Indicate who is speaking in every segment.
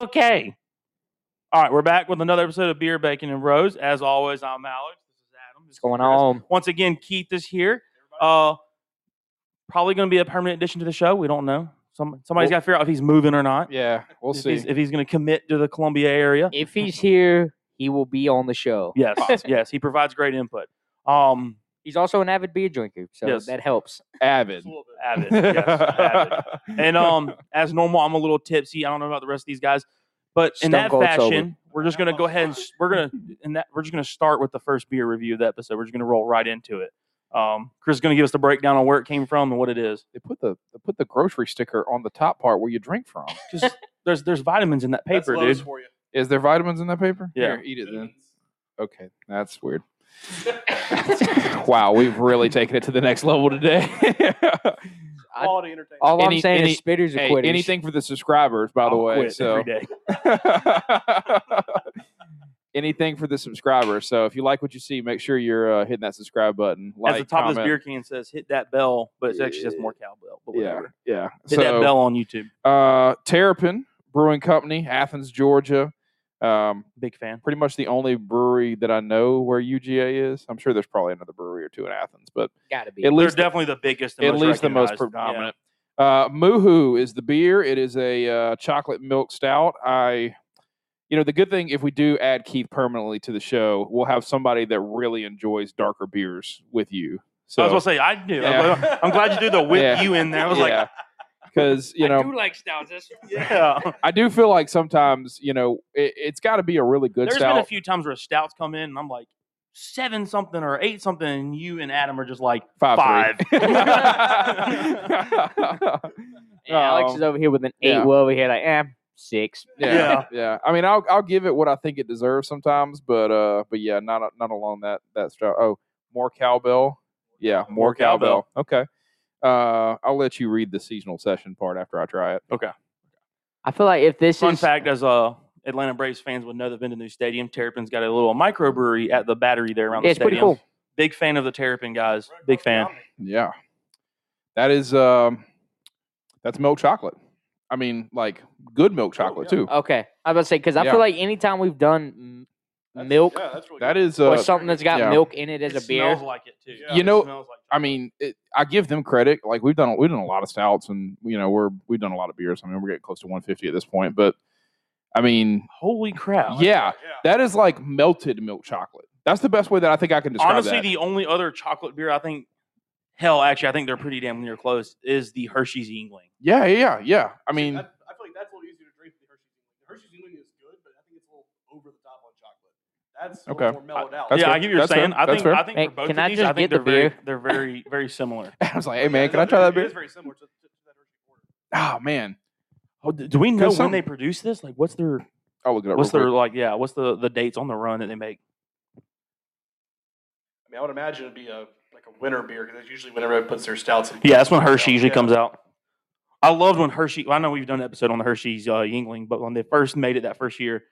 Speaker 1: okay. All right, we're back with another episode of Beer, Bacon, and Rose. As always, I'm Alex. This is Adam. This
Speaker 2: What's
Speaker 1: is
Speaker 2: going
Speaker 1: Chris.
Speaker 2: on?
Speaker 1: Once again, Keith is here. Uh, probably going to be a permanent addition to the show. We don't know. Some, somebody's
Speaker 2: Well-
Speaker 1: got to figure out if he's moving or not.
Speaker 3: Yeah, we'll
Speaker 1: if
Speaker 3: see.
Speaker 1: he's, if he's going to commit to the Columbia area.
Speaker 2: If he's here, he will be on the show.
Speaker 1: Yes, yes, he provides great input. Um,
Speaker 2: He's also an avid beer drinker, so
Speaker 1: Yes.
Speaker 2: that helps.
Speaker 3: Avid.
Speaker 1: avid, yes, avid. And um, as normal, I'm a little tipsy. I don't know about the rest of these guys, but in
Speaker 2: Stone
Speaker 1: that
Speaker 2: cold sober.
Speaker 1: fashion, we're just gonna go ahead and s- we're gonna and that we're just gonna start with the first beer review of the episode. We're just gonna roll right into it. Um, Chris is gonna give us the breakdown on where it came from and what it is.
Speaker 3: they put the they put the grocery sticker on the top part where you drink from.
Speaker 1: Just there's there's vitamins in that
Speaker 4: That's
Speaker 1: paper,
Speaker 4: Lowe's
Speaker 1: dude.
Speaker 4: For you.
Speaker 3: Is there vitamins in that paper?
Speaker 1: Yeah. Mm-hmm.
Speaker 3: Here, eat it then. Okay, that's weird. wow, we've really taken it to the next level today.
Speaker 2: I-
Speaker 4: Quality entertainment.
Speaker 2: All I'm
Speaker 3: Any-
Speaker 2: saying
Speaker 3: any-
Speaker 2: is spitters are
Speaker 3: hey,
Speaker 2: quitters.
Speaker 3: anything for the subscribers, by the
Speaker 1: I'll
Speaker 3: way.
Speaker 1: quit
Speaker 3: So
Speaker 1: every day.
Speaker 3: anything for the subscribers. So if you like what you see, make sure you're uh, hitting that subscribe button. Like,
Speaker 1: As the top of this
Speaker 3: comment.
Speaker 1: beer can says, hit that bell, but it's actually just more cowbell. But
Speaker 3: Yeah,
Speaker 1: whatever.
Speaker 3: yeah.
Speaker 1: Hit that bell on YouTube.
Speaker 3: Uh, Terrapin Brewing Company, Athens, Georgia. Um,
Speaker 1: Big fan.
Speaker 3: pretty much the only brewery that I know where UGA is. I'm sure there's probably another brewery or two in Athens, but
Speaker 2: Gotta be.
Speaker 3: at
Speaker 1: They're
Speaker 3: least
Speaker 1: definitely the biggest. And
Speaker 3: at
Speaker 1: most
Speaker 3: least the most
Speaker 1: recognized. Yeah.
Speaker 3: predominant. Uh, Moohoo is the beer. It is a uh, chocolate milk stout. I, you know, the good thing if we do add Keith permanently to the show, we'll have somebody that really enjoys darker beers with you. So
Speaker 1: I was gonna say I do. I was
Speaker 3: Yeah.
Speaker 1: like, I'm glad you do the with
Speaker 3: Yeah.
Speaker 1: you in there. I was like,
Speaker 3: because you know,
Speaker 2: I do like stouts. That's
Speaker 1: yeah.
Speaker 3: I do feel like sometimes you know it, it's got to be a really good
Speaker 1: There's
Speaker 3: stout.
Speaker 1: been a few times where stouts come in and I'm like seven something or eight something, and you and Adam are just like
Speaker 3: Five. three.
Speaker 2: And Alex
Speaker 3: Um,
Speaker 2: is over here with an eight.
Speaker 3: yeah.
Speaker 2: We're over here like, eh, six.
Speaker 3: Yeah,
Speaker 1: Yeah.
Speaker 3: yeah. I mean, I'll I'll give it what I think it deserves sometimes, but uh, but yeah, not not along that that stroke. Oh, more cowbell. Yeah, more,
Speaker 1: More cowbell.
Speaker 3: cowbell. Okay. Uh, I'll let you read the seasonal session part after I try it.
Speaker 1: Okay.
Speaker 2: I feel like if this
Speaker 1: Fun
Speaker 2: is
Speaker 1: fact, as uh, Atlanta Braves fans would know, they've been to the new stadium. Terrapin's got a little microbrewery at the battery there around the
Speaker 2: Yeah, it's pretty
Speaker 1: stadium.
Speaker 2: cool.
Speaker 1: Big fan of the Terrapin guys. Big fan.
Speaker 3: Yeah. That is um, that's milk chocolate. I mean, like good milk chocolate
Speaker 1: Oh,
Speaker 4: yeah.
Speaker 3: too.
Speaker 2: Okay, I was about to say because I
Speaker 3: Yeah.
Speaker 2: feel like anytime we've done m
Speaker 4: That's-
Speaker 2: milk
Speaker 4: Yeah, that's really
Speaker 3: That
Speaker 4: good.
Speaker 3: is uh,
Speaker 2: or something that's got
Speaker 3: yeah.
Speaker 2: milk in it as a beer,
Speaker 1: smells like it too.
Speaker 4: Yeah.
Speaker 3: You
Speaker 1: It
Speaker 3: know,
Speaker 1: smells like
Speaker 3: I mean, it, I give them credit. Like we've done, we've done a lot of stouts, and you know, we're we've done a lot of beers. I mean, we're getting close to 150 at this point, but I mean,
Speaker 1: holy crap.
Speaker 3: yeah,
Speaker 4: Yeah.
Speaker 3: that is like melted milk chocolate. That's the best way that I think I can describe
Speaker 1: Honestly,
Speaker 3: that.
Speaker 1: the only other chocolate beer I think, hell, actually, I think they're pretty damn near close, is the Hershey's Yingling.
Speaker 3: yeah, yeah, yeah, yeah. I
Speaker 4: I,
Speaker 3: mean,
Speaker 4: I feel like that's a little easier to drink than the Hershey's Yingling. The Hershey's Yingling is good, but I think it's a little over the top on chocolate. That's a
Speaker 3: Okay.
Speaker 4: little more mellowed out.
Speaker 3: That's
Speaker 1: yeah,
Speaker 3: fair.
Speaker 1: I get what you're
Speaker 3: That's fair.
Speaker 1: saying. I
Speaker 3: That's
Speaker 1: think
Speaker 3: fair.
Speaker 1: I think
Speaker 2: Hey,
Speaker 1: for both
Speaker 2: can
Speaker 1: of
Speaker 2: I
Speaker 1: these,
Speaker 2: just
Speaker 1: I think
Speaker 2: get
Speaker 1: they're
Speaker 2: the
Speaker 1: very
Speaker 2: beer?
Speaker 1: they're very very similar.
Speaker 3: I was like, hey
Speaker 4: Yeah,
Speaker 3: man,
Speaker 4: it
Speaker 3: can I
Speaker 4: is-
Speaker 3: try that
Speaker 4: It
Speaker 3: beer?
Speaker 4: is very similar to, to, to that Hershey porter.
Speaker 3: Oh man,
Speaker 1: Oh, do we know
Speaker 3: know
Speaker 1: when
Speaker 3: some-
Speaker 1: they produce this? Like, what's their
Speaker 3: I'll look it up.
Speaker 1: what's
Speaker 3: real
Speaker 1: their
Speaker 3: quick.
Speaker 1: like? Yeah, what's the the dates on the run that they make?
Speaker 4: I mean, I would imagine it'd be a like a winter beer because that's usually whenever everybody puts their stouts. in.
Speaker 1: Yeah, that's when Hershey usually
Speaker 4: Yeah.
Speaker 1: comes out. I loved when Hershey. well, I know we've done an episode on the Hershey's uh, Yingling, but when they first made it that first year,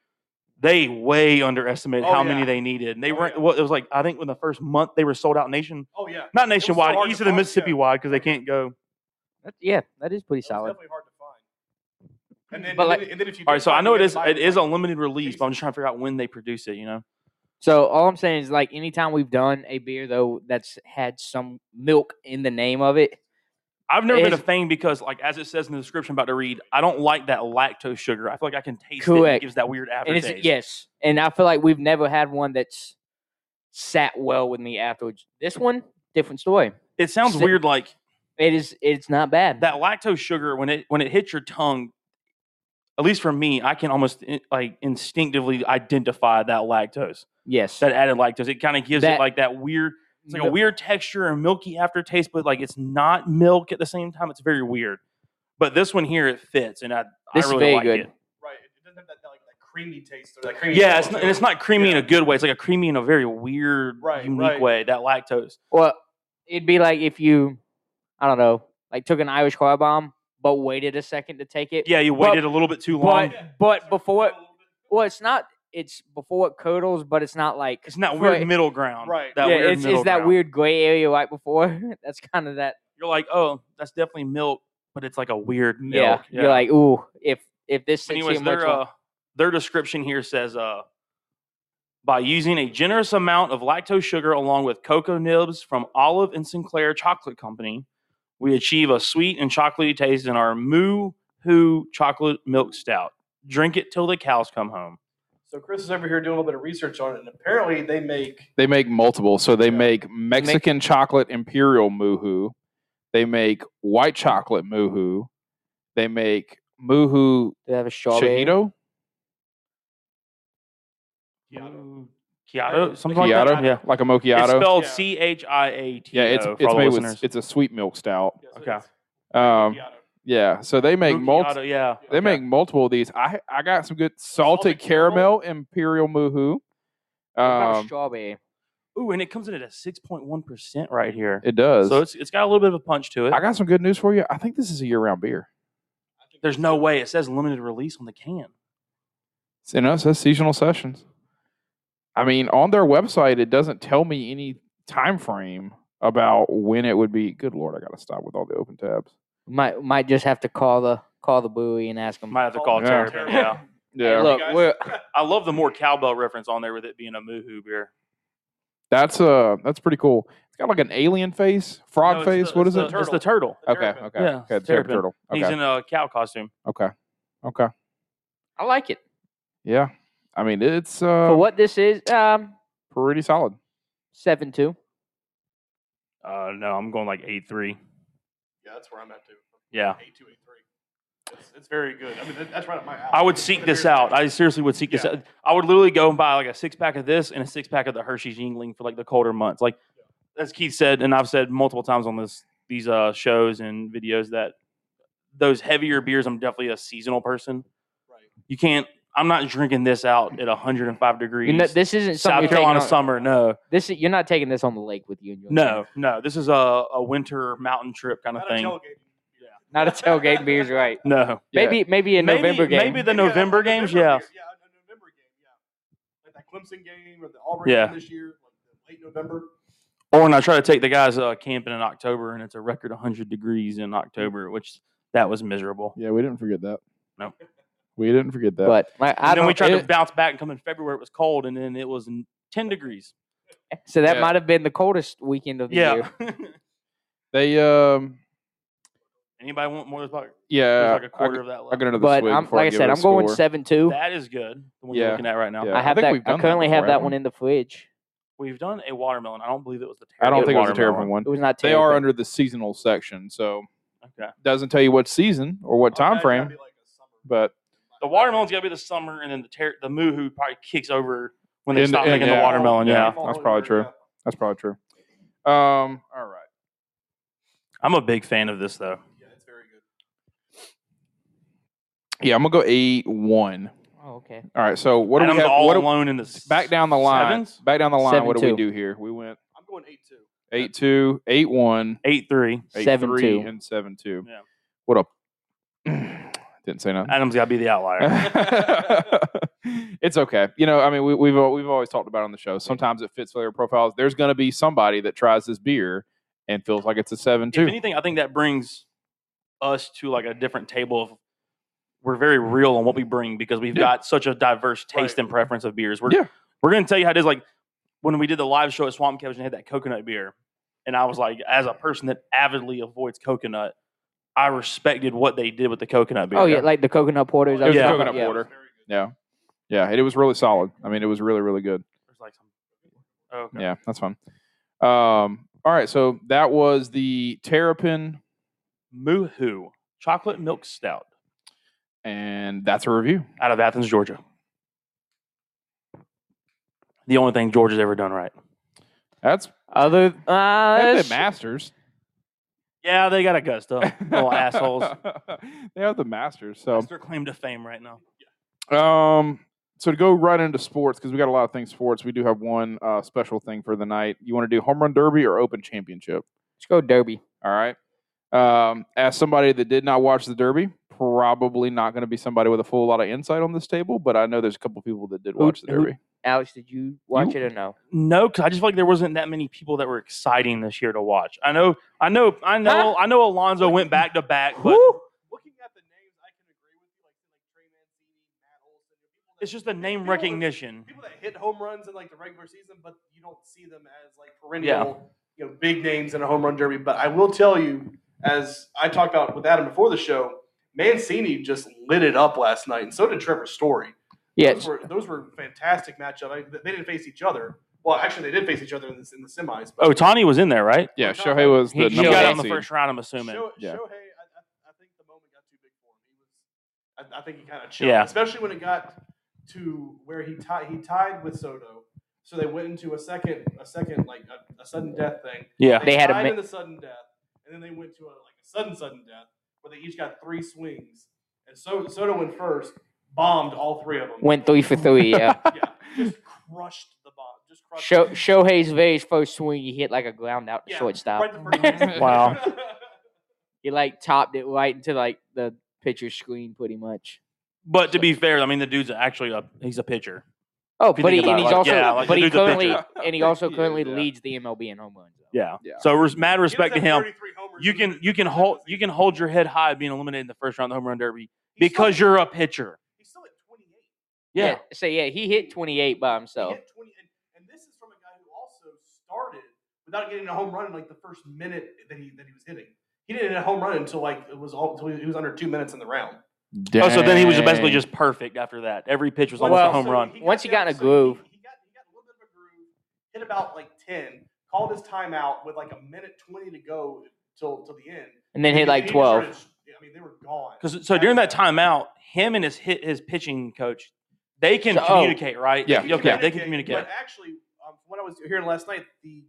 Speaker 1: they way underestimated
Speaker 4: Oh,
Speaker 1: how many
Speaker 4: yeah.
Speaker 1: they needed. And they
Speaker 4: Oh,
Speaker 1: weren't.
Speaker 4: yeah.
Speaker 1: Well, it was like I think when the first month they were sold out nation,
Speaker 4: Oh yeah.
Speaker 1: not
Speaker 4: was so
Speaker 1: nationwide,
Speaker 4: hard to
Speaker 1: east of the
Speaker 4: find, yeah.
Speaker 1: Mississippi wide because they can't go.
Speaker 2: That's- yeah, that is pretty
Speaker 4: It was
Speaker 2: solid.
Speaker 4: definitely hard to find. And then,
Speaker 2: But,
Speaker 4: and
Speaker 2: like-
Speaker 4: then- and then if you
Speaker 1: All
Speaker 4: did
Speaker 1: right, so
Speaker 4: find
Speaker 1: I know it
Speaker 4: you had to
Speaker 1: is
Speaker 4: buy
Speaker 1: it is a
Speaker 4: like-
Speaker 1: limited release, but I'm just trying to figure out when they produce it. You know,
Speaker 2: So all I'm saying is like anytime we've done a beer though that's had some milk in the name of it,
Speaker 1: I've never been a
Speaker 2: It's-
Speaker 1: fan because, like as it says in the description, I'm about to read, I don't like that lactose sugar. I feel like I can taste it. And it
Speaker 2: Correct.
Speaker 1: gives that weird
Speaker 2: and it's
Speaker 1: aftertaste.
Speaker 2: yes, and I feel like we've never had one that's sat well with me afterwards. This one, different story.
Speaker 1: It sounds
Speaker 2: Sit-
Speaker 1: weird, like
Speaker 2: It is. It's not bad.
Speaker 1: that lactose sugar when it when it hits your tongue. At least for me, I can almost in- like instinctively identify that lactose,
Speaker 2: yes.
Speaker 1: that added lactose. It kind of gives it
Speaker 2: That-
Speaker 1: like that weird, it's like a
Speaker 2: Mil-
Speaker 1: weird texture and milky aftertaste, but like it's not milk at the same time. It's very weird. But this one here, it fits, and I
Speaker 2: This
Speaker 1: I
Speaker 2: is
Speaker 1: really
Speaker 2: very
Speaker 1: like
Speaker 2: good.
Speaker 1: it.
Speaker 4: Right. It doesn't have that, that, like that creamy taste or that creamy.
Speaker 1: Yeah, it's
Speaker 4: feel
Speaker 1: not,
Speaker 4: to
Speaker 1: and it's
Speaker 4: it.
Speaker 1: not creamy in
Speaker 4: Yeah.
Speaker 1: a good way. It's like a creamy in a very weird,
Speaker 4: Right,
Speaker 1: unique
Speaker 4: right.
Speaker 1: way. That lactose.
Speaker 2: Well, it'd be like if you, I don't know, like took an Irish car bomb, but waited a second to take it.
Speaker 1: Yeah, you
Speaker 2: But-
Speaker 1: waited a little bit too long.
Speaker 2: but but before it,
Speaker 4: Yeah.
Speaker 2: well, it's not. It's before it curdles, but it's not like
Speaker 1: It's not weird
Speaker 2: Right.
Speaker 1: middle ground.
Speaker 4: Right.
Speaker 1: That
Speaker 2: yeah,
Speaker 1: weird
Speaker 2: it's,
Speaker 1: middle
Speaker 2: it's that
Speaker 1: ground.
Speaker 2: weird gray area right before. That's kind of that.
Speaker 1: You're like, oh, that's definitely milk, but it's like a weird milk.
Speaker 2: Yeah, you're like, ooh, if if this sits
Speaker 1: anyways,
Speaker 2: here much
Speaker 1: their
Speaker 2: longer-
Speaker 1: uh, their description here says uh, by using a generous amount of lactose sugar along with cocoa nibs from Olive and Sinclair Chocolate Company, we achieve a sweet and chocolatey taste in our Moo Hoo chocolate milk stout. Drink it till the cows come home.
Speaker 4: So Chris is over here doing a little bit of research on it, and apparently they make
Speaker 3: They make multiple. So they
Speaker 4: Yeah.
Speaker 3: make Mexican chocolate imperial moohoo. They make white chocolate moohoo. They make moohoo
Speaker 2: They have a strawberry.
Speaker 3: chajito.
Speaker 4: Mm.
Speaker 1: Moo- Chiato, something like
Speaker 3: Chiato?
Speaker 1: that. Yeah,
Speaker 3: like a
Speaker 1: it's
Speaker 3: mocchiato.
Speaker 1: spelled
Speaker 4: Yeah.
Speaker 1: C H I A T.
Speaker 3: Yeah, it's
Speaker 1: for
Speaker 3: it's
Speaker 1: all the
Speaker 3: made with
Speaker 1: listeners.
Speaker 3: it's a sweet milk stout.
Speaker 4: yeah, so
Speaker 1: Okay.
Speaker 4: it's-
Speaker 3: Um,
Speaker 4: yeah,
Speaker 3: yeah, so they make
Speaker 1: Moo
Speaker 3: multi.
Speaker 1: Chiato, Yeah,
Speaker 3: They
Speaker 1: okay.
Speaker 3: make multiple of these. I I got some good salted,
Speaker 4: Salted caramel?
Speaker 3: caramel imperial moohoo.
Speaker 2: What about
Speaker 3: Um,
Speaker 2: strawberry.
Speaker 1: Ooh, and it comes in at a six point one percent right here.
Speaker 3: it does.
Speaker 1: So it's it's got a little bit of a punch to it.
Speaker 3: I got some good news for you. I think this is a year-round beer.
Speaker 4: I think
Speaker 1: There's
Speaker 4: it's-
Speaker 1: no way it says limited release on the can.
Speaker 3: You know, it says seasonal sessions. I mean, on their website, it doesn't tell me any time frame about when it would be. Good lord, I got to stop with all the open tabs.
Speaker 2: Might might just have to call the call the buoy and ask them.
Speaker 1: Might have to call it
Speaker 3: Yeah.
Speaker 1: Terrapin. Yeah,
Speaker 3: Yeah,
Speaker 2: look,
Speaker 4: Guys,
Speaker 2: we're-
Speaker 1: I love the more cowbell reference on there with it being a moohoo beer.
Speaker 3: that's uh, that's pretty cool. It's got like an alien face, frog
Speaker 1: No, it's
Speaker 3: face.
Speaker 1: the-
Speaker 3: what
Speaker 1: it's
Speaker 3: is
Speaker 1: the,
Speaker 3: it?
Speaker 1: It's the turtle.
Speaker 4: the
Speaker 3: Okay,
Speaker 4: terrapin.
Speaker 3: okay,
Speaker 1: Yeah,
Speaker 3: okay.
Speaker 1: it's
Speaker 3: The terrapin
Speaker 1: terrapin.
Speaker 3: turtle.
Speaker 1: And
Speaker 3: Okay,
Speaker 1: He's in a cow costume.
Speaker 3: okay, okay.
Speaker 2: I like it.
Speaker 3: Yeah, I mean, it's
Speaker 2: For
Speaker 3: uh,
Speaker 2: what this is, um,
Speaker 3: pretty solid.
Speaker 2: seven two.
Speaker 1: Uh, no, I'm going like eight three.
Speaker 4: Yeah, that's where I'm at too.
Speaker 1: Yeah.
Speaker 4: eight two eight three. It's, it's very good. I mean, that- that's right up my alley.
Speaker 1: I would seek this out. I seriously would seek this
Speaker 4: Yeah.
Speaker 1: out. I would literally go and buy like a six pack of this and a six pack of the Hershey's Yingling for like the colder months. Like as Keith said, and I've said multiple times on this these uh, shows and videos that those heavier beers, I'm definitely a seasonal person.
Speaker 4: Right.
Speaker 1: You can't. I'm not drinking this out at 105 degrees.
Speaker 2: You know, this isn't something
Speaker 1: South
Speaker 2: you're taking
Speaker 1: Carolina
Speaker 2: on-
Speaker 1: summer, no,
Speaker 2: This is- you're not taking this on the lake with you. and your-
Speaker 1: no, no. This is a, a winter mountain trip kind of
Speaker 4: Not a
Speaker 1: thing.
Speaker 4: tailgate.
Speaker 2: not a tailgate beer's right.
Speaker 1: No,
Speaker 3: Yeah.
Speaker 2: Maybe maybe a
Speaker 1: Maybe-
Speaker 2: November game.
Speaker 1: maybe the
Speaker 4: Yeah,
Speaker 1: November
Speaker 4: a
Speaker 1: games,
Speaker 4: November
Speaker 1: yeah.
Speaker 4: beer. Yeah, a November game. Yeah. Like that Clemson game or the Auburn
Speaker 1: Yeah.
Speaker 4: game this year, like the late November.
Speaker 1: or when I try to take the guys uh, camping in October and it's a record 100 degrees in October, which that was miserable.
Speaker 3: Yeah, we didn't forget that.
Speaker 1: No.
Speaker 3: we didn't forget that.
Speaker 2: but like,
Speaker 1: and
Speaker 2: I
Speaker 1: then
Speaker 2: don't.
Speaker 1: we tried to
Speaker 3: it-
Speaker 1: bounce back and come in February. It was cold, and then it was n- ten degrees.
Speaker 2: so that
Speaker 3: Yeah.
Speaker 2: might have been the coldest weekend of the
Speaker 1: Yeah.
Speaker 2: year.
Speaker 3: they um,
Speaker 1: Anybody want more? of this?
Speaker 3: yeah,
Speaker 1: There's like a quarter of that
Speaker 3: I, I
Speaker 1: left.
Speaker 3: got another
Speaker 2: But
Speaker 3: swig
Speaker 2: I'm,
Speaker 3: before
Speaker 2: like I
Speaker 3: give
Speaker 2: said,
Speaker 3: it a
Speaker 2: I'm going
Speaker 3: score.
Speaker 2: seven two.
Speaker 1: That is good. The one
Speaker 3: Yeah.
Speaker 1: you're looking at right now.
Speaker 3: Yeah.
Speaker 2: I
Speaker 3: I
Speaker 2: have
Speaker 3: think
Speaker 2: that.
Speaker 3: we've
Speaker 2: I
Speaker 3: done that
Speaker 2: currently have
Speaker 3: before,
Speaker 2: that
Speaker 3: haven't
Speaker 2: one
Speaker 3: we?
Speaker 2: in the fridge.
Speaker 1: We've done a watermelon. I don't believe it was the.
Speaker 3: I don't
Speaker 1: terrapin
Speaker 3: think it was a
Speaker 1: watermelon.
Speaker 3: terrible one.
Speaker 2: It was not.
Speaker 3: They are
Speaker 2: terrible.
Speaker 3: under the seasonal section, so
Speaker 1: Okay.
Speaker 3: doesn't tell you what season or what
Speaker 4: Oh,
Speaker 3: time
Speaker 4: that's gotta
Speaker 3: frame.
Speaker 4: be like a summer.
Speaker 3: But
Speaker 1: The watermelon's gotta be the summer, and then the ter- the moohoo probably kicks over when they
Speaker 3: In the-
Speaker 1: stop
Speaker 3: in-
Speaker 1: making
Speaker 3: yeah.
Speaker 1: the watermelon.
Speaker 3: Yeah.
Speaker 1: Yeah.
Speaker 3: that's probably true.
Speaker 4: Yeah.
Speaker 3: that's probably true. Um, all right.
Speaker 1: I'm a big fan of this though.
Speaker 4: Yeah, it's very good.
Speaker 3: Yeah, I'm gonna go eight one.
Speaker 2: Oh, okay.
Speaker 3: All right. So what do
Speaker 1: and
Speaker 3: we
Speaker 1: I'm
Speaker 3: have?
Speaker 1: all
Speaker 3: What do,
Speaker 1: alone in this.
Speaker 3: back down the line.
Speaker 1: Sevens?
Speaker 3: Back down the line. what do we
Speaker 2: 7-2.
Speaker 3: do here? We went
Speaker 4: I'm going eight two.
Speaker 3: eight two, eight one,
Speaker 1: Eight three.
Speaker 3: eight
Speaker 2: Seven
Speaker 3: three,
Speaker 2: two.
Speaker 3: and seven two.
Speaker 1: Yeah.
Speaker 3: What up? Didn't say nothing.
Speaker 1: Adam's gotta be the outlier.
Speaker 3: it's okay. You know, I mean, we, we've al- we've always talked about it on the show. Sometimes it fits flavor profiles. There's going to be somebody that tries this beer and feels like it's a seven
Speaker 1: if
Speaker 3: two.
Speaker 1: anything, I think that brings us to like a different table of we're very real on what we bring because we've
Speaker 3: Yeah.
Speaker 1: got such a diverse taste
Speaker 4: Right.
Speaker 1: and preference of beers. We're
Speaker 3: Yeah.
Speaker 1: we're gonna tell you how it is. Like when we did the live show at Swamp Cave and they had that coconut beer, and I was like, as a person that avidly avoids coconut, I respected what they did with the coconut beer.
Speaker 2: Oh yeah, like the coconut porter. is
Speaker 3: It
Speaker 2: up
Speaker 3: was
Speaker 2: there.
Speaker 3: a
Speaker 1: Yeah.
Speaker 3: coconut
Speaker 2: Yeah.
Speaker 3: porter.
Speaker 4: Very good.
Speaker 3: Yeah, yeah, and it was really solid. I mean, it was really really good.
Speaker 1: There's like some. Okay.
Speaker 3: Yeah, that's fine. Um, all right, so that was the Terrapin,
Speaker 1: Moohoo chocolate milk stout
Speaker 3: and that's a review.
Speaker 1: out of Athens, Georgia. The only thing Georgia's ever done right.
Speaker 3: That's
Speaker 2: Other uh,
Speaker 3: that's
Speaker 2: it's-
Speaker 3: the Masters.
Speaker 1: Yeah, they got Augusta. Little assholes.
Speaker 3: they have the Masters. So
Speaker 1: That's their claim to fame right now.
Speaker 3: Um, so to go right into sports because we got a lot of things sports. We do have one uh, special thing for the night. You want to do home run derby or open championship?
Speaker 2: let's go derby.
Speaker 3: All right. Um, as somebody that did not watch the derby, probably not going to be somebody with a full lot of insight on this table, but I know there's a couple people that did
Speaker 2: Who-
Speaker 3: watch the
Speaker 2: who-
Speaker 3: derby.
Speaker 2: Alex, did you watch it or no?
Speaker 1: No, because I just feel like there wasn't that many people that were exciting this year to watch. I know, I know, I know, I know. Alonzo went back to back, but
Speaker 2: Woo!
Speaker 4: Looking at the names, I can agree with you. Like, like Trey Mancini, Matt Olson, the people
Speaker 1: It's just the name
Speaker 4: People with-
Speaker 1: recognition.
Speaker 4: people that hit home runs in like the regular season, but you don't see them as like perennial, you know, big names in a home run derby. But I will tell you, as I talked about with Adam before the show, Mancini just lit it up last night, and so did Trevor Story.
Speaker 2: Yes.
Speaker 4: Those were, those were fantastic matchup. I, they didn't face each other. Well, actually, they did face each other in, this, in the semis.
Speaker 1: Oh, Tony was in there, right?
Speaker 3: Yeah, Shohei was
Speaker 2: He
Speaker 3: the
Speaker 2: showed
Speaker 1: You
Speaker 3: number
Speaker 1: got
Speaker 2: up
Speaker 3: one
Speaker 1: him the
Speaker 3: seed.
Speaker 1: first round, I'm assuming.
Speaker 4: Show,
Speaker 3: Yeah.
Speaker 4: Shohei, I, I, I think the moment got too big for him. He was, I, I think he kind of chilled,
Speaker 1: Yeah.
Speaker 4: especially when it got to where he tied. He tied with Soto, so they went into a second, a second like a, a sudden death thing.
Speaker 1: Yeah.
Speaker 2: They had a
Speaker 4: tied
Speaker 2: mi-
Speaker 4: in the sudden death, and then they went to a, like a sudden sudden death where they each got three swings, and so Soto went first, bombed all three of them.
Speaker 2: Went three for three. Yeah.
Speaker 4: yeah, just crushed the bomb. Just crushed.
Speaker 2: Show,
Speaker 4: it.
Speaker 2: Shohei's very first swing, he hit like a ground out to
Speaker 4: Yeah,
Speaker 2: shortstop.
Speaker 4: right the first time.
Speaker 1: Wow.
Speaker 2: He like topped it right into like the pitcher's screen, pretty much.
Speaker 1: But to be fair, I mean, the dude's actually a he's a pitcher.
Speaker 2: Oh,
Speaker 1: If you
Speaker 2: but he,
Speaker 1: think about
Speaker 2: and
Speaker 1: it,
Speaker 2: he's
Speaker 1: like,
Speaker 2: also
Speaker 1: yeah, like,
Speaker 2: but
Speaker 1: the
Speaker 2: he
Speaker 1: dude's a
Speaker 2: currently
Speaker 1: pitcher.
Speaker 2: and he also
Speaker 3: He is,
Speaker 2: currently
Speaker 3: yeah.
Speaker 2: leads the MLB in home runs. though.
Speaker 1: Yeah.
Speaker 3: Yeah.
Speaker 1: So res- mad
Speaker 4: He doesn't
Speaker 1: respect to
Speaker 4: have
Speaker 1: him.
Speaker 4: 33 homers
Speaker 1: You
Speaker 4: in
Speaker 1: can
Speaker 4: the-
Speaker 1: you can
Speaker 4: in the
Speaker 1: hold
Speaker 4: season.
Speaker 1: you can hold your head high being eliminated in the first round of the home run derby
Speaker 4: He's still-
Speaker 1: because you're a pitcher.
Speaker 4: He's still at 28.
Speaker 1: Yeah.
Speaker 2: So yeah, he hit 28 by
Speaker 4: He
Speaker 2: himself.
Speaker 4: hit 20, and, and this is from a guy who also started without getting a home run in like the first minute that he that he was hitting. He didn't hit a home run until like it was all until he was under two minutes in the round.
Speaker 1: Oh, so then he was basically
Speaker 3: Dang.
Speaker 1: just perfect after that. Every pitch was
Speaker 2: Well,
Speaker 1: almost
Speaker 2: well,
Speaker 1: a home
Speaker 4: so
Speaker 1: run.
Speaker 2: Once he got in a
Speaker 4: so
Speaker 2: groove.
Speaker 4: he, got, he got a little bit of a groove. Hit about like 10. Called his timeout with like a minute 20 to go till till the end.
Speaker 2: And then hit
Speaker 4: He-
Speaker 2: like
Speaker 4: he just
Speaker 2: 12.
Speaker 4: started- I mean, they were gone.
Speaker 1: Because so during that
Speaker 4: After
Speaker 1: timeout, him and his hit his pitching coach, they can
Speaker 2: So- oh.
Speaker 1: communicate, right?
Speaker 3: Yeah,
Speaker 1: Okay, they can communicate.
Speaker 4: But actually, um, from what I was hearing last night, the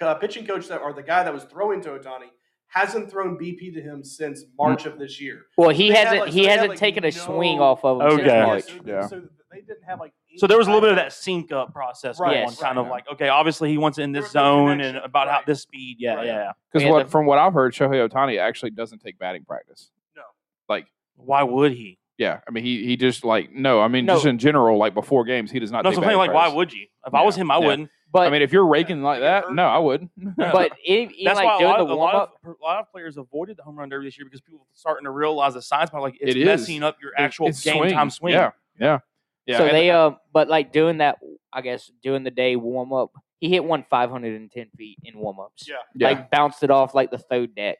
Speaker 4: uh, pitching coach that or the guy that was throwing to Otani hasn't thrown BP to him since
Speaker 3: Mm.
Speaker 4: March of this year.
Speaker 2: Well, he
Speaker 4: they had,
Speaker 2: hasn't
Speaker 4: like- so
Speaker 2: he
Speaker 4: they had,
Speaker 2: hasn't
Speaker 4: like,
Speaker 2: taken a swing
Speaker 4: no-
Speaker 2: off of him since
Speaker 1: Okay.
Speaker 2: March.
Speaker 4: so,
Speaker 3: Yeah.
Speaker 4: so they didn't have like.
Speaker 1: So there was a little bit of
Speaker 4: eight-
Speaker 1: that sync up process
Speaker 4: Right,
Speaker 1: going on,
Speaker 2: yes.
Speaker 1: kind of
Speaker 3: right.
Speaker 1: like, okay, obviously he wants it in this
Speaker 4: There was no
Speaker 1: zone and
Speaker 4: connection,
Speaker 1: about how
Speaker 4: right.
Speaker 1: this speed. Yeah,
Speaker 4: Right.
Speaker 1: yeah.
Speaker 3: because
Speaker 2: Yeah,
Speaker 3: what
Speaker 2: the-
Speaker 3: from what I've heard, Shohei Otani actually doesn't take batting practice.
Speaker 1: Why would he?
Speaker 3: Yeah, I mean he he just like no, I mean
Speaker 2: No.
Speaker 3: just in general like before games he does not.
Speaker 1: No,
Speaker 3: take
Speaker 1: so I'm saying, like,
Speaker 3: batting
Speaker 1: why
Speaker 3: practice.
Speaker 1: would you? If I was
Speaker 3: Yeah,
Speaker 1: him, I
Speaker 3: yeah.
Speaker 1: wouldn't.
Speaker 2: But
Speaker 3: I mean if you're raking like
Speaker 4: You get
Speaker 3: that,
Speaker 4: hurt.
Speaker 3: no, I would.
Speaker 1: Yeah.
Speaker 2: but even, even
Speaker 1: That's
Speaker 2: like
Speaker 1: why a
Speaker 2: during
Speaker 1: lot,
Speaker 2: the
Speaker 1: of, a, lot
Speaker 2: warm
Speaker 1: of,
Speaker 2: up,
Speaker 1: a lot of players avoided the home run derby this year because people were starting to realize the science behind like it's
Speaker 3: It is.
Speaker 1: messing up your actual
Speaker 3: It's
Speaker 1: game time swing.
Speaker 3: Yeah, yeah, yeah.
Speaker 2: so
Speaker 3: and-
Speaker 2: they uh, but like doing that, I guess during the day warm up, he hit one 510 feet in warm ups.
Speaker 4: Yeah.
Speaker 3: yeah.
Speaker 2: Like bounced it off like the third deck.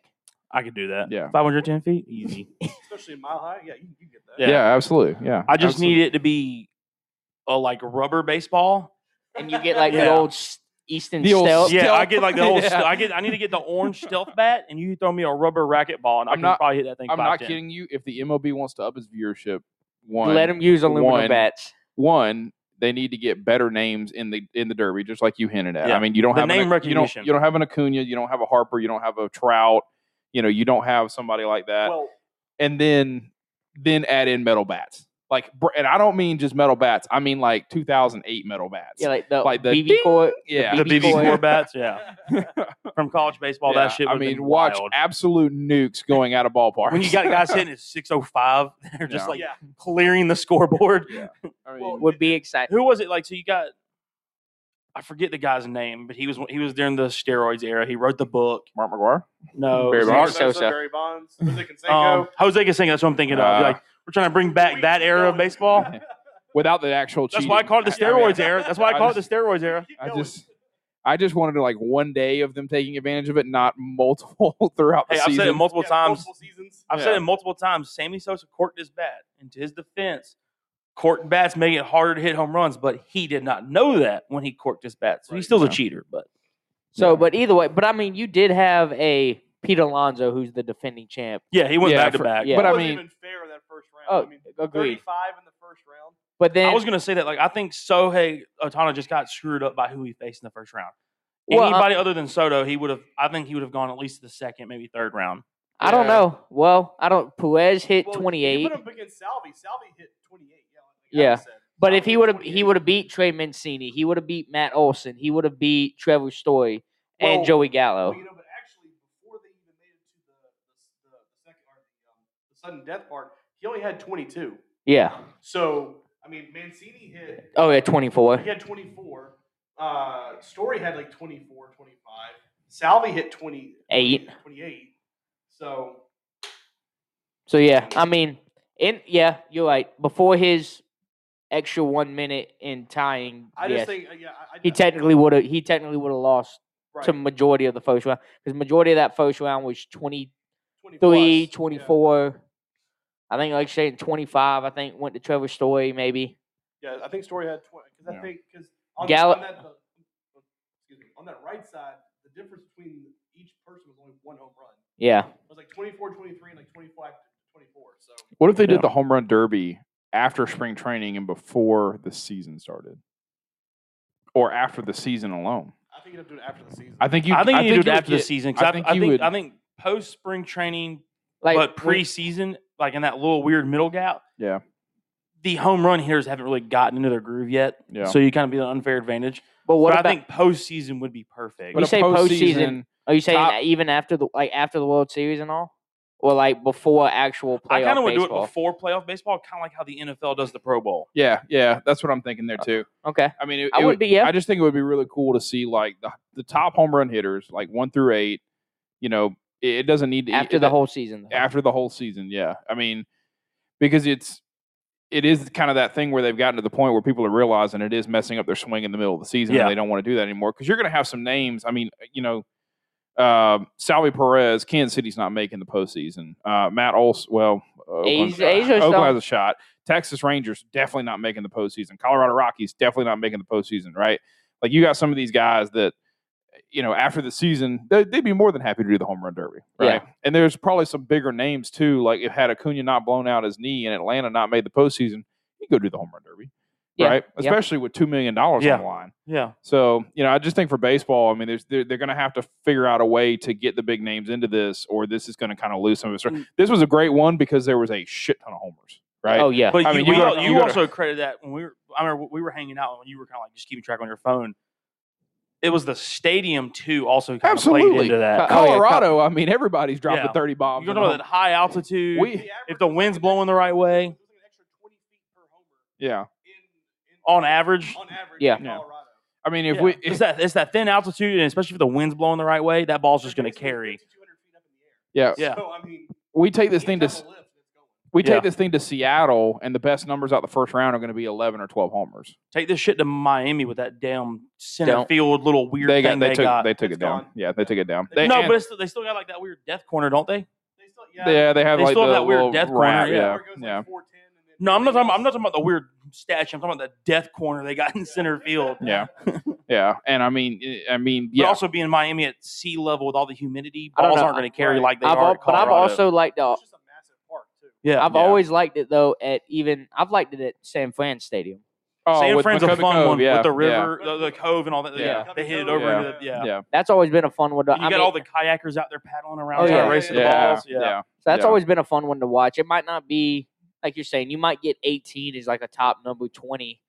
Speaker 1: I could do that.
Speaker 3: Yeah.
Speaker 1: 510 feet, easy.
Speaker 4: Especially in mile high. Yeah, you, you get that.
Speaker 1: Yeah.
Speaker 3: yeah, absolutely. Yeah,
Speaker 1: I just
Speaker 3: absolutely.
Speaker 1: need it to be a like rubber baseball.
Speaker 2: and you get like the
Speaker 1: Yeah.
Speaker 2: old s- Easton
Speaker 3: The old
Speaker 2: Stealth.
Speaker 1: Yeah, I
Speaker 3: Oh, Stealth.
Speaker 1: get like the old.
Speaker 3: Yeah.
Speaker 1: st- I get. I need to get the orange stealth bat, and you throw me a rubber racket ball, and i
Speaker 3: I'm
Speaker 1: can
Speaker 3: not-
Speaker 1: probably hit that thing.
Speaker 3: I'm not
Speaker 1: 5'10".
Speaker 3: kidding you. If the MLB wants to up its viewership, one
Speaker 2: Let him use aluminum
Speaker 3: one.
Speaker 2: bats.
Speaker 3: one they need to get better names in the in the derby, just like you hinted at.
Speaker 1: Yeah.
Speaker 3: I mean, you don't
Speaker 1: The
Speaker 3: have an-
Speaker 1: name
Speaker 3: you don't
Speaker 1: recognition.
Speaker 3: you don't have an Acuna, you don't have a Harper, you don't have a Trout, you know, you don't have somebody like that,
Speaker 4: Well,
Speaker 3: and then then add in metal bats. Like, br- and I don't mean just metal bats. I mean like 2008 metal bats.
Speaker 2: Yeah, like the,
Speaker 3: Like the
Speaker 2: BB
Speaker 3: ding,
Speaker 2: core.
Speaker 3: yeah.
Speaker 1: The
Speaker 2: BB
Speaker 1: BB
Speaker 2: Coy.
Speaker 1: four bats, yeah, from college baseball.
Speaker 3: Yeah,
Speaker 1: That shit.
Speaker 3: I
Speaker 1: would've
Speaker 3: mean,
Speaker 1: been
Speaker 3: watch
Speaker 1: wild.
Speaker 3: absolute nukes going out of ballparks.
Speaker 1: when you got guys hitting at six oh five, they're just
Speaker 3: Yeah.
Speaker 1: like
Speaker 4: yeah.
Speaker 1: clearing the scoreboard.
Speaker 3: I mean,
Speaker 4: Well,
Speaker 2: would be exciting.
Speaker 1: Who was it? Like, so you got. I forget the guy's name, but he was he was during the steroids era. He wrote the book.
Speaker 3: Mark McGuire.
Speaker 1: No,
Speaker 3: Barry
Speaker 1: it was
Speaker 3: Bonds.
Speaker 1: Mark-
Speaker 2: Sosa.
Speaker 4: Barry Bonds, Jose Canseco.
Speaker 1: um, Jose Canseco. That's what I'm thinking of.
Speaker 3: Uh,
Speaker 1: like, we're trying to bring back
Speaker 4: We
Speaker 1: that
Speaker 4: keep
Speaker 1: era of
Speaker 4: going.
Speaker 1: baseball.
Speaker 3: Yeah. Without the actual.
Speaker 1: That's why I
Speaker 3: cheating.
Speaker 1: call it the
Speaker 3: I- I mean,
Speaker 1: steroids era. That's why I
Speaker 3: I
Speaker 1: call it
Speaker 3: just-
Speaker 1: the steroids era.
Speaker 4: Keep
Speaker 3: I
Speaker 4: going.
Speaker 3: just I just wanted to like one day of them taking advantage of it, not multiple throughout the
Speaker 1: Hey, I've
Speaker 3: season.
Speaker 1: said it multiple
Speaker 4: Yeah,
Speaker 1: times.
Speaker 4: multiple seasons.
Speaker 1: I've said
Speaker 3: Yeah.
Speaker 1: it multiple times. Sammy Sosa corked his bat, and to his defense, corked bats make it harder to hit home runs. But he did not know that when he corked his bat, so
Speaker 4: Right.
Speaker 1: he's still a
Speaker 3: Yeah.
Speaker 1: cheater. But
Speaker 2: So,
Speaker 3: Yeah.
Speaker 2: but either way, but I mean, you did have a Pete Alonso who's the defending champ.
Speaker 1: yeah, he went
Speaker 3: Yeah,
Speaker 1: back to
Speaker 3: for-
Speaker 1: back.
Speaker 2: yeah.
Speaker 3: But
Speaker 4: It
Speaker 3: I
Speaker 4: wasn't
Speaker 3: mean-
Speaker 4: even fair in that first round.
Speaker 2: Oh,
Speaker 4: I mean,
Speaker 2: agreed.
Speaker 4: 35 in the first round.
Speaker 2: But then
Speaker 1: I was gonna say that like I think Sohei Otana just got screwed up by who he faced in the first round.
Speaker 2: Well, I-
Speaker 1: Anybody other than Soto, he would have. I think he would have gone at least the second, maybe third round.
Speaker 2: I don't
Speaker 3: Yeah.
Speaker 2: know. Well, I don't. Perez hit
Speaker 4: Well, You
Speaker 2: 28,
Speaker 4: put him up against Salvi. Salvi hit 28. Yeah. Like
Speaker 2: Yeah.
Speaker 4: Adam said.
Speaker 2: but
Speaker 4: Salvi
Speaker 2: if he
Speaker 4: hit
Speaker 2: would have,
Speaker 4: 28.
Speaker 2: he would have beat Trey Mancini. He would have beat Matt Olson. He would have beat Trevor Story and
Speaker 4: Well,
Speaker 2: Joey Gallo.
Speaker 4: Well, you know, but actually, before they even made it to the, the, the, the second or the, um, the sudden death part, he only had 22.
Speaker 2: yeah.
Speaker 4: So, I mean, Mancini hit,
Speaker 2: Oh yeah, 24.
Speaker 4: he had 24. Uh, Story had like 24, 25. Salvi hit 20,
Speaker 2: Eight.
Speaker 4: 28. So,
Speaker 2: So yeah, I mean, in yeah, you're right. Before his extra one minute in tying.
Speaker 4: I
Speaker 2: yes,
Speaker 4: just think, uh, yeah, I, I-
Speaker 2: he technically would have. He technically would have lost
Speaker 4: right,
Speaker 2: to majority of the first round because majority of that first round was 23,
Speaker 4: 20 plus,
Speaker 2: 24. I think like saying 25. I think went to Trevor Story maybe.
Speaker 4: Yeah, yeah I think Story had twenty because
Speaker 3: Yeah.
Speaker 4: I think because on, the-
Speaker 2: Gallup-
Speaker 4: on that uh, excuse me, on that right side, the difference between each person was only one home run.
Speaker 2: Yeah.
Speaker 4: It was like 24, 23, and like 25, 24. So
Speaker 3: What if they
Speaker 1: Yeah.
Speaker 3: did the home run derby after spring training and before the season started, or after the season alone?
Speaker 4: I think you'd have to do it after the season.
Speaker 3: I think you.
Speaker 1: I think you do it
Speaker 3: would
Speaker 1: after the
Speaker 3: get-
Speaker 1: season. 'cause
Speaker 3: I
Speaker 1: I
Speaker 3: think
Speaker 1: I
Speaker 3: you
Speaker 1: think,
Speaker 3: would-
Speaker 1: I think post spring training,
Speaker 2: Like
Speaker 1: but
Speaker 2: when-
Speaker 1: preseason, like in that little weird middle gap.
Speaker 3: Yeah.
Speaker 1: The home run hitters haven't really gotten into their groove yet,
Speaker 3: Yeah.
Speaker 1: so you kind of be an unfair advantage.
Speaker 2: But what
Speaker 1: but
Speaker 2: about?
Speaker 1: I think postseason would be perfect.
Speaker 3: But
Speaker 2: You
Speaker 3: a
Speaker 2: say postseason, are you saying
Speaker 3: top-
Speaker 2: that even after the like after the World Series and all, or like before actual playoff
Speaker 1: I kind of would do it
Speaker 2: baseball?
Speaker 1: before playoff baseball, kind of like how the NFL does the Pro Bowl.
Speaker 3: Yeah, yeah, that's what I'm thinking there too.
Speaker 2: Okay,
Speaker 3: I mean, it,
Speaker 2: Uh, I
Speaker 3: it
Speaker 2: would
Speaker 3: would
Speaker 2: be yeah.
Speaker 3: I just think it would be really cool to see like the, the top home run hitters, like one through eight. You know, it, it doesn't need to
Speaker 2: after
Speaker 3: it,
Speaker 2: the whole season. though.
Speaker 3: after the whole season. Yeah, I mean, because it's it is kind of that thing where they've gotten to the point where people are realizing it is messing up their swing in the middle of the season,
Speaker 1: Yeah.
Speaker 3: and they don't want to do that anymore. Because you're going to have some names. I mean, you know, um Salvi Perez, Kansas City's not making the postseason. Uh, Matt Olson, well, oh, Oakland's-
Speaker 2: A's- A's are still-
Speaker 3: Oakland has a shot. Texas Rangers definitely not making the postseason. Colorado Rockies definitely not making the postseason. Right? Like you got some of these guys that you know, after the season, they, they'd be more than happy to do the home run derby, right? And there's probably some bigger names too. Like if had Acuna not blown out his knee and Atlanta not made the postseason, he'd go do the home run derby,
Speaker 2: Yeah,
Speaker 3: right?
Speaker 2: yeah.
Speaker 3: Especially with two million dollars
Speaker 1: Yeah.
Speaker 3: on the line.
Speaker 1: Yeah,
Speaker 3: So you know, I just think for baseball, I mean, there's they're, they're going to have to figure out a way to get the big names into this, or this is going to kind of lose some of
Speaker 1: Mm.
Speaker 3: its. This was a great one because there was a shit ton of homers, right?
Speaker 2: Oh yeah,
Speaker 1: but
Speaker 3: I
Speaker 1: you,
Speaker 3: mean, you
Speaker 1: we
Speaker 3: gotta-
Speaker 1: all-
Speaker 3: you
Speaker 1: you
Speaker 3: gotta-
Speaker 1: also credit that when we were. I remember we were hanging out and you were kind of like just keeping track on your phone. It was the stadium too. Also, kind of
Speaker 3: Absolutely.
Speaker 1: played into that.
Speaker 2: Uh, oh, yeah, Col-
Speaker 3: Colorado, I mean, everybody's dropping
Speaker 1: Yeah.
Speaker 3: thirty bombs.
Speaker 1: You don't
Speaker 3: in a
Speaker 1: know
Speaker 3: home-
Speaker 1: that high altitude.
Speaker 3: We-
Speaker 4: average
Speaker 1: if the
Speaker 4: was
Speaker 1: wind's
Speaker 4: like an
Speaker 1: blowing the
Speaker 4: extra-
Speaker 1: right way.
Speaker 4: it was like an extra 20 feet per homer
Speaker 3: yeah,
Speaker 4: in-
Speaker 1: on
Speaker 4: in-
Speaker 1: average.
Speaker 4: On average,
Speaker 2: Yeah.
Speaker 4: in
Speaker 3: Yeah.
Speaker 4: Colorado.
Speaker 3: I mean, if
Speaker 1: Yeah.
Speaker 3: we if,
Speaker 1: it's that it's that thin altitude, and especially if the wind's blowing the right way, that ball's just
Speaker 4: They're
Speaker 1: going to
Speaker 4: basically
Speaker 1: carry.
Speaker 4: 5,200 feet up in the air.
Speaker 3: yeah,
Speaker 1: Yeah.
Speaker 4: So I mean,
Speaker 3: we take this
Speaker 4: you
Speaker 3: thing to
Speaker 4: tap
Speaker 3: s-
Speaker 4: a lift, it's going.
Speaker 3: we
Speaker 1: Yeah.
Speaker 3: take this thing to Seattle, and the best numbers out the first round are going to be eleven or twelve homers.
Speaker 1: Take this shit to Miami with that damn center
Speaker 2: Don't.
Speaker 1: field little weird
Speaker 3: They
Speaker 1: thing
Speaker 3: got they
Speaker 1: they,
Speaker 3: took
Speaker 1: got.
Speaker 3: they took
Speaker 4: It's
Speaker 3: it down.
Speaker 4: gone.
Speaker 3: Yeah, they took it down.
Speaker 4: They-
Speaker 3: They,
Speaker 1: no,
Speaker 3: and-
Speaker 1: but it's, they still got like that weird death corner, don't they?
Speaker 4: They still, yeah,
Speaker 3: yeah, they have
Speaker 1: they
Speaker 3: like
Speaker 1: still
Speaker 3: the
Speaker 1: have that weird
Speaker 3: little
Speaker 1: death corner,
Speaker 3: round-
Speaker 1: yeah.
Speaker 3: Yeah,
Speaker 4: Where it goes, like,
Speaker 3: yeah.
Speaker 4: 410 and then
Speaker 1: No, I'm not talking. I'm not
Speaker 4: Yeah.
Speaker 1: talking about the weird statue. I'm talking about the death corner they got in center field.
Speaker 3: Yeah. yeah. And I mean, I- I mean,
Speaker 1: But
Speaker 3: yeah,
Speaker 1: also being in Miami at sea level with all the humidity,
Speaker 2: I don't
Speaker 1: balls
Speaker 2: know.
Speaker 1: aren't going to carry
Speaker 4: Right.
Speaker 1: like they
Speaker 2: I've
Speaker 1: are.
Speaker 2: al-
Speaker 1: at
Speaker 2: but I've
Speaker 1: Colorado.
Speaker 2: also liked uh,
Speaker 4: It's just a massive park too.
Speaker 1: yeah.
Speaker 2: I've
Speaker 3: Yeah.
Speaker 2: always liked it though. At even I've liked it at San Fran Stadium.
Speaker 3: oh,
Speaker 1: San
Speaker 3: with
Speaker 1: Fran's a
Speaker 3: McCovey
Speaker 1: fun
Speaker 3: Cove,
Speaker 1: one
Speaker 3: yeah,
Speaker 1: with the
Speaker 3: yeah,
Speaker 1: river, the, the cove, and all that.
Speaker 3: Yeah.
Speaker 1: They hit it over
Speaker 3: Yeah.
Speaker 1: into the yeah.
Speaker 3: Yeah.
Speaker 2: That's always been a fun one. To,
Speaker 1: And you
Speaker 2: I
Speaker 1: got
Speaker 2: mean,
Speaker 1: all the kayakers out there paddling around,
Speaker 2: Oh,
Speaker 1: trying to
Speaker 2: yeah.
Speaker 1: race to the
Speaker 3: Yeah,
Speaker 1: balls. Yeah.
Speaker 3: yeah.
Speaker 2: So that's
Speaker 3: Yeah.
Speaker 2: always been a fun one to watch. It might not be like you're saying. You might get 18 is like a top number 20,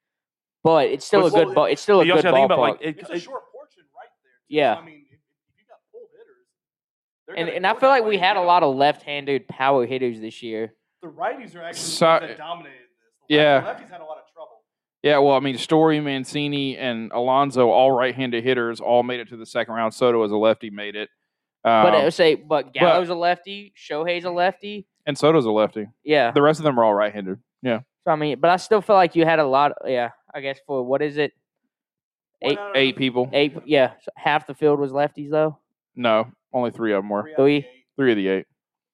Speaker 2: but it's still a
Speaker 1: But-
Speaker 2: good
Speaker 4: well,
Speaker 2: ball. It's still a
Speaker 1: But you
Speaker 2: good
Speaker 1: also gotta think
Speaker 2: ballpark.
Speaker 1: about like it,
Speaker 4: It's a
Speaker 1: it-
Speaker 4: short portion right there. too. So,
Speaker 2: Yeah.
Speaker 4: I mean, if, if you got pull hitters, they're
Speaker 2: and
Speaker 4: gonna
Speaker 2: and I
Speaker 4: go
Speaker 2: feel
Speaker 4: that
Speaker 2: like
Speaker 4: way.
Speaker 2: we had a
Speaker 4: Yeah.
Speaker 2: lot of left-handed power hitters this year.
Speaker 4: The righties are actually the
Speaker 3: So- eh,
Speaker 4: ones that dominated this. The left-
Speaker 3: Yeah.
Speaker 4: the lefties had a lot of trouble.
Speaker 3: Yeah, well, I mean, Story, Mancini, and Alonzo, all right-handed hitters, all made it to the second round. Soto as a lefty made it, um,
Speaker 2: But I would say, but Gallows a lefty, Shohei's a lefty.
Speaker 3: and Soto's a lefty.
Speaker 2: Yeah.
Speaker 3: The rest of them are all right-handed. Yeah,
Speaker 2: So I mean, but I still feel like you had a lot. Yeah, I guess for what is it?
Speaker 4: Why
Speaker 2: Eight-
Speaker 4: not
Speaker 3: eight people.
Speaker 2: Eight. Yeah, so half the field was lefties though.
Speaker 3: No, only three of them were.
Speaker 4: three out of the
Speaker 2: Three.
Speaker 4: eight,
Speaker 3: Three of the eight.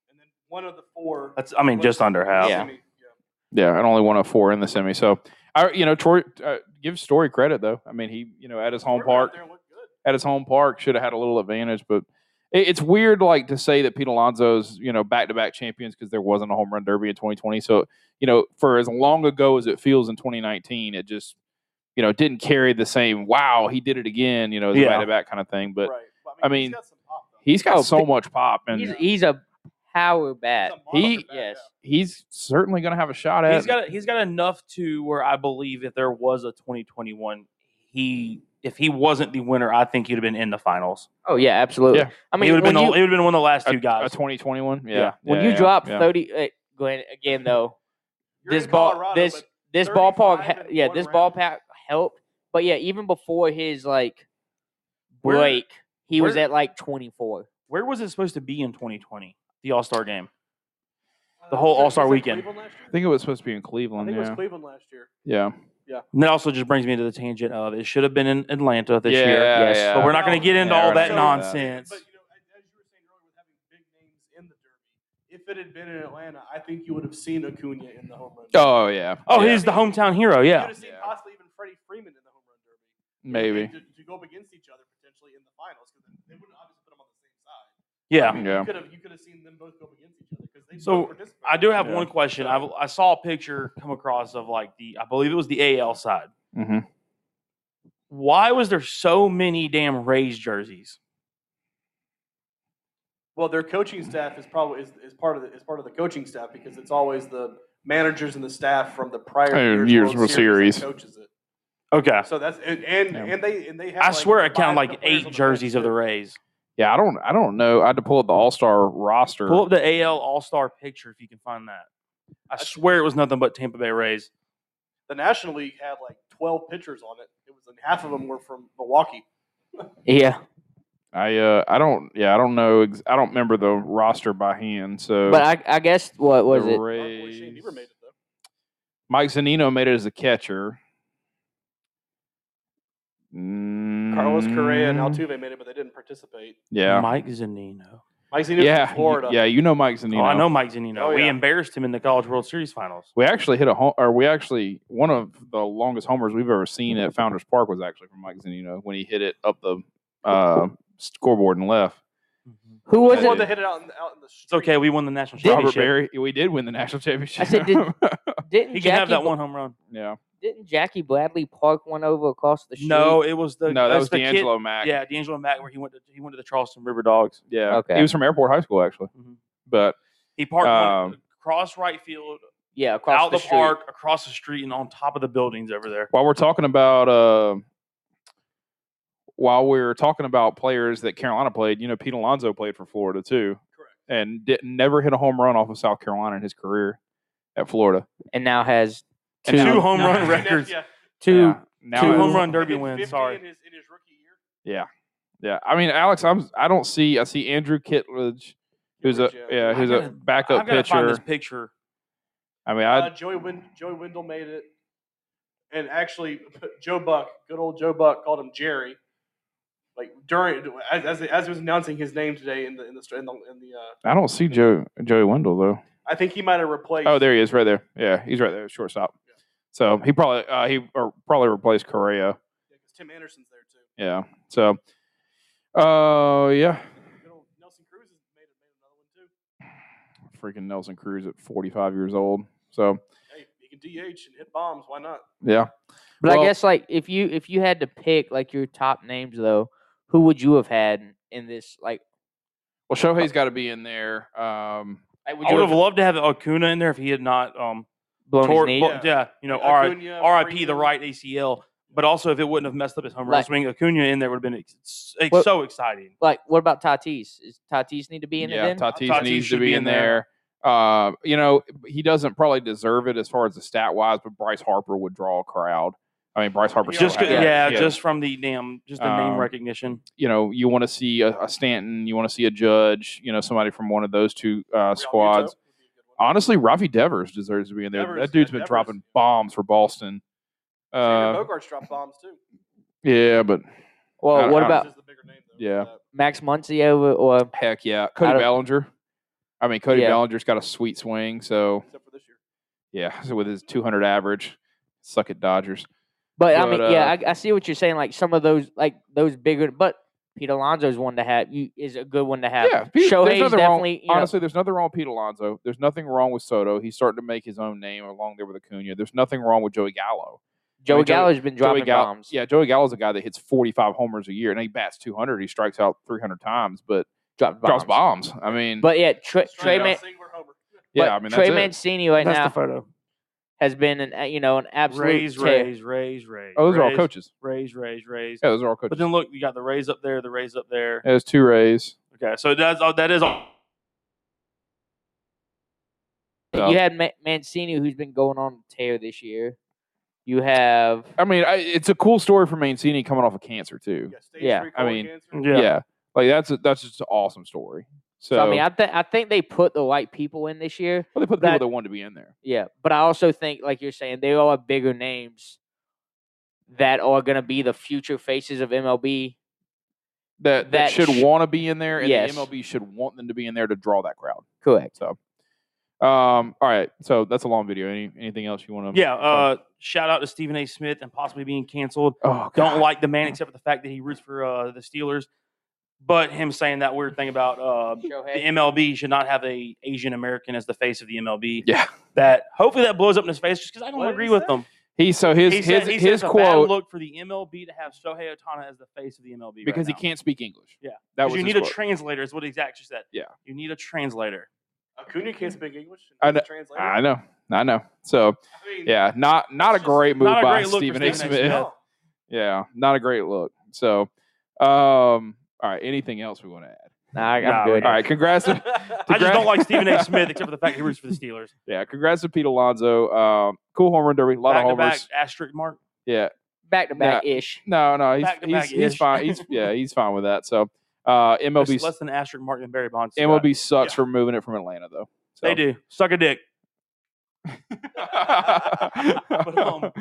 Speaker 4: And then one of the four.
Speaker 1: that's I mean just under half.
Speaker 2: Yeah.
Speaker 3: Yeah, and only one of four in the semi. So, I you know, Troy, uh, give Story credit though. I mean, he you know at his home park, at his home park should have had a little advantage, but it, it's weird like to say that Pete Alonso's you know back to back champions because there wasn't a home run derby in 2020. So you know, for as long ago as it feels in 2019, it just you know didn't carry the same wow he did it again you know
Speaker 1: Yeah.
Speaker 3: back to back kind of thing. But
Speaker 4: right. Well,
Speaker 3: I
Speaker 4: he's
Speaker 3: mean,
Speaker 4: got some pop, though.
Speaker 3: he's got
Speaker 2: Oh,
Speaker 3: so
Speaker 2: Pete-
Speaker 3: much pop and.
Speaker 2: He's he's a power bat.
Speaker 4: He's a
Speaker 3: He-
Speaker 4: monster back, yeah.
Speaker 2: Yes.
Speaker 3: He's certainly going to have a shot at.
Speaker 1: He's
Speaker 3: it.
Speaker 1: got he's got enough to where I believe if there was a 2021, he if he wasn't the winner, I think he'd have been in the finals.
Speaker 2: Oh yeah, absolutely.
Speaker 3: Yeah.
Speaker 2: I mean,
Speaker 1: he would have
Speaker 2: when
Speaker 1: been
Speaker 2: you,
Speaker 1: the- he would have been one of the last
Speaker 3: a,
Speaker 1: two guys.
Speaker 3: a 2021. Yeah.
Speaker 2: when
Speaker 3: yeah,
Speaker 2: you
Speaker 3: yeah,
Speaker 2: drop
Speaker 3: yeah.
Speaker 2: 30 uh, go ahead again though.
Speaker 4: You're
Speaker 2: this
Speaker 4: in
Speaker 2: ball
Speaker 4: Colorado,
Speaker 2: this
Speaker 4: but
Speaker 2: this ballpark
Speaker 4: 35
Speaker 2: ha-
Speaker 4: in
Speaker 2: yeah,
Speaker 4: one
Speaker 2: this
Speaker 4: round.
Speaker 2: ballpark helped. But yeah, even before his like
Speaker 1: Where-
Speaker 2: break, he was
Speaker 1: where-
Speaker 2: at like 24.
Speaker 1: where was it supposed to be in 2020? The All Star game. The whole
Speaker 4: was that-
Speaker 1: All-Star
Speaker 4: was that
Speaker 1: weekend.
Speaker 4: Cleveland last year?
Speaker 3: I think it was supposed to be in
Speaker 4: I
Speaker 3: Cleveland.
Speaker 4: think it was
Speaker 3: Yeah.
Speaker 4: Cleveland last year.
Speaker 3: yeah.
Speaker 1: And that also just brings me to the tangent of it should have been in Atlanta this
Speaker 3: Yeah,
Speaker 1: year.
Speaker 3: Yes. yeah.
Speaker 1: But we're not going to get into
Speaker 3: Yeah,
Speaker 1: all
Speaker 3: we're
Speaker 1: that
Speaker 3: not gonna do that.
Speaker 1: nonsense.
Speaker 4: But you know, as as you were saying earlier, with having big names in the Derby, if it had been in Atlanta, I think you would have seen Acuna in the home run. Derby.
Speaker 3: Oh yeah.
Speaker 1: Oh,
Speaker 3: Yeah.
Speaker 1: he's the hometown hero.
Speaker 4: You
Speaker 1: Yeah.
Speaker 4: would have seen
Speaker 3: Yeah.
Speaker 4: possibly even Freddie Freeman in the home run derby.
Speaker 3: maybe.
Speaker 4: To, to go up against each other potentially in the finals because they wouldn't obviously put them on the same side.
Speaker 1: Yeah.
Speaker 3: Yeah.
Speaker 4: You could have you could have seen them both go up against each other because they
Speaker 1: So,
Speaker 4: both participated.
Speaker 1: I do have
Speaker 3: Yeah.
Speaker 1: one question. I, I saw a picture come across of like the, I believe it was the AL side.
Speaker 3: hmm
Speaker 1: Why was there so many damn Rays jerseys?
Speaker 4: Well, their coaching staff is probably is, is part of the, is part of the coaching staff because it's always the managers and the staff from the prior
Speaker 3: Prior
Speaker 4: year's
Speaker 3: year's
Speaker 4: World
Speaker 3: World
Speaker 4: Series, that
Speaker 3: Series.
Speaker 4: coaches it.
Speaker 1: Okay.
Speaker 4: So that's and and,
Speaker 3: Yeah.
Speaker 4: and they and they have.
Speaker 1: I
Speaker 4: like,
Speaker 1: swear I
Speaker 4: five
Speaker 1: counted like
Speaker 4: players on
Speaker 1: eight
Speaker 4: the
Speaker 1: jerseys
Speaker 4: bench
Speaker 1: of the
Speaker 4: that-
Speaker 1: Rays.
Speaker 3: Yeah. I don't. I don't know. I had to pull up the All Star roster.
Speaker 1: Pull up the AL All Star picture if you can find that. I
Speaker 4: That's-
Speaker 1: swear it was nothing but Tampa Bay Rays.
Speaker 4: The National League had like twelve pitchers on it. It was and half of them were from Milwaukee.
Speaker 2: Yeah,
Speaker 3: I. Uh. I don't. Yeah. I don't know. Ex- I don't remember the roster by hand. So.
Speaker 2: but I, I guess what was
Speaker 3: the
Speaker 2: it?
Speaker 4: Our boy Shane
Speaker 3: Rays-
Speaker 4: Bieber made it though.
Speaker 3: Mike Zanino made it as a catcher. Mm,
Speaker 4: Carlos Correa and Altuve made it, but they didn't participate.
Speaker 3: Yeah.
Speaker 1: Mike Zanino.
Speaker 4: Mike Zeno's
Speaker 3: yeah.
Speaker 4: from Florida.
Speaker 3: Yeah. You know Mike Zanino.
Speaker 1: oh, I know Mike Zanino.
Speaker 4: Oh,
Speaker 1: We
Speaker 4: yeah.
Speaker 1: embarrassed him in the College World Series finals.
Speaker 3: We actually hit a home, or we actually one of the longest homers we've ever seen at Founders Park was actually from Mike Zanino when he hit it up the uh, scoreboard and left.
Speaker 1: Mm-hmm.
Speaker 2: Who was
Speaker 4: the
Speaker 3: Wasn't-
Speaker 4: one that
Speaker 2: it?
Speaker 4: hit it out in, out in the
Speaker 1: It's okay. We won the national
Speaker 3: Robert
Speaker 1: championship.
Speaker 3: Berry, we did win the national championship.
Speaker 2: said, did- Didn't
Speaker 1: He can have
Speaker 2: Jackie,
Speaker 1: that
Speaker 2: Bla-
Speaker 1: one home run.
Speaker 3: yeah,
Speaker 2: didn't Jackie Bradley park one over across the street?
Speaker 1: No, it was the
Speaker 3: no, that
Speaker 1: that's
Speaker 3: was
Speaker 1: the kid-
Speaker 3: D'Angelo Mack.
Speaker 1: Yeah, D'Angelo Mack, where he went to he went to the Charleston River Dogs.
Speaker 3: yeah.
Speaker 2: Okay.
Speaker 3: He was from Airport High School actually,
Speaker 1: Mhm.
Speaker 3: but
Speaker 1: He parked one
Speaker 3: Um,
Speaker 1: across right field,
Speaker 2: Yeah, across
Speaker 1: out the,
Speaker 2: street.
Speaker 1: park, across the street, and on top of the buildings over there.
Speaker 3: while we're talking about uh, while we're talking about players that Carolina played, you know, Pete Alonso played for Florida too,
Speaker 4: Correct.
Speaker 3: and did, never hit a home run off of South Carolina in his career at Florida.
Speaker 2: and now has
Speaker 3: And
Speaker 2: two
Speaker 1: Two home
Speaker 2: no,
Speaker 1: run
Speaker 4: Yeah,
Speaker 1: records,
Speaker 4: yeah.
Speaker 2: two.
Speaker 3: Yeah. Now
Speaker 1: two
Speaker 3: it's-
Speaker 1: home run
Speaker 4: He
Speaker 1: derby
Speaker 4: hit
Speaker 1: wins.
Speaker 4: 50
Speaker 1: Sorry,
Speaker 4: In his, in his rookie year,
Speaker 3: Yeah, yeah. I mean, Alex, I'm I don't see. I see Andrew Kittredge, who's a
Speaker 4: Kittredge,
Speaker 3: yeah,
Speaker 1: I
Speaker 3: who's
Speaker 1: gotta-
Speaker 3: a backup
Speaker 1: I've got to find this
Speaker 3: pitcher.
Speaker 1: picture.
Speaker 3: I mean,
Speaker 4: uh,
Speaker 3: I
Speaker 4: Joey, Win- Joey Wendell made it, and actually Joe Buck, good old Joe Buck, called him Jerry. Like during as as, as he was announcing his name today in the in the in the, in the uh,
Speaker 3: I don't see Joe Joey Wendell though.
Speaker 4: I think he might have replaced.
Speaker 3: Oh, there he is, right there. Yeah, he's right there, shortstop. So he probably uh, he or probably replaced Correa.
Speaker 4: Yeah, 'cause Tim Anderson's there too.
Speaker 3: Yeah. So, uh, yeah,
Speaker 4: Good old Nelson Cruz has made, made another one too.
Speaker 3: freaking Nelson Cruz at 45 years old. So
Speaker 4: Hey, he can DH and hit bombs. Why not?
Speaker 3: yeah,
Speaker 2: But
Speaker 3: Well-
Speaker 2: I guess like if you if you had to pick like your top names though, who would you have had in this like?
Speaker 3: well Shohei's got to be in there. Um,
Speaker 2: like would
Speaker 1: I
Speaker 2: you
Speaker 1: would have loved to have Acuna in there if he had not um
Speaker 2: blown his
Speaker 1: tore-
Speaker 2: knee?
Speaker 1: blo-
Speaker 4: Yeah.
Speaker 1: yeah, you know, R-
Speaker 4: Acuna,
Speaker 1: RIP the
Speaker 4: Freeman.
Speaker 1: right ACL. But also, if it wouldn't have messed up his home run
Speaker 2: Like-
Speaker 1: swing, Acuna in there would have been ex- s- ex-
Speaker 2: Well-
Speaker 1: so exciting.
Speaker 2: Like what about Tatis? Is Tatis need to be in
Speaker 3: yeah,
Speaker 2: it then?
Speaker 3: Tatis,
Speaker 1: Tatis
Speaker 3: needs to
Speaker 1: should
Speaker 3: be in there. Uh, you know, he doesn't probably deserve it as far as the stat wise, but Bryce Harper would draw a crowd. I mean, Bryce Harper.
Speaker 4: Yeah.
Speaker 3: still
Speaker 1: Just
Speaker 3: has
Speaker 1: yeah,
Speaker 3: it.
Speaker 1: yeah, just from the damn, just the name
Speaker 3: Um,
Speaker 1: recognition.
Speaker 3: you know, you want to see a, a Stanton, you want to see a Judge, you know, somebody from one of those two uh,
Speaker 4: Real Muto
Speaker 3: squads.
Speaker 4: would be a good one.
Speaker 3: Honestly, Rafi Devers deserves to be in there.
Speaker 4: Devers,
Speaker 3: that dude's
Speaker 4: yeah,
Speaker 3: been
Speaker 4: Devers.
Speaker 3: dropping bombs for Boston.
Speaker 4: Xander
Speaker 3: Uh,
Speaker 4: Bogarts dropped bombs too.
Speaker 3: yeah, but
Speaker 2: Well,
Speaker 3: Uh,
Speaker 2: Oh, what
Speaker 3: I-
Speaker 2: about
Speaker 4: Is the bigger name, though, uh,
Speaker 3: Yeah.
Speaker 4: but-
Speaker 2: Max Muncy over or
Speaker 3: heck yeah, Cody
Speaker 2: don't-
Speaker 3: Bellinger. I mean, Cody
Speaker 2: Yeah.
Speaker 3: Bellinger's got a sweet swing, so
Speaker 4: except for this year.
Speaker 3: yeah, so with his 200 average, suck at Dodgers.
Speaker 2: But I
Speaker 3: But, uh
Speaker 2: mean, yeah, I, I see what you're saying. Like some of those, like those bigger. But Pete Alonso's one to have. You is a good one to have.
Speaker 3: Yeah, Pete, there's
Speaker 2: Shohei's
Speaker 3: nothing
Speaker 2: definitely.
Speaker 3: wrong.
Speaker 2: you know-
Speaker 3: Honestly, there's nothing wrong with Pete Alonso. There's nothing wrong with Soto. He's starting to make his own name along there with Acuna. There's nothing wrong with Joey Gallo.
Speaker 2: Joey
Speaker 3: mean, Joey-
Speaker 2: Gallo's been dropping
Speaker 3: Joey Gallo,
Speaker 2: bombs.
Speaker 3: yeah, Joey Gallo's a guy that hits 45 homers a year, and he bats 200. He strikes out 300 times, but
Speaker 2: dropping bombs.
Speaker 3: drops bombs. I mean,
Speaker 2: But yeah, Tra-
Speaker 4: Strike
Speaker 2: Trey,
Speaker 4: out,
Speaker 2: Man-
Speaker 4: single, homer.
Speaker 3: yeah,
Speaker 2: but
Speaker 3: I mean,
Speaker 2: Trey
Speaker 3: that's it.
Speaker 2: Mancini right now
Speaker 1: photo.
Speaker 2: has been an uh, you know an absolute
Speaker 1: Rays,
Speaker 2: tear.
Speaker 1: Rays, Rays, Rays.
Speaker 3: Oh, those are all
Speaker 1: Rays,
Speaker 3: coaches.
Speaker 1: Rays, Rays, Rays.
Speaker 3: Yeah, those are all
Speaker 1: But
Speaker 3: coaches.
Speaker 1: then look, you got the Rays up there, the Rays up there.
Speaker 3: There's two Rays.
Speaker 1: Okay, so that's all. That is all.
Speaker 3: Yeah.
Speaker 2: You had Ma- Mancini who's been going on a tear this year. You have
Speaker 3: I mean, I, it's a cool story for Mancini coming off of cancer too.
Speaker 4: Yeah, stage
Speaker 2: Yeah,
Speaker 4: three
Speaker 3: I
Speaker 4: colon
Speaker 3: mean,
Speaker 4: cancer.
Speaker 1: Yeah.
Speaker 3: like that's a, that's just an awesome story.
Speaker 2: So, I mean, I think I think they put the right people in this year.
Speaker 3: well, they put the
Speaker 2: that-
Speaker 3: people that wanted to be in there.
Speaker 2: Yeah, but I also think, like you're saying, they all have bigger names that are going to be the future faces of MLB.
Speaker 3: That that,
Speaker 2: that
Speaker 3: should
Speaker 2: sh-
Speaker 3: want to be in there, and
Speaker 2: Yes.
Speaker 3: the MLB should want them to be in there to draw that crowd.
Speaker 2: Correct.
Speaker 3: So, um, all right. So that's a long video. Any anything else you want to?
Speaker 1: Yeah. Uh, shout out to Stephen A. Smith and possibly being canceled.
Speaker 3: oh,
Speaker 1: Don't like the man except for the fact that he roots for uh, the Steelers. But him saying that weird thing about
Speaker 3: Um,
Speaker 1: uh, the
Speaker 2: Shohei.
Speaker 1: MLB should not have a Asian American as the face of the MLB.
Speaker 3: Yeah.
Speaker 1: That hopefully that blows up in his face just because I don't
Speaker 4: What did
Speaker 1: agree
Speaker 4: he
Speaker 1: with
Speaker 4: say?
Speaker 1: them.
Speaker 3: He so his
Speaker 1: He
Speaker 3: his
Speaker 1: said- he said
Speaker 3: his
Speaker 1: it's a bad
Speaker 3: quote
Speaker 1: look for the MLB to have Shohei Otana as the face of the MLB right
Speaker 3: because
Speaker 1: now.
Speaker 3: he can't speak English.
Speaker 1: Yeah.
Speaker 3: that
Speaker 1: 'Cause
Speaker 3: was
Speaker 1: you
Speaker 3: his
Speaker 1: need a
Speaker 3: quote.
Speaker 1: translator. Is what he actually said.
Speaker 3: Yeah.
Speaker 1: you need a translator.
Speaker 4: Acuna can't speak English.
Speaker 3: Mm-hmm. I
Speaker 4: and
Speaker 3: know-
Speaker 4: he's a translator.
Speaker 3: I know, I know. So
Speaker 4: I mean,
Speaker 3: yeah, not not a
Speaker 4: It's just
Speaker 3: great move
Speaker 1: not a
Speaker 3: by
Speaker 1: great look for
Speaker 3: Stephen A.
Speaker 1: Stephen A.
Speaker 3: Smith.
Speaker 1: Smith.
Speaker 4: no.
Speaker 3: Yeah, not a great look. So, um, all right. Anything else we want to add?
Speaker 2: Nah, I- I'm
Speaker 1: Nah,
Speaker 2: good.
Speaker 3: All right. Congrats. to-
Speaker 1: I just
Speaker 3: Congra-
Speaker 1: don't like Stephen A. Smith except for the fact he roots for the Steelers.
Speaker 3: yeah, congrats to Pete Alonso. Um, cool home run derby. A lot
Speaker 1: back
Speaker 3: of
Speaker 1: to back
Speaker 3: homers.
Speaker 1: asterisk mark.
Speaker 3: Yeah.
Speaker 2: Back to back ish.
Speaker 3: No, no. He's he's,
Speaker 1: Back-to-back-ish.
Speaker 3: he's fine. He's yeah. He's fine with that. So, uh,
Speaker 1: It's
Speaker 3: MLB
Speaker 1: less than asterisk mark than Barry Bonds.
Speaker 3: MLB sucks
Speaker 1: Yeah.
Speaker 3: for moving it from Atlanta though. So.
Speaker 1: They do suck a dick. But,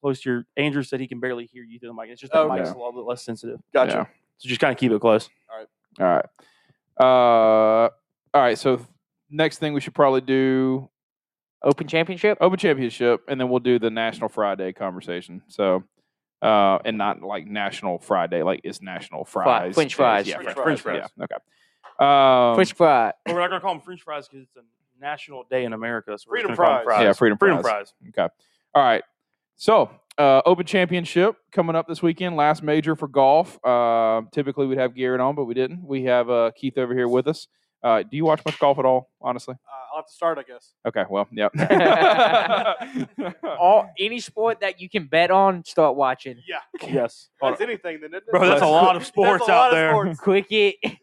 Speaker 1: Close to your. Andrew said he can barely hear you through the mic. It's just the
Speaker 4: Okay.
Speaker 1: mic's a little bit less sensitive.
Speaker 4: Gotcha.
Speaker 3: Yeah.
Speaker 1: So just kind of keep it close.
Speaker 3: All right. Uh, all right. So th- next thing we should probably do
Speaker 2: Open championship.
Speaker 3: Open Championship, and then we'll do the National Friday conversation. So, uh, and not like National Friday, like it's National
Speaker 2: Fri-
Speaker 3: Fries,
Speaker 2: French
Speaker 3: It's-
Speaker 2: fries.
Speaker 3: yeah,
Speaker 4: French
Speaker 3: French,
Speaker 1: fries, fries.
Speaker 3: fries. Yeah, okay. Um,
Speaker 2: French fry.
Speaker 1: But we're not gonna call them French fries because it's a national day in America. So we're just
Speaker 4: Freedom
Speaker 1: gonna call 'em
Speaker 4: fries.
Speaker 3: yeah, Freedom,
Speaker 1: Freedom
Speaker 3: fries.
Speaker 1: fries.
Speaker 3: Okay. All right. So, uh, Open Championship coming up this weekend. Last major for golf. Uh, typically we'd have Garrett on, but we didn't. We have uh, Keith over here with us. Uh, do you watch much golf at all? Honestly.
Speaker 4: Uh, I'll have to start, I guess.
Speaker 3: Okay. Well, yep.
Speaker 2: All any sport that you can bet on, start watching.
Speaker 4: Yeah.
Speaker 1: Yes,
Speaker 4: If That's anything, then. isn't it?
Speaker 1: bro. That's a lot of sports
Speaker 4: That's a lot
Speaker 1: out there.
Speaker 4: Of sports.
Speaker 2: Cricket,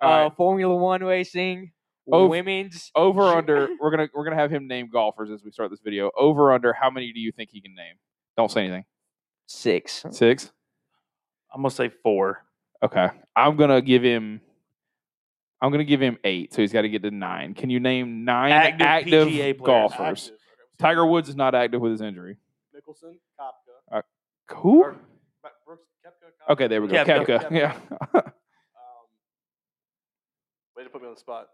Speaker 3: All
Speaker 2: uh, Formula One racing,
Speaker 3: Oh,
Speaker 2: women's.
Speaker 3: over under we're gonna we're gonna have him name golfers as we start this video over under how many do you think he can name don't say anything
Speaker 2: Six.
Speaker 3: six
Speaker 1: I'm gonna say four.
Speaker 3: okay i'm gonna give him i'm gonna give him eight so he's got to get to nine can you name nine
Speaker 1: Active
Speaker 3: active,
Speaker 1: PGA players.
Speaker 3: golfers
Speaker 4: Active. Okay.
Speaker 3: tiger woods is not active with his injury
Speaker 4: Mickelson, Kopka.
Speaker 3: cool
Speaker 4: or Matt Brooks, Koepka, Kopka.
Speaker 3: okay there we go
Speaker 1: Koepka.
Speaker 3: Koepka. yeah
Speaker 4: Um, way to put me on the spot.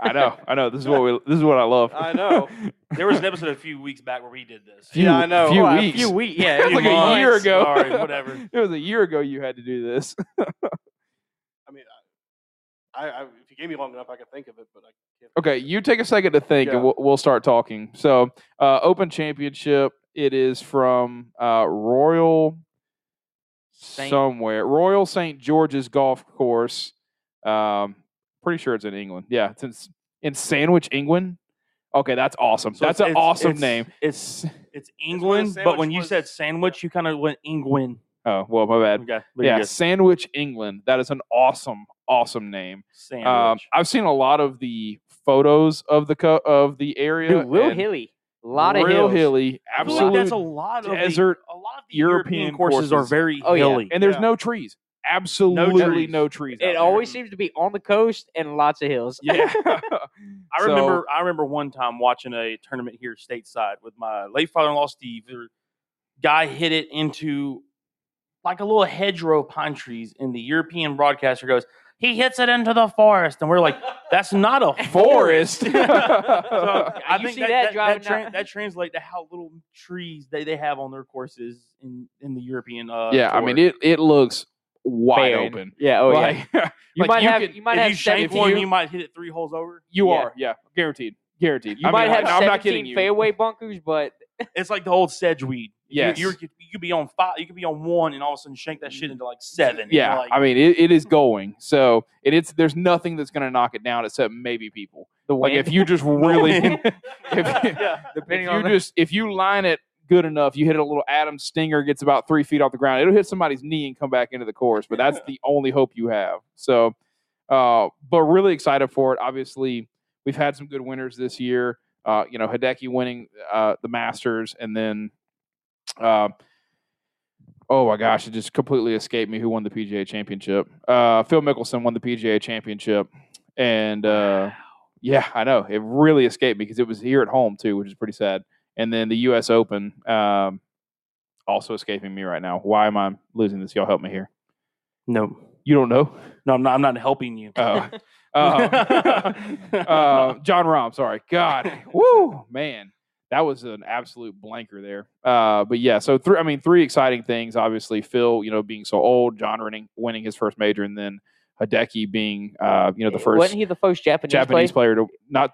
Speaker 3: i know i know this is what we this is what i love
Speaker 4: I know.
Speaker 1: There was an episode a few weeks back where we did this.
Speaker 3: Few-
Speaker 4: I know.
Speaker 3: few
Speaker 2: Oh, a
Speaker 3: weeks
Speaker 2: few weeks. Yeah,
Speaker 3: It was
Speaker 1: Few
Speaker 3: like
Speaker 1: months.
Speaker 3: a year ago.
Speaker 1: Sorry, whatever.
Speaker 3: it was a year ago you had to do this.
Speaker 4: I mean, I, I, I, if you gave me long enough, I could think of it, but I can't.
Speaker 3: Okay, you take a second to think,
Speaker 4: Yeah.
Speaker 3: and we'll, we'll start talking. So, uh, Open Championship. It is from uh, Royal
Speaker 2: Saint-
Speaker 3: somewhere, Royal St George's Golf Course. Um, pretty sure it's in England. Yeah, it's in, S- in Sandwich, England. Okay, that's awesome.
Speaker 1: So
Speaker 3: that's
Speaker 1: it's-
Speaker 3: an
Speaker 1: it's-
Speaker 3: awesome
Speaker 1: it's-
Speaker 3: name.
Speaker 1: It's it's
Speaker 4: where the
Speaker 1: England, but when
Speaker 4: sandwich
Speaker 1: you
Speaker 4: was-
Speaker 1: said sandwich, you kind of went England.
Speaker 3: Oh well, my bad.
Speaker 1: Okay, but
Speaker 3: Yeah,
Speaker 1: yes,
Speaker 3: Sandwich, England. That is an awesome, awesome name.
Speaker 1: sandwich.
Speaker 3: Um, I've seen a lot of the photos of the co- of the area.
Speaker 2: Dude, real
Speaker 3: and
Speaker 2: hilly. A lot of
Speaker 3: real
Speaker 2: hills.
Speaker 3: hilly.
Speaker 1: I feel
Speaker 3: Absolutely.
Speaker 1: like that's a lot of
Speaker 3: desert
Speaker 1: The, a lot of the
Speaker 3: European
Speaker 1: European, courses, are
Speaker 3: courses.
Speaker 1: very
Speaker 2: Oh, yeah.
Speaker 1: hilly.
Speaker 3: and there's
Speaker 4: Yeah.
Speaker 3: no trees. Absolutely no trees.
Speaker 1: trees.
Speaker 3: out
Speaker 2: It
Speaker 3: there.
Speaker 2: always seems to be on the coast and lots of hills.
Speaker 3: yeah.
Speaker 1: I
Speaker 3: So-
Speaker 1: remember I remember one time watching a tournament here stateside with my late father-in-law Steve. The guy hit it into like a little hedgerow pine trees, and the European broadcaster goes, "He hits it into the forest," and we're like, "That's not a
Speaker 3: forest.
Speaker 1: So I
Speaker 2: You
Speaker 1: think
Speaker 2: see
Speaker 1: that that,
Speaker 2: that
Speaker 1: that,
Speaker 2: driving
Speaker 1: tran-
Speaker 2: down-
Speaker 1: that translates to how little trees they, they have on their courses in, in the European. Uh,
Speaker 3: yeah, I mean
Speaker 1: tour.
Speaker 3: it. It looks wide
Speaker 2: Barren.
Speaker 3: open.
Speaker 2: Yeah. Oh yeah.
Speaker 3: like,
Speaker 2: You
Speaker 3: like,
Speaker 2: might
Speaker 3: you
Speaker 2: have.
Speaker 3: could-
Speaker 2: you might
Speaker 1: if
Speaker 2: have
Speaker 1: you shank
Speaker 2: 17
Speaker 1: one, you might hit it three holes over.
Speaker 3: you
Speaker 2: Yeah.
Speaker 3: are. Yeah, guaranteed. Guaranteed.
Speaker 2: You
Speaker 3: I mean,
Speaker 2: might
Speaker 3: like,
Speaker 2: have
Speaker 3: no, I'm not kidding
Speaker 2: 17
Speaker 3: you.
Speaker 2: fairway bunkers, but
Speaker 1: It's like the old sedge weed.
Speaker 3: Yes.
Speaker 1: you, you're, you could be on five, you could be on one, and all of a sudden shank that
Speaker 2: Mm-hmm.
Speaker 1: shit into like seven. and you're
Speaker 3: Yeah,
Speaker 1: like,
Speaker 3: I mean it, it is going. So and it's there's nothing that's going to knock it down except maybe people.
Speaker 2: the
Speaker 3: Like
Speaker 2: wind.
Speaker 3: if you just really if,
Speaker 4: yeah.
Speaker 2: depending
Speaker 3: if
Speaker 2: on
Speaker 3: you
Speaker 2: the,
Speaker 3: just if you line it good enough, you hit a little Adam Stinger, gets about three feet off the ground. It'll hit somebody's knee and come back into the course, but that's the only hope you have. So, uh, but really excited for it. Obviously, we've had some good winners this year. Uh, you know, Hideki winning uh, the Masters, and then uh, Oh my gosh, it just completely escaped me who won the PGA championship. Uh, Phil Mickelson won the PGA championship. And uh, yeah, I know. It really escaped me because it was here at home too, which is pretty sad. And then the US Open um, also escaping me right now. Why am I losing this? Y'all help me here.
Speaker 1: No,
Speaker 3: You don't know?
Speaker 1: no, I'm not. I'm not helping you.
Speaker 3: Oh. Uh, uh, John Rom, sorry. God, woo, man, that was an absolute blanker there. Uh, but yeah, so three. I mean, three exciting things. Obviously, Phil, you know, being so old, John winning winning his first major, and then Hideki being, uh, you know, the first
Speaker 2: Wasn't he the first Japanese,
Speaker 3: Japanese
Speaker 2: player?
Speaker 3: player to not.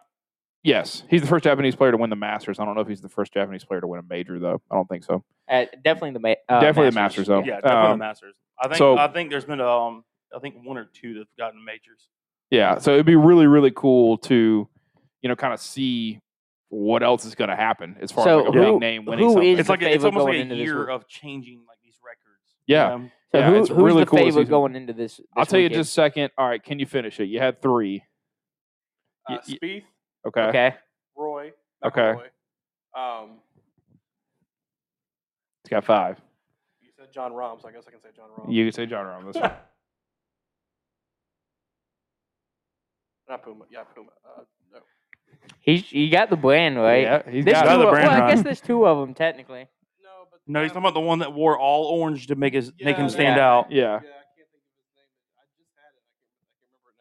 Speaker 3: Yes, he's the first Japanese player to win the Masters. I don't know if he's the first Japanese player to win a major, though. I don't think so.
Speaker 2: Uh, definitely the ma- uh,
Speaker 3: Definitely the
Speaker 2: Masters.
Speaker 3: Masters, though.
Speaker 1: yeah, definitely the
Speaker 3: um,
Speaker 1: Masters. I think.
Speaker 3: so-
Speaker 1: I think there's been um. I think one or two that've gotten majors.
Speaker 3: Yeah, so it'd be really, really cool to, you know, kind of see what else is going to happen as far
Speaker 2: So
Speaker 3: as like a
Speaker 2: who-
Speaker 3: big name winning
Speaker 2: who
Speaker 3: something.
Speaker 2: is
Speaker 1: It's
Speaker 2: the
Speaker 1: like a, it's
Speaker 2: favorite
Speaker 1: almost
Speaker 2: going
Speaker 1: like a
Speaker 2: into this
Speaker 1: year
Speaker 2: week?
Speaker 1: of changing like these records.
Speaker 3: Yeah.
Speaker 1: You know?
Speaker 2: So
Speaker 3: Yeah,
Speaker 2: who,
Speaker 3: it's
Speaker 2: who's
Speaker 3: really
Speaker 2: the
Speaker 3: cool
Speaker 2: favorite
Speaker 3: season.
Speaker 2: going into this? this
Speaker 3: I'll tell you in
Speaker 2: weekend?
Speaker 3: just a second. All right, can you finish it? You had three.
Speaker 4: Uh,
Speaker 3: Y- y-
Speaker 4: Spieth,
Speaker 3: Okay.
Speaker 2: okay.
Speaker 4: Roy,
Speaker 3: Okay.
Speaker 4: McIlroy. Um,
Speaker 3: It's got five.
Speaker 4: you said John Rahm, so I guess I can say John Rahm.
Speaker 3: You can say John Rahm. That's fine.
Speaker 4: Not Puma. Yeah, Puma. Uh, no.
Speaker 2: He's you got the brand right.
Speaker 3: Yeah, he's
Speaker 2: There's
Speaker 1: got
Speaker 2: two
Speaker 1: the
Speaker 2: of-
Speaker 1: brand
Speaker 2: well, I
Speaker 1: right.
Speaker 2: guess there's two of them technically.
Speaker 4: No, but
Speaker 1: No, he's
Speaker 4: guy-
Speaker 1: talking about the one that wore all orange to make his make
Speaker 4: Yeah,
Speaker 1: him stand
Speaker 2: yeah.
Speaker 1: out.
Speaker 3: Yeah.
Speaker 4: Yeah, I can't think of his name. I just had it. I can't, I can't remember it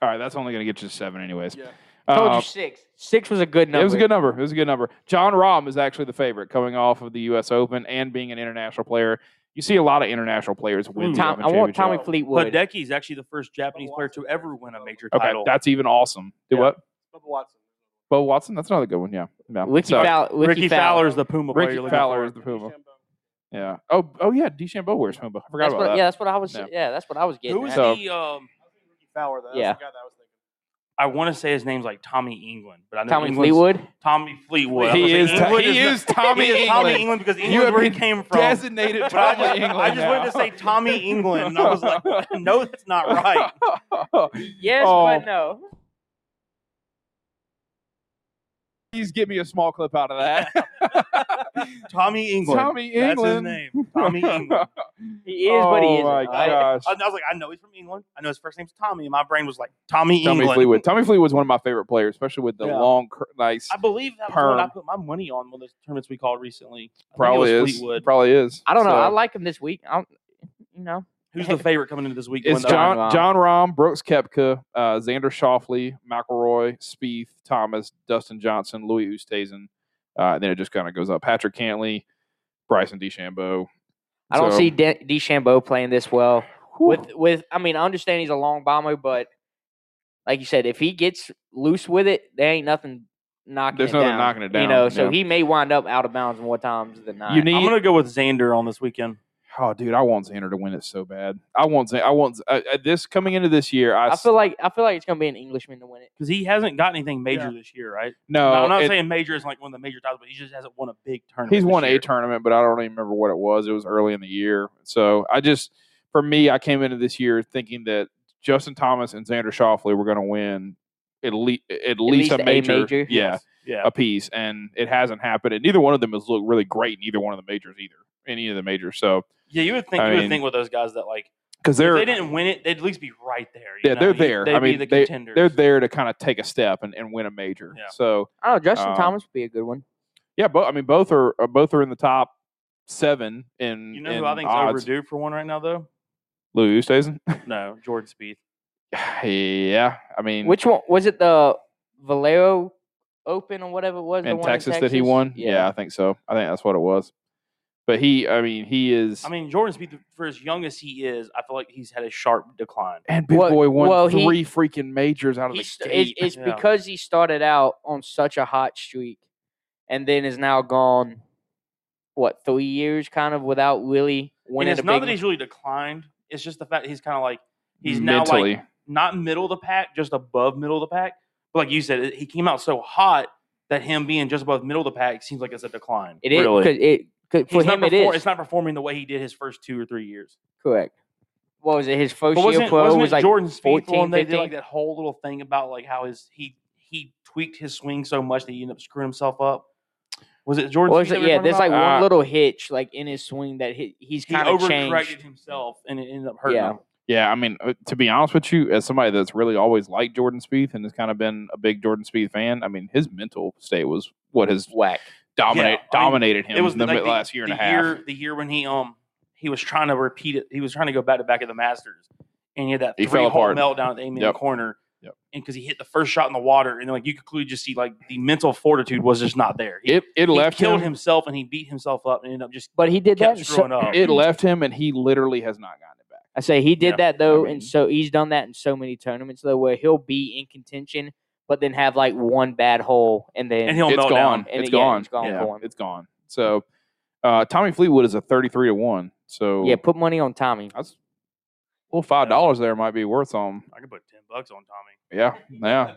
Speaker 4: now.
Speaker 3: All right, that's only going to get you to seven, anyways.
Speaker 4: Yeah.
Speaker 2: Told
Speaker 3: Uh,
Speaker 2: you six. Six was a good number.
Speaker 3: It was a good number. It was a good number. John Rahm is actually the favorite coming off of the U.S. Open and being an international player. You see a lot of international players win.
Speaker 1: Ooh.
Speaker 3: the
Speaker 2: Tom,
Speaker 3: Open
Speaker 2: I want
Speaker 3: championship.
Speaker 2: Tommy
Speaker 4: championship.
Speaker 2: Fleetwood.
Speaker 1: Hideki's actually the first Japanese player to ever win a major
Speaker 3: Okay,
Speaker 1: title.
Speaker 3: that's even awesome. Do
Speaker 1: Yeah.
Speaker 3: what?
Speaker 4: Bubba Watson.
Speaker 3: Bo Watson, that's another good one. Yeah. yeah.
Speaker 2: Ricky,
Speaker 3: So-
Speaker 2: Fow- Ricky,
Speaker 1: Ricky
Speaker 2: Fowler.
Speaker 1: Fowler's the Puma player.
Speaker 3: Ricky
Speaker 1: you're looking
Speaker 3: Fowler
Speaker 1: for.
Speaker 3: is the Puma.
Speaker 4: DeChambeau.
Speaker 3: Yeah. Oh, oh yeah. DeChambeau wears Puma. I forgot
Speaker 2: That's
Speaker 3: about
Speaker 2: what,
Speaker 3: that.
Speaker 2: yeah, that's what I was.
Speaker 3: Yeah.
Speaker 2: Yeah, that's what I was getting.
Speaker 1: Who is
Speaker 2: at.
Speaker 3: So-
Speaker 1: the? Um,
Speaker 4: I was thinking Ricky Fowler. That's
Speaker 2: Yeah.
Speaker 4: the guy that I was thinking.
Speaker 1: I want to say his name's like Tommy England, but I know
Speaker 2: Tommy
Speaker 1: England's-
Speaker 2: Fleetwood.
Speaker 1: Tommy Fleetwood. I was
Speaker 3: He
Speaker 1: gonna
Speaker 3: is.
Speaker 1: say
Speaker 3: He
Speaker 1: England
Speaker 3: is,
Speaker 1: not-
Speaker 3: Tommy
Speaker 1: he is
Speaker 3: England.
Speaker 1: Tommy England because England's
Speaker 3: have
Speaker 1: where he
Speaker 3: been
Speaker 1: came from.
Speaker 3: Designated
Speaker 1: But I
Speaker 3: Tommy
Speaker 1: just,
Speaker 3: England.
Speaker 1: I just wanted to say Tommy England, and I was like, no, that's not right.
Speaker 3: right.
Speaker 2: Yes,
Speaker 3: Oh.
Speaker 2: but no.
Speaker 3: Please give me a small clip out of that.
Speaker 1: Tommy England.
Speaker 3: Tommy
Speaker 1: That's his
Speaker 3: England.
Speaker 1: name. Tommy England.
Speaker 2: He is, but he
Speaker 3: Oh
Speaker 2: isn't.
Speaker 3: my
Speaker 2: all right?
Speaker 3: gosh.
Speaker 1: I, I was like, I know he's from England. I know his first name's Tommy. And my brain was like, Tommy,
Speaker 3: Tommy
Speaker 1: England.
Speaker 3: Fleetwood. Tommy Fleetwood's one of my favorite players, especially with the
Speaker 1: Yeah.
Speaker 3: long, cur- nice.
Speaker 1: I believe that was the one I
Speaker 3: Perm.
Speaker 1: put my money on one of those tournaments we called recently. I think it
Speaker 3: Probably
Speaker 1: was
Speaker 3: is.
Speaker 1: Fleetwood.
Speaker 3: Probably is.
Speaker 2: I don't know.
Speaker 3: So,
Speaker 2: I like him this week. I don't, you know,
Speaker 1: Who's the favorite coming into this week? to
Speaker 3: It's
Speaker 1: win the-
Speaker 3: John John
Speaker 2: John
Speaker 3: Rahm, Brooks Kepka, uh, Xander Shoffley, McElroy, Spieth, Thomas, Dustin Johnson, Louis Oosthuizen. Uh, and then it just kind of goes up. Patrick Cantley, Bryson DeChambeau.
Speaker 2: I don't
Speaker 3: So-
Speaker 2: see De- DeChambeau playing this well.
Speaker 3: Whew.
Speaker 2: With with, I mean, I understand he's a long bomber, but like you said, if he gets loose with it, there ain't nothing knocking.
Speaker 3: There's
Speaker 2: it
Speaker 3: nothing
Speaker 2: down,
Speaker 3: knocking it
Speaker 2: You
Speaker 3: down,
Speaker 2: know, so
Speaker 3: yeah.
Speaker 2: he may wind up out of bounds more times than not.
Speaker 3: You need.
Speaker 1: I'm going to go with Xander on this weekend.
Speaker 3: oh, dude, I want Xander to win it so bad. I want. Xan- I want uh, uh, this coming into this year. I,
Speaker 2: I
Speaker 3: s-
Speaker 2: feel like I feel like it's gonna be an Englishman to win it.
Speaker 1: Because he hasn't got anything major this year, right?
Speaker 3: no.
Speaker 1: No, I'm not
Speaker 3: it-
Speaker 1: saying major is like one of the major titles, but he just hasn't won a big tournament.
Speaker 3: he's
Speaker 1: this
Speaker 3: won
Speaker 1: year.
Speaker 3: a tournament, but I don't even remember what it was. It was early in the year, so I just for me, I came into this year thinking that Justin Thomas and Xander Shoffley were going to win at least at, least,
Speaker 2: least
Speaker 3: a
Speaker 2: a
Speaker 3: major,
Speaker 2: major.
Speaker 3: yeah,
Speaker 1: Yeah.
Speaker 3: a piece, and it hasn't happened. And neither one of them has looked really great in either one of the majors either. Any of the majors, so
Speaker 1: Yeah, you would think
Speaker 3: I
Speaker 1: you
Speaker 3: mean,
Speaker 1: would think with those guys that like
Speaker 3: because
Speaker 1: if
Speaker 3: they're
Speaker 1: they didn't win it, they'd at least be right there. you
Speaker 3: yeah,
Speaker 1: know?
Speaker 3: they're
Speaker 1: You-
Speaker 3: there.
Speaker 1: They'd
Speaker 3: I mean,
Speaker 1: be the
Speaker 3: they,
Speaker 1: contenders.
Speaker 3: they're there to kind of take a step and, and win a major.
Speaker 1: Yeah.
Speaker 3: So
Speaker 2: I don't know. Justin
Speaker 3: Um,
Speaker 2: Thomas would be a good one.
Speaker 3: yeah, both. I mean, both are uh, both are in the top seven in
Speaker 1: you know
Speaker 3: in
Speaker 1: who I think's
Speaker 3: odds.
Speaker 1: overdue for one right now though?
Speaker 3: Lou Oosthuizen?
Speaker 1: No, Jordan Spieth.
Speaker 3: yeah, I mean,
Speaker 2: Which one was it? The Valero Open or whatever it was. the
Speaker 3: in
Speaker 2: one
Speaker 3: Texas,
Speaker 2: in
Speaker 3: that he won. Yeah.
Speaker 2: Yeah.
Speaker 3: I think so. I think that's what it was. But he, I mean, he is.
Speaker 1: I mean, Jordan Spieth, for as young as he is, I feel like he's had a sharp decline.
Speaker 3: and Big
Speaker 2: Well-
Speaker 3: Boy won
Speaker 2: well, he-
Speaker 3: three freaking majors out of
Speaker 2: He
Speaker 3: the
Speaker 2: st-
Speaker 3: gate.
Speaker 2: it's, it's
Speaker 1: Yeah.
Speaker 2: because he started out on such a hot streak, and then is now gone. What three years, kind of without really
Speaker 1: And
Speaker 2: winning
Speaker 1: it's
Speaker 2: a
Speaker 1: not
Speaker 2: big.
Speaker 1: that he's really declined. It's just the fact he's kind of like he's now
Speaker 3: mentally.
Speaker 1: like not middle of the pack, just above middle of the pack. But like you said, it- he came out so hot that him being just above middle of the pack seems like it's a decline.
Speaker 2: it is
Speaker 1: really.
Speaker 2: 'cause it 'cause
Speaker 1: He's
Speaker 2: for
Speaker 1: not
Speaker 2: him it
Speaker 1: perform-
Speaker 2: is
Speaker 1: It's not performing the way he did his first two or three years.
Speaker 2: correct. What was it? His first
Speaker 1: But
Speaker 2: year
Speaker 1: wasn't,
Speaker 2: pro
Speaker 1: wasn't
Speaker 2: was
Speaker 1: it
Speaker 2: like
Speaker 1: Jordan Spieth
Speaker 2: 14,
Speaker 1: one they did
Speaker 2: 15?
Speaker 1: like that whole little thing about like how his he he tweaked his swing so much that he ended up screwing himself up? Was it Jordan?
Speaker 2: Or is
Speaker 1: Speed
Speaker 2: it-
Speaker 1: that we were
Speaker 2: yeah,
Speaker 1: talking
Speaker 2: there's like
Speaker 1: about?
Speaker 3: Ah.
Speaker 2: one little hitch like in his swing that he, he's
Speaker 1: he
Speaker 2: kind of
Speaker 1: overcorrected
Speaker 2: changed.
Speaker 1: himself and it ended up hurting
Speaker 2: Yeah.
Speaker 1: him.
Speaker 3: Yeah, I mean, uh, to be honest with you, as somebody that's really always liked Jordan Spieth and has kind of been a big Jordan Spieth fan, I mean, his mental state was what has
Speaker 2: Whack.
Speaker 3: dominate
Speaker 1: I mean,
Speaker 3: dominated him.
Speaker 1: It was
Speaker 3: in the
Speaker 1: like
Speaker 3: mid- last year and a
Speaker 1: the
Speaker 3: half.
Speaker 1: Year, the year when he um he was trying to repeat it. He was trying to go back to back at the Masters, and he had that
Speaker 3: He fell
Speaker 1: three hole
Speaker 3: apart.
Speaker 1: meltdown at the Amen
Speaker 3: Yep.
Speaker 1: corner.
Speaker 3: Yep.
Speaker 1: And because he hit the first shot in the water, and like you could clearly just see like the mental fortitude was just not there. He,
Speaker 3: it it
Speaker 1: he
Speaker 3: left
Speaker 1: killed
Speaker 3: him.
Speaker 1: himself and he beat himself up and ended up just
Speaker 2: But he did that.
Speaker 1: kept
Speaker 2: in so-
Speaker 1: screwing up.
Speaker 3: It left him, and he literally has not gotten it back.
Speaker 2: I say he did
Speaker 1: Yeah,
Speaker 2: that though,
Speaker 3: mean-
Speaker 2: and so he's done that in so many tournaments though, where he'll be in contention, but then have like one bad hole, and then
Speaker 1: and he'll
Speaker 3: It's
Speaker 1: melt
Speaker 3: gone.
Speaker 1: down.
Speaker 2: And
Speaker 3: It's
Speaker 2: it- yeah,
Speaker 3: gone.
Speaker 2: it's gone
Speaker 3: Yeah,
Speaker 2: for him.
Speaker 3: it's gone. So, uh, Tommy Fleetwood is a thirty-three to one. So,
Speaker 2: yeah, put money on Tommy.
Speaker 3: that's well five dollars there might be worth something.
Speaker 1: I could put ten bucks on Tommy.
Speaker 3: Yeah, yeah.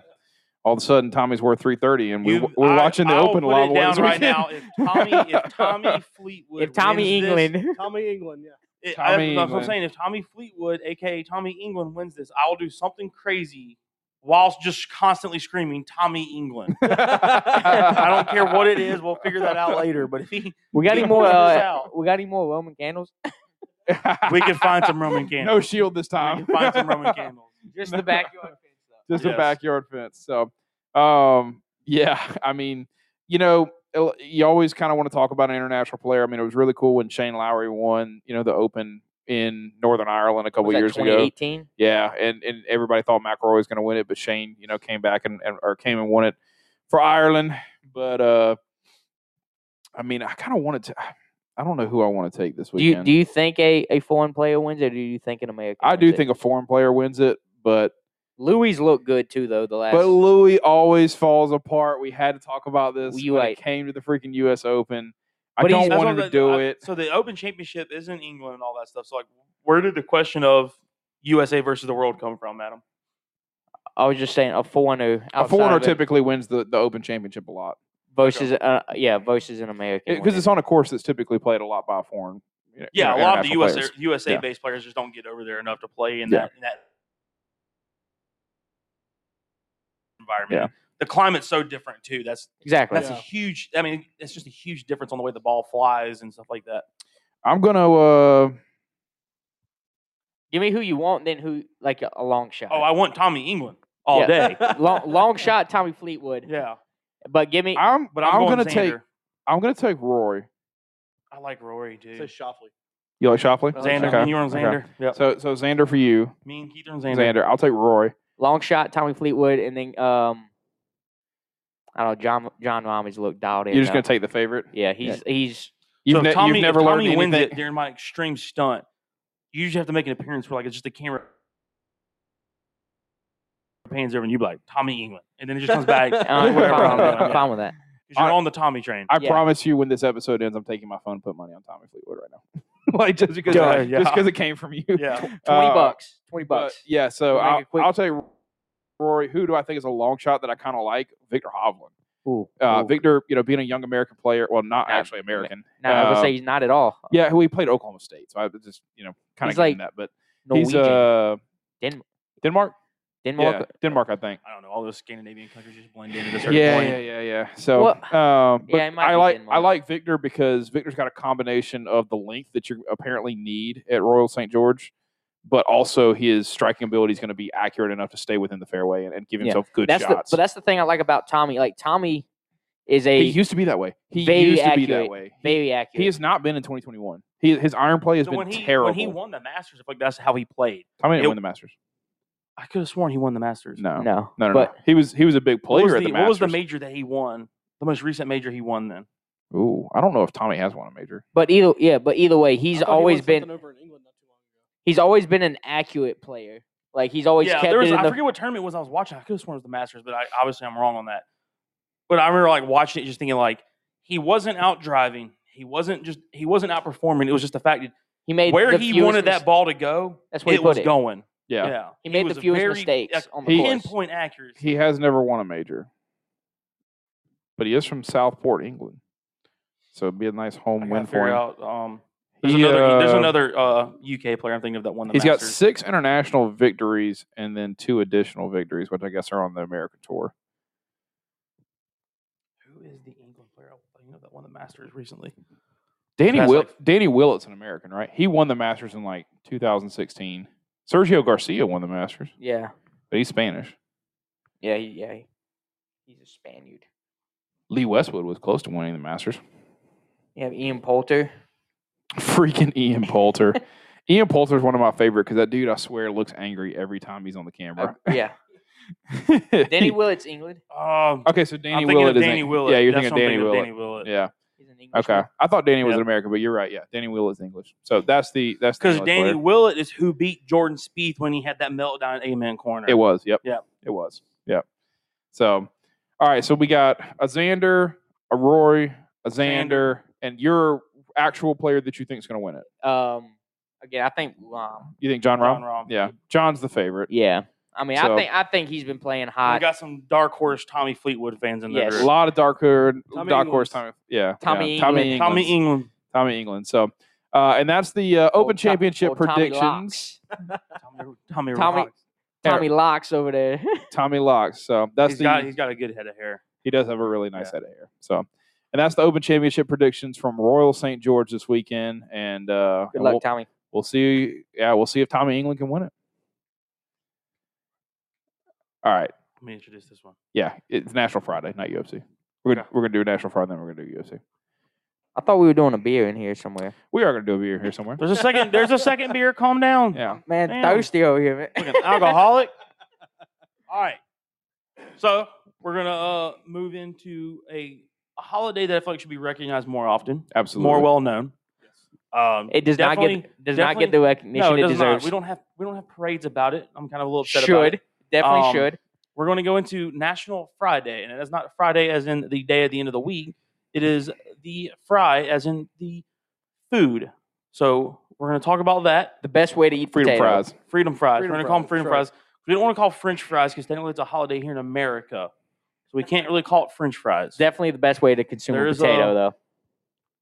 Speaker 3: All of a sudden, Tommy's worth three thirty, and we
Speaker 1: You-
Speaker 3: we we're
Speaker 1: I-
Speaker 3: watching the
Speaker 1: I will
Speaker 3: Open a
Speaker 1: put
Speaker 3: lot
Speaker 1: it
Speaker 3: more
Speaker 1: down
Speaker 3: this
Speaker 1: right
Speaker 3: weekend.
Speaker 1: now. If Tommy, if Tommy Fleetwood,
Speaker 2: If Tommy
Speaker 1: wins this-
Speaker 2: England,
Speaker 4: Tommy England, yeah.
Speaker 1: It,
Speaker 3: Tommy
Speaker 1: I, that's what I'm
Speaker 3: England.
Speaker 1: saying. If Tommy Fleetwood, aka Tommy England, wins this, I will do something crazy whilst just constantly screaming Tommy England. I don't care what it is. We'll figure that out later. But if he,
Speaker 2: we got
Speaker 1: he
Speaker 2: any more?
Speaker 1: figures this
Speaker 2: Uh,
Speaker 1: out,
Speaker 2: we got any more Roman candles?
Speaker 1: we can find some Roman
Speaker 3: no
Speaker 1: candles.
Speaker 3: shield this time.
Speaker 1: We can find some Roman candles.
Speaker 2: Just
Speaker 3: the
Speaker 2: backyard fence though.
Speaker 3: just a
Speaker 1: Yes.
Speaker 3: backyard fence. So, um, yeah, I mean, you know, el- you always kind of want to talk about an international player. I mean, it was really cool when Shane Lowry won, you know, the Open in Northern Ireland a couple years ago.
Speaker 2: 2018?
Speaker 3: Yeah, and, and everybody thought McElroy was going to win it, but Shane, you know, came back and, and or came and won it for Ireland. But uh, I mean, I kind of wanted to. I don't know who I want to take this
Speaker 2: Do you
Speaker 3: weekend.
Speaker 2: do you think a, a foreign player wins, or do you think an American?
Speaker 3: I
Speaker 2: wins
Speaker 3: do
Speaker 2: it?
Speaker 3: think a foreign player wins it, but
Speaker 2: Louis looked good too, though. The last
Speaker 3: But Louis always falls apart. We had to talk about this
Speaker 2: You
Speaker 3: when
Speaker 2: right.
Speaker 3: it came to the freaking U.S. Open. I
Speaker 2: But he's-
Speaker 3: don't
Speaker 1: That's
Speaker 3: want
Speaker 1: what
Speaker 3: him
Speaker 1: I'm-
Speaker 3: to do
Speaker 1: I-
Speaker 3: it.
Speaker 1: So the Open Championship is in England and all that stuff. So like, where did the question of USA versus the world come from, Adam?
Speaker 2: I was just saying a foreigner,
Speaker 3: A
Speaker 2: outside
Speaker 3: foreigner
Speaker 2: of it
Speaker 3: typically wins the, the Open Championship a lot
Speaker 2: versus uh, yeah versus an American
Speaker 3: because
Speaker 2: winning.
Speaker 3: it's on a course that's typically played a lot by a foreign. you know,
Speaker 1: Yeah,
Speaker 3: you
Speaker 1: a
Speaker 3: know,
Speaker 1: lot of the
Speaker 3: international
Speaker 1: USA
Speaker 3: players.
Speaker 1: USA
Speaker 3: Yeah.
Speaker 1: based players just don't get over there enough to play in
Speaker 3: Yeah.
Speaker 1: that in that environment. The climate's so different too. That's
Speaker 2: exactly.
Speaker 1: that's a huge. I mean, it's just a huge difference on the way the ball flies and stuff like that.
Speaker 3: I'm gonna. Uh,
Speaker 2: Give me who you want, then who like a, a long shot.
Speaker 1: Oh, I want Tommy England all
Speaker 2: Yeah.
Speaker 1: day.
Speaker 2: long long shot Tommy Fleetwood.
Speaker 1: Yeah,
Speaker 2: But give me
Speaker 3: I'm.
Speaker 1: but I'm, going
Speaker 3: gonna
Speaker 1: to
Speaker 3: take.
Speaker 1: Xander.
Speaker 3: I'm gonna take Rory.
Speaker 1: I like Rory
Speaker 4: It
Speaker 1: too.
Speaker 4: says Shoffley.
Speaker 3: You like Shoffley?
Speaker 4: Uh,
Speaker 1: Xander,
Speaker 3: Okay,
Speaker 1: me, you were on
Speaker 3: okay.
Speaker 1: Xander. Yeah,
Speaker 3: So so Xander for you,
Speaker 1: me and Keith are on Xander.
Speaker 3: Xander. I'll take Roy.
Speaker 2: long shot Tommy Fleetwood, and then um, I don't know John John Romney's looked dialed in.
Speaker 3: You're just
Speaker 2: though.
Speaker 3: gonna take the favorite.
Speaker 2: yeah, he's he's
Speaker 3: You've,
Speaker 1: so
Speaker 3: ne-
Speaker 1: if Tommy,
Speaker 3: you've never
Speaker 1: if
Speaker 3: learned
Speaker 1: Tommy wins
Speaker 3: anything.
Speaker 1: it during my extreme stunt. You usually have to make an appearance where like it's just the camera pans over and you be like Tommy England, and then it just comes back.
Speaker 2: uh, I'm
Speaker 1: whatever
Speaker 2: fine
Speaker 1: I'm
Speaker 2: with that.
Speaker 1: doing,
Speaker 2: I'm
Speaker 1: yeah.
Speaker 2: fine with that.
Speaker 1: 'Cause you're
Speaker 3: I-
Speaker 1: on the Tommy train.
Speaker 3: I
Speaker 2: Yeah.
Speaker 3: promise you, when this episode ends, I'm taking my phone and put money on Tommy Fleetwood right now. like just because,
Speaker 1: Yeah,
Speaker 3: just 'cause
Speaker 1: yeah.
Speaker 3: it came from you.
Speaker 1: yeah.
Speaker 2: Twenty
Speaker 3: Uh,
Speaker 2: bucks. Twenty
Speaker 3: but
Speaker 2: bucks.
Speaker 3: yeah,
Speaker 2: We'll
Speaker 3: so
Speaker 2: make
Speaker 3: I'll,
Speaker 2: it quick.
Speaker 3: I'll tell you, Rory, who do I think is a long shot that I kind of like? Victor Hovland.
Speaker 2: Ooh,
Speaker 3: Uh,
Speaker 2: ooh.
Speaker 3: Victor, you know, being a young American player, well, not
Speaker 2: Nah,
Speaker 3: actually American.
Speaker 2: No, I would
Speaker 3: uh,
Speaker 2: say he's not at all.
Speaker 3: Yeah, who he played Oklahoma State, so I was just you know kind of
Speaker 2: He's
Speaker 3: getting
Speaker 2: like
Speaker 3: that, but
Speaker 2: Norwegian,
Speaker 3: he's uh,
Speaker 2: Den-
Speaker 3: Denmark,
Speaker 2: Denmark.
Speaker 3: yeah, Denmark, I think.
Speaker 1: I don't know. All those Scandinavian countries just blend into this.
Speaker 3: Yeah,
Speaker 1: certain point.
Speaker 3: yeah, yeah, yeah. So,
Speaker 2: Well,
Speaker 3: um, but
Speaker 2: yeah, it might
Speaker 3: I
Speaker 2: be
Speaker 3: like I
Speaker 2: Denmark.
Speaker 3: like Victor because Victor's got a combination of the length that you apparently need at Royal St George, but also his striking ability is going to be accurate enough to stay within the fairway and, and give
Speaker 2: Yeah.
Speaker 3: himself good
Speaker 2: that's
Speaker 3: shots.
Speaker 2: The, but that's the thing I like about Tommy. Like Tommy is a
Speaker 3: he used to be that way. He
Speaker 2: Very
Speaker 3: used to be that
Speaker 2: accurate.
Speaker 3: way. He,
Speaker 2: very accurate.
Speaker 3: he has not been in 2021. He, his iron play has
Speaker 1: So
Speaker 3: been
Speaker 1: when he
Speaker 3: terrible.
Speaker 1: when he won the Masters, I feel like that's how he played.
Speaker 3: Tommy didn't
Speaker 1: it-
Speaker 3: win the Masters.
Speaker 1: I could have sworn he won the Masters.
Speaker 3: No, no,
Speaker 2: no,
Speaker 3: no, no.
Speaker 2: but
Speaker 3: He was he was a big
Speaker 1: What
Speaker 3: player
Speaker 1: was, the,
Speaker 3: at the
Speaker 1: what was
Speaker 3: Masters.
Speaker 1: the major that he won? The most recent major he won then.
Speaker 3: Ooh, I don't know if Tommy has won a major.
Speaker 2: but either yeah, but either way,
Speaker 4: I
Speaker 2: he's
Speaker 4: thought he won
Speaker 2: always been
Speaker 4: something over in England not too long ago.
Speaker 2: he's always been an accurate player. Like he's always
Speaker 1: yeah,
Speaker 2: kept
Speaker 1: there was.
Speaker 2: it in
Speaker 1: I
Speaker 2: the
Speaker 1: forget what tournament it was I was watching. I could have sworn it was the Masters, but I, obviously I'm wrong on that. But I remember like watching it, just thinking like he wasn't out driving. He wasn't just he wasn't outperforming. It was just the fact
Speaker 2: he made
Speaker 1: that where
Speaker 2: the
Speaker 1: he
Speaker 2: fewest
Speaker 1: wanted
Speaker 2: mis-
Speaker 1: that ball to go,
Speaker 2: That's where he
Speaker 1: it
Speaker 2: put
Speaker 1: was
Speaker 2: it.
Speaker 1: going.
Speaker 3: Yeah.
Speaker 1: Yeah,
Speaker 2: He made
Speaker 1: was
Speaker 2: the fewest
Speaker 1: very-
Speaker 2: mistakes
Speaker 1: like,
Speaker 2: on the
Speaker 3: He-
Speaker 2: course.
Speaker 1: pinpoint accuracy.
Speaker 3: He has never won a major, but he is from Southport, England. So it'd be a nice
Speaker 1: I
Speaker 3: home
Speaker 1: gotta
Speaker 3: win for
Speaker 1: figure
Speaker 3: him.
Speaker 1: out, um, there's
Speaker 3: He,
Speaker 1: another. there's
Speaker 3: uh,
Speaker 1: another uh, UK player I'm thinking of that won the
Speaker 3: He's got
Speaker 1: Masters.
Speaker 3: six international victories and then two additional victories, which I guess are on the American tour.
Speaker 1: Who is the England player? terrible thing that won the Masters recently.
Speaker 3: Danny
Speaker 1: That's
Speaker 3: Will
Speaker 1: like-
Speaker 3: Danny Willett's an American, right? He won the Masters in like 2016. Sergio Garcia won the Masters,
Speaker 2: Yeah,
Speaker 3: but he's Spanish.
Speaker 2: yeah, he- yeah. he- He's a Spaniard.
Speaker 3: Lee Westwood was close to winning the Masters.
Speaker 2: You have Ian Poulter.
Speaker 3: Freaking Ian Poulter. Ian Poulter is one of my favorite because that dude, I swear, looks angry every time he's on the
Speaker 2: Uh,
Speaker 3: camera.
Speaker 2: yeah, Danny Willett's England.
Speaker 1: Um,
Speaker 3: okay, so Danny
Speaker 1: I'm thinking
Speaker 3: Willett
Speaker 1: of
Speaker 3: is
Speaker 1: Danny
Speaker 3: Eng-
Speaker 1: Willett.
Speaker 3: Yeah, you're
Speaker 1: That's what
Speaker 3: thinking of
Speaker 1: I'm
Speaker 3: Danny Willett.
Speaker 1: Danny Willett.
Speaker 3: Yeah.
Speaker 2: He's an English.
Speaker 3: Okay. I thought Danny was
Speaker 1: Yep.
Speaker 3: an American, but you're right. Yeah, Danny Willett is English. So that's the that's the
Speaker 1: Because
Speaker 3: English
Speaker 1: Danny
Speaker 3: player.
Speaker 1: Willett is who beat Jordan Spieth when he had that meltdown in Amen Corner.
Speaker 3: It was. Yep.
Speaker 1: Yep.
Speaker 3: It was. Yep. So, all right. So we got a Xander, a Rory, a Xander, and your actual player that you think is going to win it.
Speaker 2: Um, again, I think. Um,
Speaker 3: You think John,
Speaker 1: John
Speaker 3: Rahm?
Speaker 1: Rahm.
Speaker 3: Yeah. John's the favorite.
Speaker 2: yeah. I mean,
Speaker 3: So-
Speaker 2: I think I think he's been playing
Speaker 1: We
Speaker 2: hot.
Speaker 1: got some dark horse Tommy Fleetwood fans in there.
Speaker 2: Yes.
Speaker 3: A lot of dark, horse,
Speaker 1: Tommy
Speaker 3: dark horse
Speaker 1: England's-
Speaker 3: time. Yeah.
Speaker 2: Tommy
Speaker 3: yeah. Tommy
Speaker 2: England.
Speaker 1: Tommy
Speaker 3: England's-
Speaker 1: England.
Speaker 3: Tommy England. So, uh, and that's the uh, Open
Speaker 2: Old Tom-
Speaker 3: Championship
Speaker 2: old Tommy
Speaker 3: predictions.
Speaker 2: Locks.
Speaker 1: Tommy Tommy,
Speaker 2: Tommy-
Speaker 1: Tommy
Speaker 2: Tommy Locks over there.
Speaker 3: Tommy Locks. So that's
Speaker 1: he's
Speaker 3: the
Speaker 1: got he's got a good head of hair.
Speaker 3: He does have a really nice
Speaker 1: Yeah.
Speaker 3: head of hair. So, and that's the Open Championship predictions from Royal St. George this weekend. And uh,
Speaker 2: Good
Speaker 3: and
Speaker 2: luck,
Speaker 3: we'll,
Speaker 2: Tommy.
Speaker 3: we'll see. Yeah, we'll see if Tommy England can win it. All right.
Speaker 1: Let me introduce this one.
Speaker 3: Yeah, it's National Friday, not UFC. We're gonna,
Speaker 1: Okay.
Speaker 3: we're gonna do National Friday, then we're gonna do UFC.
Speaker 2: I thought we were doing a beer in here somewhere.
Speaker 3: We are gonna do a beer here somewhere.
Speaker 1: There's a second. There's a second beer. Calm down.
Speaker 3: Yeah.
Speaker 2: Man,
Speaker 1: Damn.
Speaker 2: thirsty over here, man.
Speaker 1: Fucking alcoholic. All right. So we're gonna uh, move into a, a holiday that I feel like should be recognized more often,
Speaker 3: Absolutely.
Speaker 1: more well known. Um,
Speaker 2: It does not
Speaker 1: definitely-
Speaker 2: get does not get
Speaker 1: definitely-
Speaker 2: the recognition
Speaker 1: no, it,
Speaker 2: it,
Speaker 1: does
Speaker 2: deserves.
Speaker 1: not. We don't have we don't have parades about it. I'm kind of a little upset about it.
Speaker 2: should definitely
Speaker 1: Um,
Speaker 2: should.
Speaker 1: We're going to go into National Friday, and it is not Friday as in the day at the end of the week. It is the fry as in the food. So we're going to talk about that.
Speaker 2: The best way to eat
Speaker 3: freedom
Speaker 2: potato.
Speaker 3: fries.
Speaker 1: Freedom fries.
Speaker 4: Freedom
Speaker 1: We're gonna call them
Speaker 4: fries,
Speaker 1: freedom
Speaker 4: sure.
Speaker 1: fries. We don't want to call French fries because technically it's a holiday here in America, so we can't really call it French fries.
Speaker 2: Definitely the best way to consume
Speaker 1: There
Speaker 2: a
Speaker 1: is,
Speaker 2: potato,
Speaker 1: uh,
Speaker 2: though.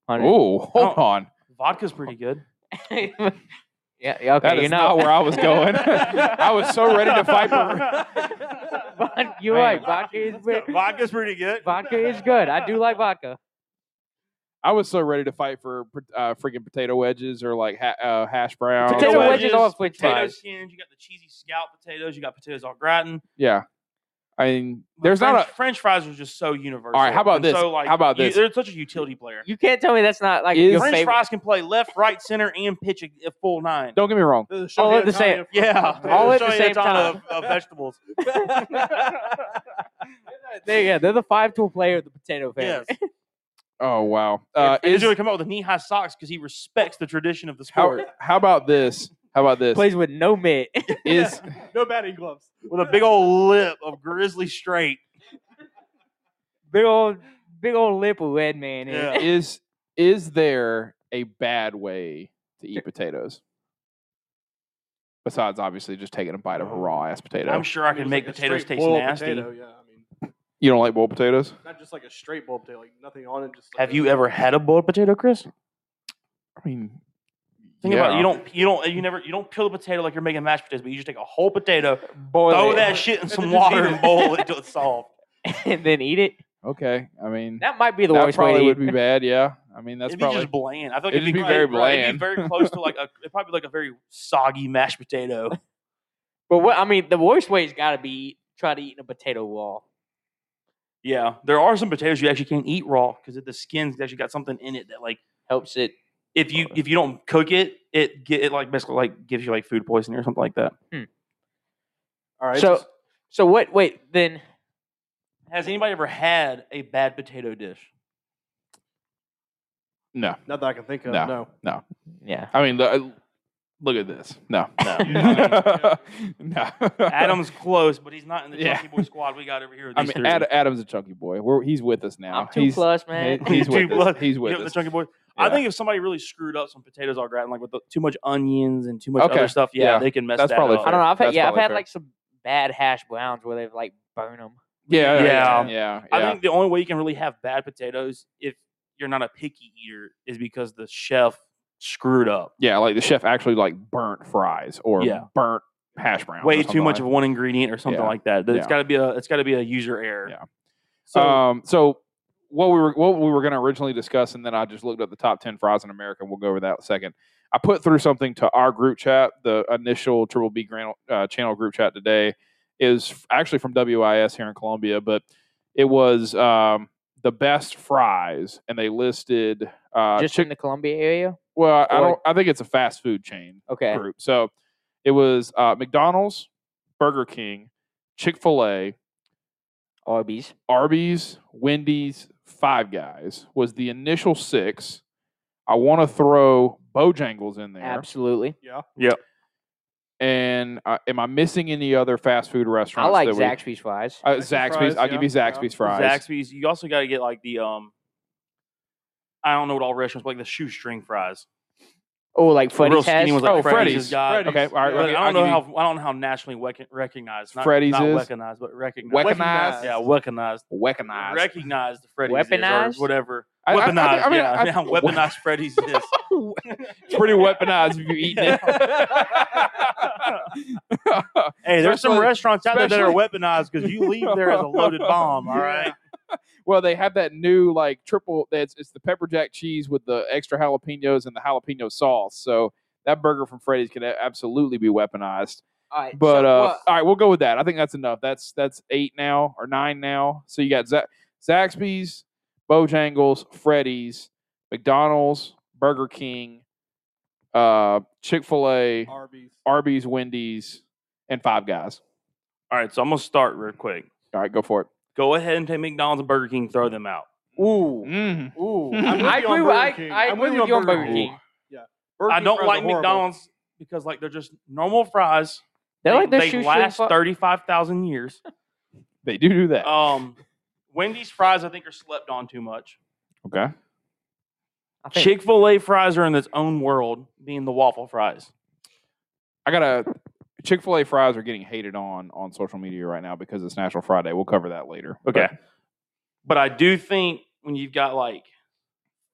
Speaker 2: Hundred-
Speaker 3: Oh, hold
Speaker 1: Oh,
Speaker 3: on.
Speaker 1: Vodka's pretty good.
Speaker 2: yeah, yeah, okay.
Speaker 3: That
Speaker 2: you're
Speaker 3: is not where I was going. I was so ready to fight. For,
Speaker 2: Vod- You're
Speaker 3: Man.
Speaker 2: right. Vodka is good.
Speaker 1: Vodka's pretty good.
Speaker 2: Vodka is good. I do like vodka.
Speaker 3: I was so ready to fight for uh, freaking potato wedges or like ha- uh, hash browns.
Speaker 2: Potato
Speaker 3: or-
Speaker 2: wedges are French
Speaker 1: potato
Speaker 2: fries.
Speaker 1: skins. You got the cheesy scallop potatoes. You got potatoes au gratin.
Speaker 3: Yeah. I mean,
Speaker 1: But
Speaker 3: there's
Speaker 1: French,
Speaker 3: not a.
Speaker 1: French fries are just so universal.
Speaker 3: how about
Speaker 1: and
Speaker 3: this?
Speaker 1: So, like,
Speaker 3: How about
Speaker 1: you-
Speaker 3: this?
Speaker 1: they're such a utility player.
Speaker 2: You can't tell me that's not like
Speaker 3: Is-
Speaker 2: your
Speaker 1: French
Speaker 2: favorite.
Speaker 1: fries can play left, right, center, and pitch a, a full nine.
Speaker 3: Don't get me wrong.
Speaker 4: The
Speaker 2: All at
Speaker 4: Shohei
Speaker 2: the same-
Speaker 4: Ohtani of-
Speaker 1: Yeah,
Speaker 2: All at the
Speaker 1: Shohei
Speaker 2: same
Speaker 1: Ohtani
Speaker 2: time.
Speaker 1: Of, of vegetables.
Speaker 2: There you go. They're the five-tool player of the potato fan.
Speaker 1: yes.
Speaker 3: Oh wow. Uh,
Speaker 1: he's
Speaker 3: is
Speaker 1: going to come out with knee high socks because he respects the tradition of the
Speaker 3: how,
Speaker 1: sport
Speaker 3: how about this? How about this?
Speaker 2: Plays with no mitt.
Speaker 3: Is
Speaker 4: no batting gloves.
Speaker 1: with a big old lip of grizzly straight.
Speaker 2: big old, big old lip of red man. in it.
Speaker 1: Yeah.
Speaker 3: is is there a bad way to eat potatoes? Besides, obviously, just taking a bite of a raw ass potato.
Speaker 1: I'm sure I can
Speaker 4: Just
Speaker 1: make
Speaker 4: like a
Speaker 1: potatoes
Speaker 4: straight
Speaker 1: taste
Speaker 4: boiled
Speaker 1: nasty.
Speaker 4: Potato, yeah, I mean,
Speaker 3: you don't like boiled potatoes?
Speaker 4: not just like a straight boiled potato, like nothing on it. Just like
Speaker 1: Have
Speaker 4: a-
Speaker 1: you ever had a boiled potato, Chris? Think
Speaker 3: I mean,
Speaker 1: about it.
Speaker 3: yeah.
Speaker 1: You don't, you don't, you never, you don't peel the potato like you're making mashed potatoes, but you just take a whole potato,
Speaker 2: Boil
Speaker 1: throw
Speaker 2: it
Speaker 1: that shit in some
Speaker 4: just
Speaker 1: water
Speaker 4: eat
Speaker 1: and
Speaker 4: it.
Speaker 1: boil it until it's solved.
Speaker 2: and then eat it.
Speaker 3: Okay, I mean,
Speaker 2: That might be the
Speaker 3: that
Speaker 2: worst way to
Speaker 3: probably
Speaker 2: eat.
Speaker 3: would be bad. Yeah, I mean, that's
Speaker 1: it'd
Speaker 3: probably
Speaker 1: be just bland. I feel like
Speaker 3: It'd
Speaker 1: it'd, be,
Speaker 3: be very
Speaker 1: right, right, it'd be
Speaker 3: bland.
Speaker 1: very close to like a, it'd probably be like a very soggy mashed potato.
Speaker 2: But what I mean, the worst way's got to be try to eat in a potato raw.
Speaker 1: Yeah, there are some potatoes you actually can't eat raw because the skin's actually got something in it that like.
Speaker 2: Helps it.
Speaker 1: if you
Speaker 3: Okay.
Speaker 1: if you don't cook it, it get it like basically like gives you like food poisoning or something like that.
Speaker 4: All right.
Speaker 2: So, so what? Wait, then
Speaker 1: Has anybody ever had a bad potato dish?
Speaker 3: no,
Speaker 4: not that I can think of.
Speaker 3: No.
Speaker 4: No.
Speaker 3: no.
Speaker 2: yeah,
Speaker 3: I mean, the, uh, look at this. No,
Speaker 1: No.
Speaker 3: no.
Speaker 1: Adam's close, but he's not in the
Speaker 3: Yeah.
Speaker 1: Chunky Boy squad we got over here. With
Speaker 3: I
Speaker 1: these
Speaker 3: mean,
Speaker 1: three.
Speaker 3: Ad, Adam's a chunky boy. We're, he's with us now.
Speaker 2: I'm two
Speaker 3: he's,
Speaker 2: plus, man.
Speaker 3: he- he's
Speaker 1: Two
Speaker 3: with us.
Speaker 1: plus.
Speaker 3: He's
Speaker 1: You
Speaker 3: with
Speaker 1: know, the
Speaker 3: us.
Speaker 1: Chunky Boy. I
Speaker 3: Yeah.
Speaker 1: think if somebody really screwed up some potatoes au gratin, like with the, too much onions and too much
Speaker 3: Okay,
Speaker 1: other stuff, yeah,
Speaker 3: yeah,
Speaker 1: they can mess
Speaker 3: that's
Speaker 1: that
Speaker 3: probably
Speaker 1: up.
Speaker 2: I don't know. I've had
Speaker 3: That's
Speaker 2: yeah, I've
Speaker 3: probably
Speaker 2: had
Speaker 3: fair.
Speaker 2: like some bad hash browns where they've like burn them.
Speaker 1: Yeah.
Speaker 3: Yeah, yeah, yeah.
Speaker 1: I
Speaker 3: yeah.
Speaker 1: think the only way you can really have bad potatoes if you're not a picky eater is because the chef screwed up.
Speaker 3: Yeah, like the chef actually like burnt fries or
Speaker 1: Yeah.
Speaker 3: burnt hash browns. or
Speaker 1: Way too
Speaker 3: something
Speaker 1: much
Speaker 3: like
Speaker 1: of one ingredient or something
Speaker 3: Yeah,
Speaker 1: like that. It's
Speaker 3: yeah. Uh,
Speaker 1: got to be a it's got to be a user error.
Speaker 3: Yeah.
Speaker 1: So
Speaker 3: um, so what we were what we were going to originally discuss, and then I just looked up the top ten fries in America, and we'll go over that in a second. I put through something to our group chat, the initial Triple B grand, uh, channel group chat today is f- actually from WIS here in Columbia, but it was um, the best fries, and they listed uh,
Speaker 2: just in the Columbia area.
Speaker 3: well, I, I
Speaker 2: Or-
Speaker 3: don't. I think it's a fast food chain
Speaker 2: Okay.
Speaker 3: group. So it was uh, McDonald's, Burger King, Chick Fil A,
Speaker 2: Arby's.
Speaker 3: Arby's, Wendy's, Five Guys was the initial six. I want to throw Bojangles in there.
Speaker 2: Absolutely.
Speaker 3: And uh, am I missing any other fast food restaurants?
Speaker 2: I like
Speaker 3: that we-
Speaker 2: Zaxby's fries.
Speaker 3: Uh,
Speaker 4: Zaxby's
Speaker 3: Zaxby's.
Speaker 4: fries,
Speaker 3: I'll give you
Speaker 4: yeah, yeah.
Speaker 3: Zaxby's fries.
Speaker 1: Zaxby's. You also got to get like the um. I don't know what all restaurants like the shoestring fries.
Speaker 2: Oh, like
Speaker 1: The real
Speaker 2: Freddy's has.
Speaker 1: skinny ones like
Speaker 3: Oh,
Speaker 1: Freddy's.
Speaker 3: Freddy's.
Speaker 1: has got-
Speaker 4: Freddy's.
Speaker 3: Okay, all right.
Speaker 1: But
Speaker 3: let
Speaker 4: Yeah.
Speaker 3: me-
Speaker 1: I don't
Speaker 3: I'll give
Speaker 1: know
Speaker 3: you-
Speaker 1: how I don't know how nationally wec- recognized. Not,
Speaker 3: Freddy's
Speaker 1: not
Speaker 3: is?
Speaker 1: recognized, but recognized.
Speaker 3: Weaponized.
Speaker 4: Weaponized.
Speaker 1: yeah, weaponized.
Speaker 3: Weaponized.
Speaker 1: Recognized the Freddy's is
Speaker 2: Weaponized?
Speaker 1: or whatever.
Speaker 3: I- I- I
Speaker 1: weaponized.
Speaker 3: think- I mean,
Speaker 1: yeah,
Speaker 3: I-
Speaker 1: now weaponized Freddy's is.
Speaker 3: it's pretty weaponized if you're eating it.
Speaker 1: Hey, there's some
Speaker 3: Especially-
Speaker 1: restaurants out there that are weaponized because you leave there as a loaded bomb. All right.
Speaker 3: well, they have that new like triple. It's, it's the pepper jack cheese with the extra jalapenos and the jalapeno sauce. So that burger from Freddy's can a- absolutely be weaponized.
Speaker 2: All right, so,
Speaker 3: But uh,
Speaker 2: well,
Speaker 3: all right, we'll go with that. I think that's enough. That's that's eight now or nine now. So you got Z- Zaxby's, Bojangles, Freddy's, McDonald's, Burger King, uh, Chick Fil A,
Speaker 4: Arby's.
Speaker 3: Arby's, Wendy's, and Five Guys.
Speaker 1: All right. So I'm gonna start real quick.
Speaker 3: All right, go for it.
Speaker 1: Go ahead and take McDonald's and Burger King, throw them out.
Speaker 4: Ooh.
Speaker 3: Mm.
Speaker 4: Ooh.
Speaker 3: I
Speaker 4: I'm with
Speaker 2: I
Speaker 4: you on
Speaker 2: agree. With,
Speaker 4: Burger King.
Speaker 2: I, I
Speaker 4: I'm
Speaker 2: agree with you on Burger
Speaker 3: King.
Speaker 2: King.
Speaker 4: Burger
Speaker 1: I
Speaker 4: King
Speaker 1: don't
Speaker 4: fries are
Speaker 1: like
Speaker 4: horrible.
Speaker 1: McDonald's because like they're just normal fries.
Speaker 2: They're like the
Speaker 1: they
Speaker 2: shoestring
Speaker 1: last
Speaker 2: fri-
Speaker 1: thirty five thousand years.
Speaker 3: They do do that.
Speaker 1: Um, Wendy's fries I think are slept on too much.
Speaker 3: okay.
Speaker 2: I think-
Speaker 1: Chick fil A fries are in its own world, being the waffle fries.
Speaker 3: I got to Chick Fil A fries are getting hated on on social media right now because it's National Friday. We'll cover that later.
Speaker 1: Okay.
Speaker 3: But
Speaker 1: But I do think when you've got like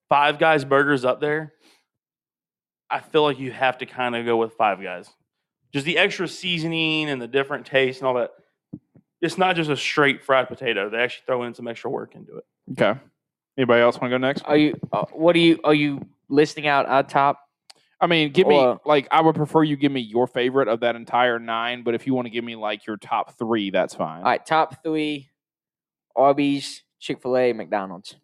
Speaker 1: Five Guys burgers up there, I feel like you have to kind of go with Five Guys. Just the extra seasoning and the different taste and all that. It's not just a straight fried potato. They actually throw in some extra work into it.
Speaker 3: Okay. Anybody else want to go next?
Speaker 2: Are you? Uh, what are you? Are you listing out our top?
Speaker 3: I mean, give me
Speaker 2: Or-
Speaker 3: like I would prefer you give me your favorite of that entire nine, but if you want to give me like your top three, that's fine.
Speaker 2: All right, top three: Arby's, Chick Fil A, McDonald's.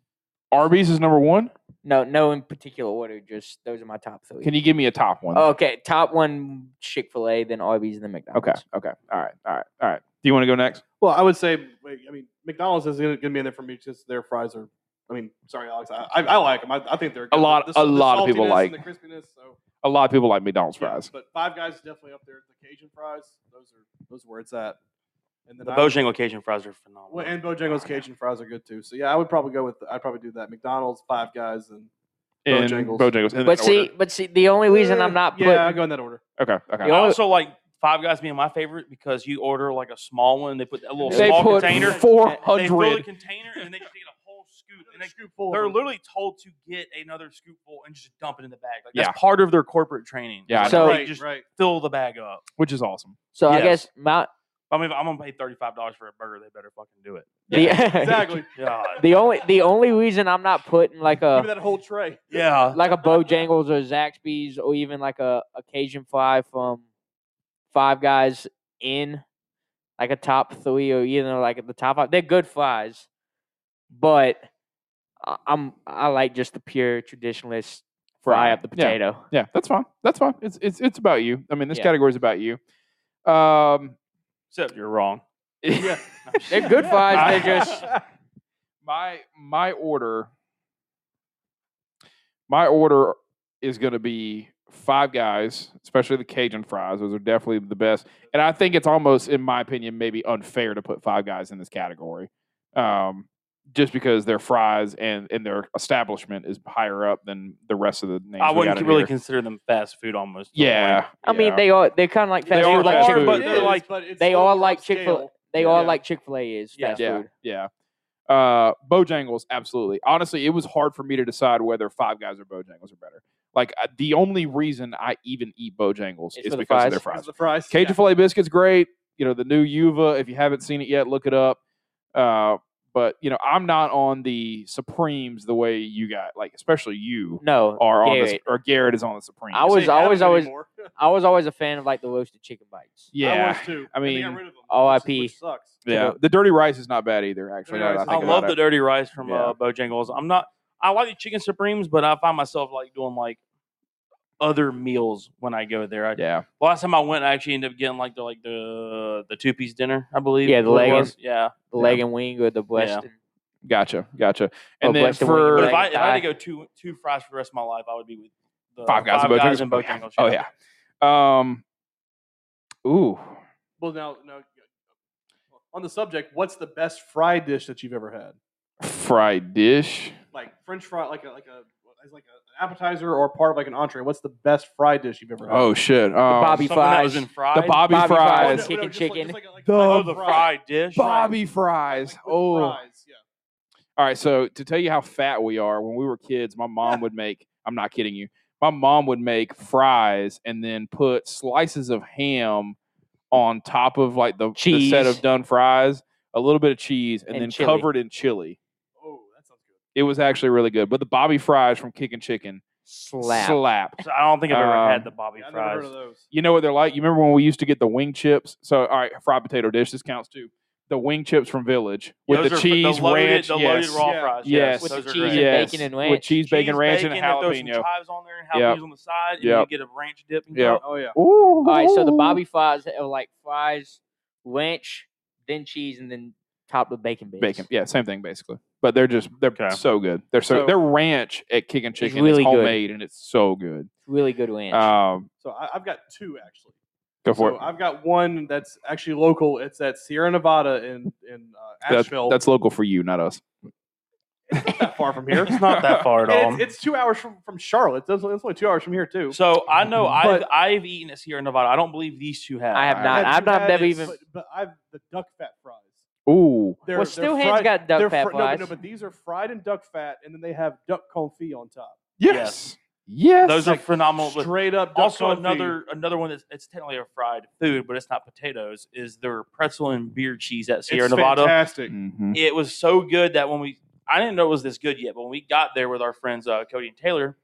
Speaker 3: Arby's is number one.
Speaker 2: No, no, in particular order. Just those are my top three.
Speaker 3: Can you give me a top one?
Speaker 2: Okay, top one Chick Fil A, then Arby's, then McDonald's.
Speaker 3: okay. Okay. All right. All right. All right. Do you want to go next?
Speaker 4: Well, I would say, wait, I mean, McDonald's is going to be in there for me because their fries are. I mean, sorry, Alex. I, I, I like them. I, I think they're good.
Speaker 3: lot-
Speaker 4: The-
Speaker 3: a
Speaker 4: the
Speaker 3: lot of people
Speaker 4: saltiness
Speaker 3: like-
Speaker 4: and the crispiness. So
Speaker 3: A lot of people like McDonald's
Speaker 4: yeah,
Speaker 3: fries.
Speaker 4: but Five Guys is definitely up there. The Cajun fries, those are those are where it's at. And then
Speaker 1: The
Speaker 4: I would-
Speaker 1: Bojangle Cajun fries are phenomenal.
Speaker 4: Well, and Bojangles Cajun fries are good too. So yeah, I would probably go with. I'd probably do that. McDonald's, Five Guys, and
Speaker 3: And
Speaker 4: Bojangles.
Speaker 3: Bojangles. in
Speaker 2: But
Speaker 3: that
Speaker 2: see,
Speaker 3: order.
Speaker 2: but see, the only reason I'm not putting.
Speaker 4: Yeah, I go in that order.
Speaker 3: Okay. Okay.
Speaker 1: I
Speaker 2: Y'all-
Speaker 1: also like Five Guys being my favorite because you order like a small one, they put a little
Speaker 3: They
Speaker 1: small
Speaker 3: put
Speaker 1: container.
Speaker 3: four
Speaker 1: They fill the
Speaker 3: hundred.
Speaker 1: container and they just get a whole scoop and they
Speaker 4: Scoop full of
Speaker 1: They're
Speaker 4: them.
Speaker 1: literally told to get another scoopful and just dump it in the bag. Like
Speaker 3: Yeah.
Speaker 1: that's part of their corporate training.
Speaker 3: Yeah, I
Speaker 1: Like,
Speaker 2: know.
Speaker 1: they
Speaker 4: right,
Speaker 1: just
Speaker 4: right.
Speaker 1: fill the bag up.
Speaker 3: which is awesome.
Speaker 2: so I
Speaker 1: Yes.
Speaker 2: guess my
Speaker 1: I mean, if I'm gonna pay thirty five dollars for a burger. They better fucking do it.
Speaker 2: the,
Speaker 4: Exactly.
Speaker 1: God.
Speaker 2: the only the only reason I'm not putting like
Speaker 4: Give me
Speaker 2: a
Speaker 4: that whole tray.
Speaker 1: yeah.
Speaker 2: like a Bojangles or Zaxby's or even like a, a Cajun fry from Five Guys in like a top three or even like at the top five. They're good fries, but I- I'm I like just the pure traditionalist fry
Speaker 3: Fry.
Speaker 2: up the
Speaker 3: Yeah.
Speaker 2: potato.
Speaker 3: Yeah, that's fine. That's fine. It's it's it's about you. I mean, this
Speaker 2: Yeah.
Speaker 3: category is about you. Um,
Speaker 1: Except you're wrong.
Speaker 4: Yeah.
Speaker 2: They're good fries. They're just
Speaker 3: my my order my order is going to be five guys especially the cajun fries those are definitely the best and i think it's almost in my opinion maybe unfair to put five guys in this category um, just because their fries and and their establishment is higher up than the rest of the names
Speaker 1: I
Speaker 3: we
Speaker 1: wouldn't
Speaker 3: got in
Speaker 1: really
Speaker 3: here.
Speaker 1: consider them fast food almost.
Speaker 3: yeah
Speaker 2: I mean,
Speaker 3: yeah.
Speaker 2: they are. They're kind of like fast
Speaker 3: They are
Speaker 2: food, like
Speaker 3: fast
Speaker 2: Chick
Speaker 3: food.
Speaker 2: Fil
Speaker 1: but
Speaker 4: It
Speaker 1: they're
Speaker 4: is,
Speaker 1: like-
Speaker 4: but it's
Speaker 2: they
Speaker 4: a
Speaker 2: are
Speaker 4: little
Speaker 2: like
Speaker 4: upscale.
Speaker 2: Chick-fil- They
Speaker 4: Yeah.
Speaker 2: are
Speaker 4: Yeah.
Speaker 2: like Chick Fil A is
Speaker 1: Yeah.
Speaker 2: fast
Speaker 3: yeah,
Speaker 2: food.
Speaker 3: Yeah. Uh, Bojangles, absolutely. Honestly, it was hard for me to decide whether Five Guys or Bojangles are better. Like I, the only reason I even eat Bojangles
Speaker 2: It's
Speaker 3: is
Speaker 2: for the
Speaker 3: because
Speaker 2: fries.
Speaker 3: of their
Speaker 4: Because
Speaker 3: fries.
Speaker 4: of the fries.
Speaker 3: Cajun filet biscuits, great. You know the new Yuva. If you haven't seen it yet, look it up. Uh, But you know, I'm not on the Supremes the way you got, like especially you
Speaker 2: No,
Speaker 3: are on the,
Speaker 2: Mm-hmm. Garrett.
Speaker 3: or Garrett is on the Supremes.
Speaker 2: I was
Speaker 4: They have
Speaker 2: always-
Speaker 4: them
Speaker 2: always-
Speaker 4: anymore.
Speaker 2: I was always a fan of like the roasted chicken bites.
Speaker 4: I
Speaker 3: yeah,
Speaker 4: was too.
Speaker 3: I
Speaker 4: And they
Speaker 3: mean,
Speaker 4: got rid of them,
Speaker 2: RIP.
Speaker 4: Which sucks.
Speaker 3: yeah. The dirty rice is not bad either. Actually,
Speaker 4: Dirty
Speaker 3: now
Speaker 4: rice
Speaker 3: that
Speaker 4: is
Speaker 3: I
Speaker 1: I
Speaker 3: think
Speaker 4: good.
Speaker 1: love
Speaker 3: about
Speaker 1: the
Speaker 3: it.
Speaker 1: dirty rice from
Speaker 3: Yeah.
Speaker 1: uh, Bojangles. I'm not. I like the chicken supremes, but I find myself like doing like other meals when I go there. I,
Speaker 3: Yeah,
Speaker 1: Last time I went, I actually ended up getting like the like the the two piece dinner, I believe.
Speaker 2: Yeah, the
Speaker 1: it
Speaker 2: leg and-
Speaker 1: was. Yeah,
Speaker 2: The
Speaker 3: Yeah.
Speaker 2: leg and wing or the breast. and-
Speaker 3: gotcha, gotcha. And
Speaker 2: Oh,
Speaker 3: then
Speaker 2: bless the wing.
Speaker 3: for
Speaker 1: but
Speaker 2: Leg
Speaker 1: if I,
Speaker 2: and
Speaker 1: if I had
Speaker 2: thigh.
Speaker 1: to go two two fries for the rest of my life, I would be with the
Speaker 3: Five Guys
Speaker 1: and
Speaker 3: and Bojangles? Oh, yeah.
Speaker 1: Bojangles,
Speaker 3: oh yeah, um, ooh,
Speaker 4: Well, now, now, on the subject, what's the best fried dish that you've ever had?
Speaker 3: fried dish.
Speaker 4: Like French fry, like a like a as like a, an appetizer or part of like an entree. What's the best fried dish you've ever had?
Speaker 3: Oh shit, um,
Speaker 2: Bobby
Speaker 1: Something that was
Speaker 2: fries.
Speaker 1: in fried.
Speaker 3: the Bobby,
Speaker 2: Bobby
Speaker 4: Oh,
Speaker 2: fries.
Speaker 3: fries,
Speaker 2: chicken, chicken.
Speaker 4: like a- like a-
Speaker 1: Oh,
Speaker 4: like a
Speaker 1: the fried dish.
Speaker 3: Bobby
Speaker 4: Like
Speaker 3: fries.
Speaker 4: with
Speaker 3: Oh,
Speaker 4: fries, yeah.
Speaker 3: All right, so to tell you how fat we are, when we were kids, my mom would make, I'm not kidding you, my mom would make fries and then put slices of ham on top of like the, the set
Speaker 2: Cheese.
Speaker 3: of done fries, a little bit of cheese, and,
Speaker 2: And
Speaker 3: then
Speaker 2: chili.
Speaker 3: covered in chili.
Speaker 4: Oh, that sounds good.
Speaker 3: It was actually really good. But the Bobby fries from Kickin' Chicken
Speaker 2: Slap.
Speaker 3: slapped.
Speaker 1: So I don't think I've ever
Speaker 3: Um,
Speaker 1: had the Bobby
Speaker 4: Yeah, I've never
Speaker 1: fries.
Speaker 4: heard of those.
Speaker 3: You know what they're like? You remember when we used to get the wing chips? So, all right, fried potato dish, this counts too. The wing chips from Village with
Speaker 1: Those
Speaker 3: the
Speaker 1: are fr-
Speaker 3: cheese,
Speaker 1: the loaded,
Speaker 3: ranch,
Speaker 1: the
Speaker 3: yes.
Speaker 1: loaded raw
Speaker 4: Yeah.
Speaker 1: fries.
Speaker 3: Yes.
Speaker 2: With the
Speaker 1: those are
Speaker 2: cheese
Speaker 1: great.
Speaker 2: and
Speaker 3: yes.
Speaker 2: bacon and
Speaker 3: With
Speaker 2: ranch.
Speaker 3: cheese, bacon, ranch, and
Speaker 1: bacon, throw some
Speaker 3: jalapeno.
Speaker 1: chives on there and
Speaker 3: Yep.
Speaker 1: jalapenos on the side, and
Speaker 3: Yep.
Speaker 1: you get a ranch dip. and
Speaker 3: Yep.
Speaker 1: stuff.
Speaker 4: Oh yeah.
Speaker 3: All
Speaker 2: All right, so the Bobby fries are like fries, ranch, then cheese, and then topped with bacon bits.
Speaker 3: bacon. Yeah, same thing basically. But they're just they're
Speaker 1: Okay.
Speaker 3: so good. They're so,
Speaker 4: So-
Speaker 3: their ranch at Kickin' Chicken
Speaker 2: really
Speaker 3: is
Speaker 2: good.
Speaker 3: homemade and it's so good.
Speaker 2: Really good ranch.
Speaker 3: Um,
Speaker 4: So I, I've got two actually.
Speaker 3: go for
Speaker 4: so
Speaker 3: it.
Speaker 4: I've got one that's actually local. It's at Sierra Nevada in in uh,
Speaker 3: That's,
Speaker 4: Asheville.
Speaker 3: that's local for you, not us.
Speaker 4: not that far from here.
Speaker 1: It's not that far at all.
Speaker 4: And It's, it's two hours from, from Charlotte. That's, that's only two hours from here too.
Speaker 1: so I know I've
Speaker 4: But-
Speaker 1: I've eaten at Sierra Nevada. I don't believe these two have.
Speaker 2: I have
Speaker 3: I
Speaker 2: not.
Speaker 4: Have
Speaker 2: I've
Speaker 4: you
Speaker 2: not
Speaker 4: had
Speaker 2: never
Speaker 4: it?
Speaker 2: even.
Speaker 4: But, but I've the duck fat fries.
Speaker 3: Ooh,
Speaker 4: They're,
Speaker 2: Well,
Speaker 4: they're
Speaker 2: still hands
Speaker 4: fried-
Speaker 2: got
Speaker 4: they're
Speaker 2: duck fat
Speaker 4: fr- no, but
Speaker 2: fries.
Speaker 4: no, but these are fried in duck fat, and then they have duck confit on top.
Speaker 3: yes, yes.
Speaker 1: Those are
Speaker 4: like
Speaker 1: phenomenal. with-
Speaker 4: Straight up. Duck
Speaker 1: also,
Speaker 4: confit.
Speaker 1: another another one that's it's technically a fried food, but it's not potatoes. Is their pretzel and beer cheese at Sierra
Speaker 4: it's
Speaker 1: Nevada? Mm.
Speaker 4: Fantastic.
Speaker 3: Mhm.
Speaker 1: It was so good that when we I didn't know it was this good yet, but when we got there with our friends uh, Cody and Taylor,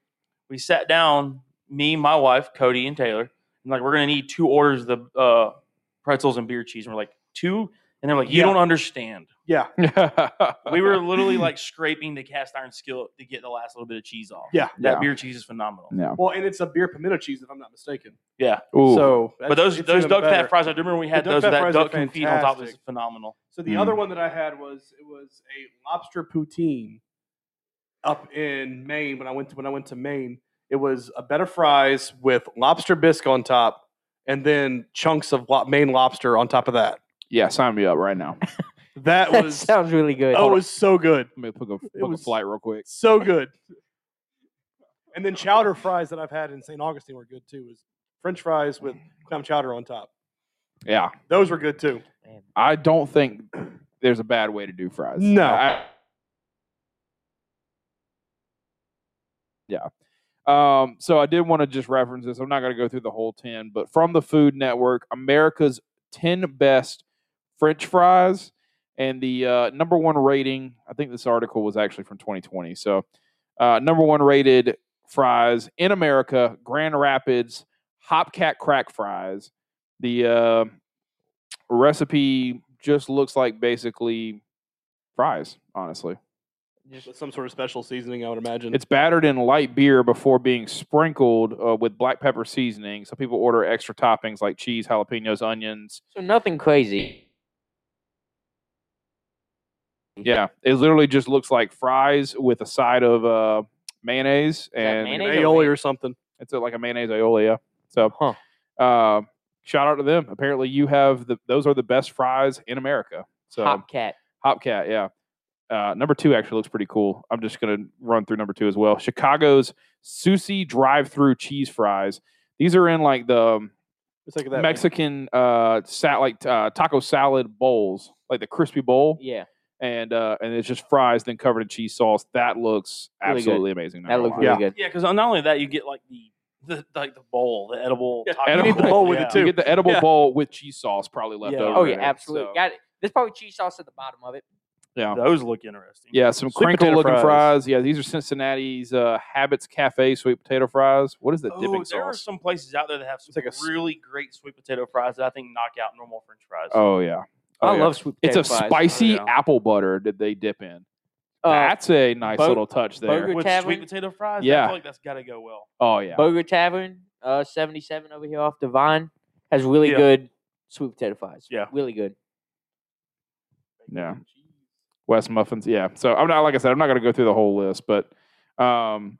Speaker 1: we sat down, me, my wife, Cody, and Taylor, and like we're gonna need two orders of the uh, pretzels and beer cheese, and we're like two, and they're like, you
Speaker 4: Yeah.
Speaker 1: don't understand.
Speaker 4: Yeah.
Speaker 1: We were literally like scraping the cast iron skillet to get the last little bit of cheese off.
Speaker 4: Yeah.
Speaker 1: That
Speaker 3: Yeah.
Speaker 1: beer cheese is phenomenal.
Speaker 3: no.
Speaker 4: Well, and it's a beer pimento cheese, if I'm not mistaken.
Speaker 1: Yeah.
Speaker 3: Ooh.
Speaker 4: So,
Speaker 1: But those
Speaker 4: it's
Speaker 1: those
Speaker 4: even
Speaker 1: duck
Speaker 4: better.
Speaker 1: fat fries, I do remember we had
Speaker 4: The duck
Speaker 1: those.
Speaker 4: fat
Speaker 1: That
Speaker 4: fries are
Speaker 1: duck confit on top is
Speaker 4: fantastic.
Speaker 1: phenomenal.
Speaker 4: So the
Speaker 3: Mm.
Speaker 4: other one that I had was it was a lobster poutine up in Maine when I went to when I went to Maine. It was a bed of fries with lobster bisque on top, and then chunks of lo- Maine lobster on top of that.
Speaker 3: yeah, sign me up right now.
Speaker 4: That
Speaker 2: that
Speaker 4: was
Speaker 2: sounds really good.
Speaker 4: oh, it was so good,
Speaker 3: Let me book a, book
Speaker 4: was-
Speaker 3: a flight real quick.
Speaker 4: so good. And then chowder fries that I've had in St. Augustine were good too. It was French fries with clam chowder on top.
Speaker 3: Yeah,
Speaker 4: Those were good too.
Speaker 2: Man.
Speaker 3: I don't think there's a bad way to do fries.
Speaker 4: No.
Speaker 3: I- yeah. Um, so I did want to just reference this. I'm not going to go through the whole 10, but from the Food Network, America's 10 best French fries and the uh, number one rating. I think this article was actually from 2020. So, uh, number one rated fries in America, Grand Rapids, Hopcat Crack Fries. The uh, recipe just looks like basically fries, honestly.
Speaker 2: Just
Speaker 4: With some sort of special seasoning, I would imagine.
Speaker 3: It's battered in light beer before being sprinkled uh, with black pepper seasoning. So people order extra toppings like cheese, jalapenos, onions.
Speaker 2: so nothing crazy.
Speaker 3: Yeah, it literally just looks like fries with a side of uh, mayonnaise and
Speaker 2: mayonnaise?
Speaker 4: Like an aioli or something.
Speaker 3: it's a, like a mayonnaise aioli. Yeah. So
Speaker 2: Huh.
Speaker 3: uh, shout out to them. Apparently, you have the those are the best fries in America. So
Speaker 2: Hopcat.
Speaker 3: Hopcat, yeah. Uh, number two actually looks pretty cool. I'm just gonna run through number two as well. Chicago's Sushi drive-through cheese fries. These are in like the
Speaker 4: It's like that one.
Speaker 3: Mexican uh, sat like uh, taco salad bowls, like the crispy bowl,
Speaker 2: Yeah.
Speaker 3: and uh, and it's just fries then covered in cheese sauce. That looks
Speaker 2: Really good.
Speaker 3: absolutely amazing. not
Speaker 2: That
Speaker 3: gonna
Speaker 2: looks
Speaker 3: lie.
Speaker 2: really
Speaker 4: Yeah.
Speaker 2: good.
Speaker 1: Yeah, because not only that, you get like the, the like the bowl, the edible.
Speaker 4: Yeah,
Speaker 1: taco
Speaker 3: you need the
Speaker 4: bowl with it,
Speaker 3: So you
Speaker 4: too.
Speaker 3: get the edible
Speaker 4: Yeah.
Speaker 3: bowl with cheese sauce probably left
Speaker 1: Yeah.
Speaker 3: over.
Speaker 2: Oh
Speaker 3: in
Speaker 2: yeah,
Speaker 3: it,
Speaker 2: absolutely.
Speaker 3: so-
Speaker 2: Got it. There's probably cheese sauce at the bottom of it.
Speaker 3: Yeah.
Speaker 1: Those look interesting.
Speaker 3: Yeah, some
Speaker 1: Sweet
Speaker 3: crinkle
Speaker 1: potato
Speaker 3: looking fries.
Speaker 1: fries.
Speaker 3: Yeah, these are Cincinnati's uh, Habits Cafe sweet potato fries. What is the
Speaker 1: Oh,
Speaker 3: dipping
Speaker 1: there are
Speaker 3: sauce?
Speaker 1: some places out there that have some
Speaker 3: It's like a s-
Speaker 1: really great sweet potato fries that I think knock out normal French fries.
Speaker 3: Oh yeah, Oh,
Speaker 2: I
Speaker 3: yeah.
Speaker 2: love sweet
Speaker 3: It's
Speaker 2: potato
Speaker 3: a
Speaker 2: fries.
Speaker 3: spicy
Speaker 1: Oh, yeah.
Speaker 3: apple butter that they dip in.
Speaker 2: Uh,
Speaker 3: That's a nice
Speaker 2: Bo-
Speaker 3: little touch there.
Speaker 2: Burger
Speaker 1: With
Speaker 2: Tavern?
Speaker 1: sweet potato fries, I
Speaker 3: Yeah.
Speaker 1: feel like that's got to go well.
Speaker 3: Oh yeah,
Speaker 2: Burger Tavern, uh, 77 over here off Divine, has really
Speaker 1: Yeah.
Speaker 2: good sweet potato fries.
Speaker 1: Yeah.
Speaker 2: Really good.
Speaker 3: Yeah. West muffins. Yeah. So I'm not like I said, I'm not going to go through the whole list, but um,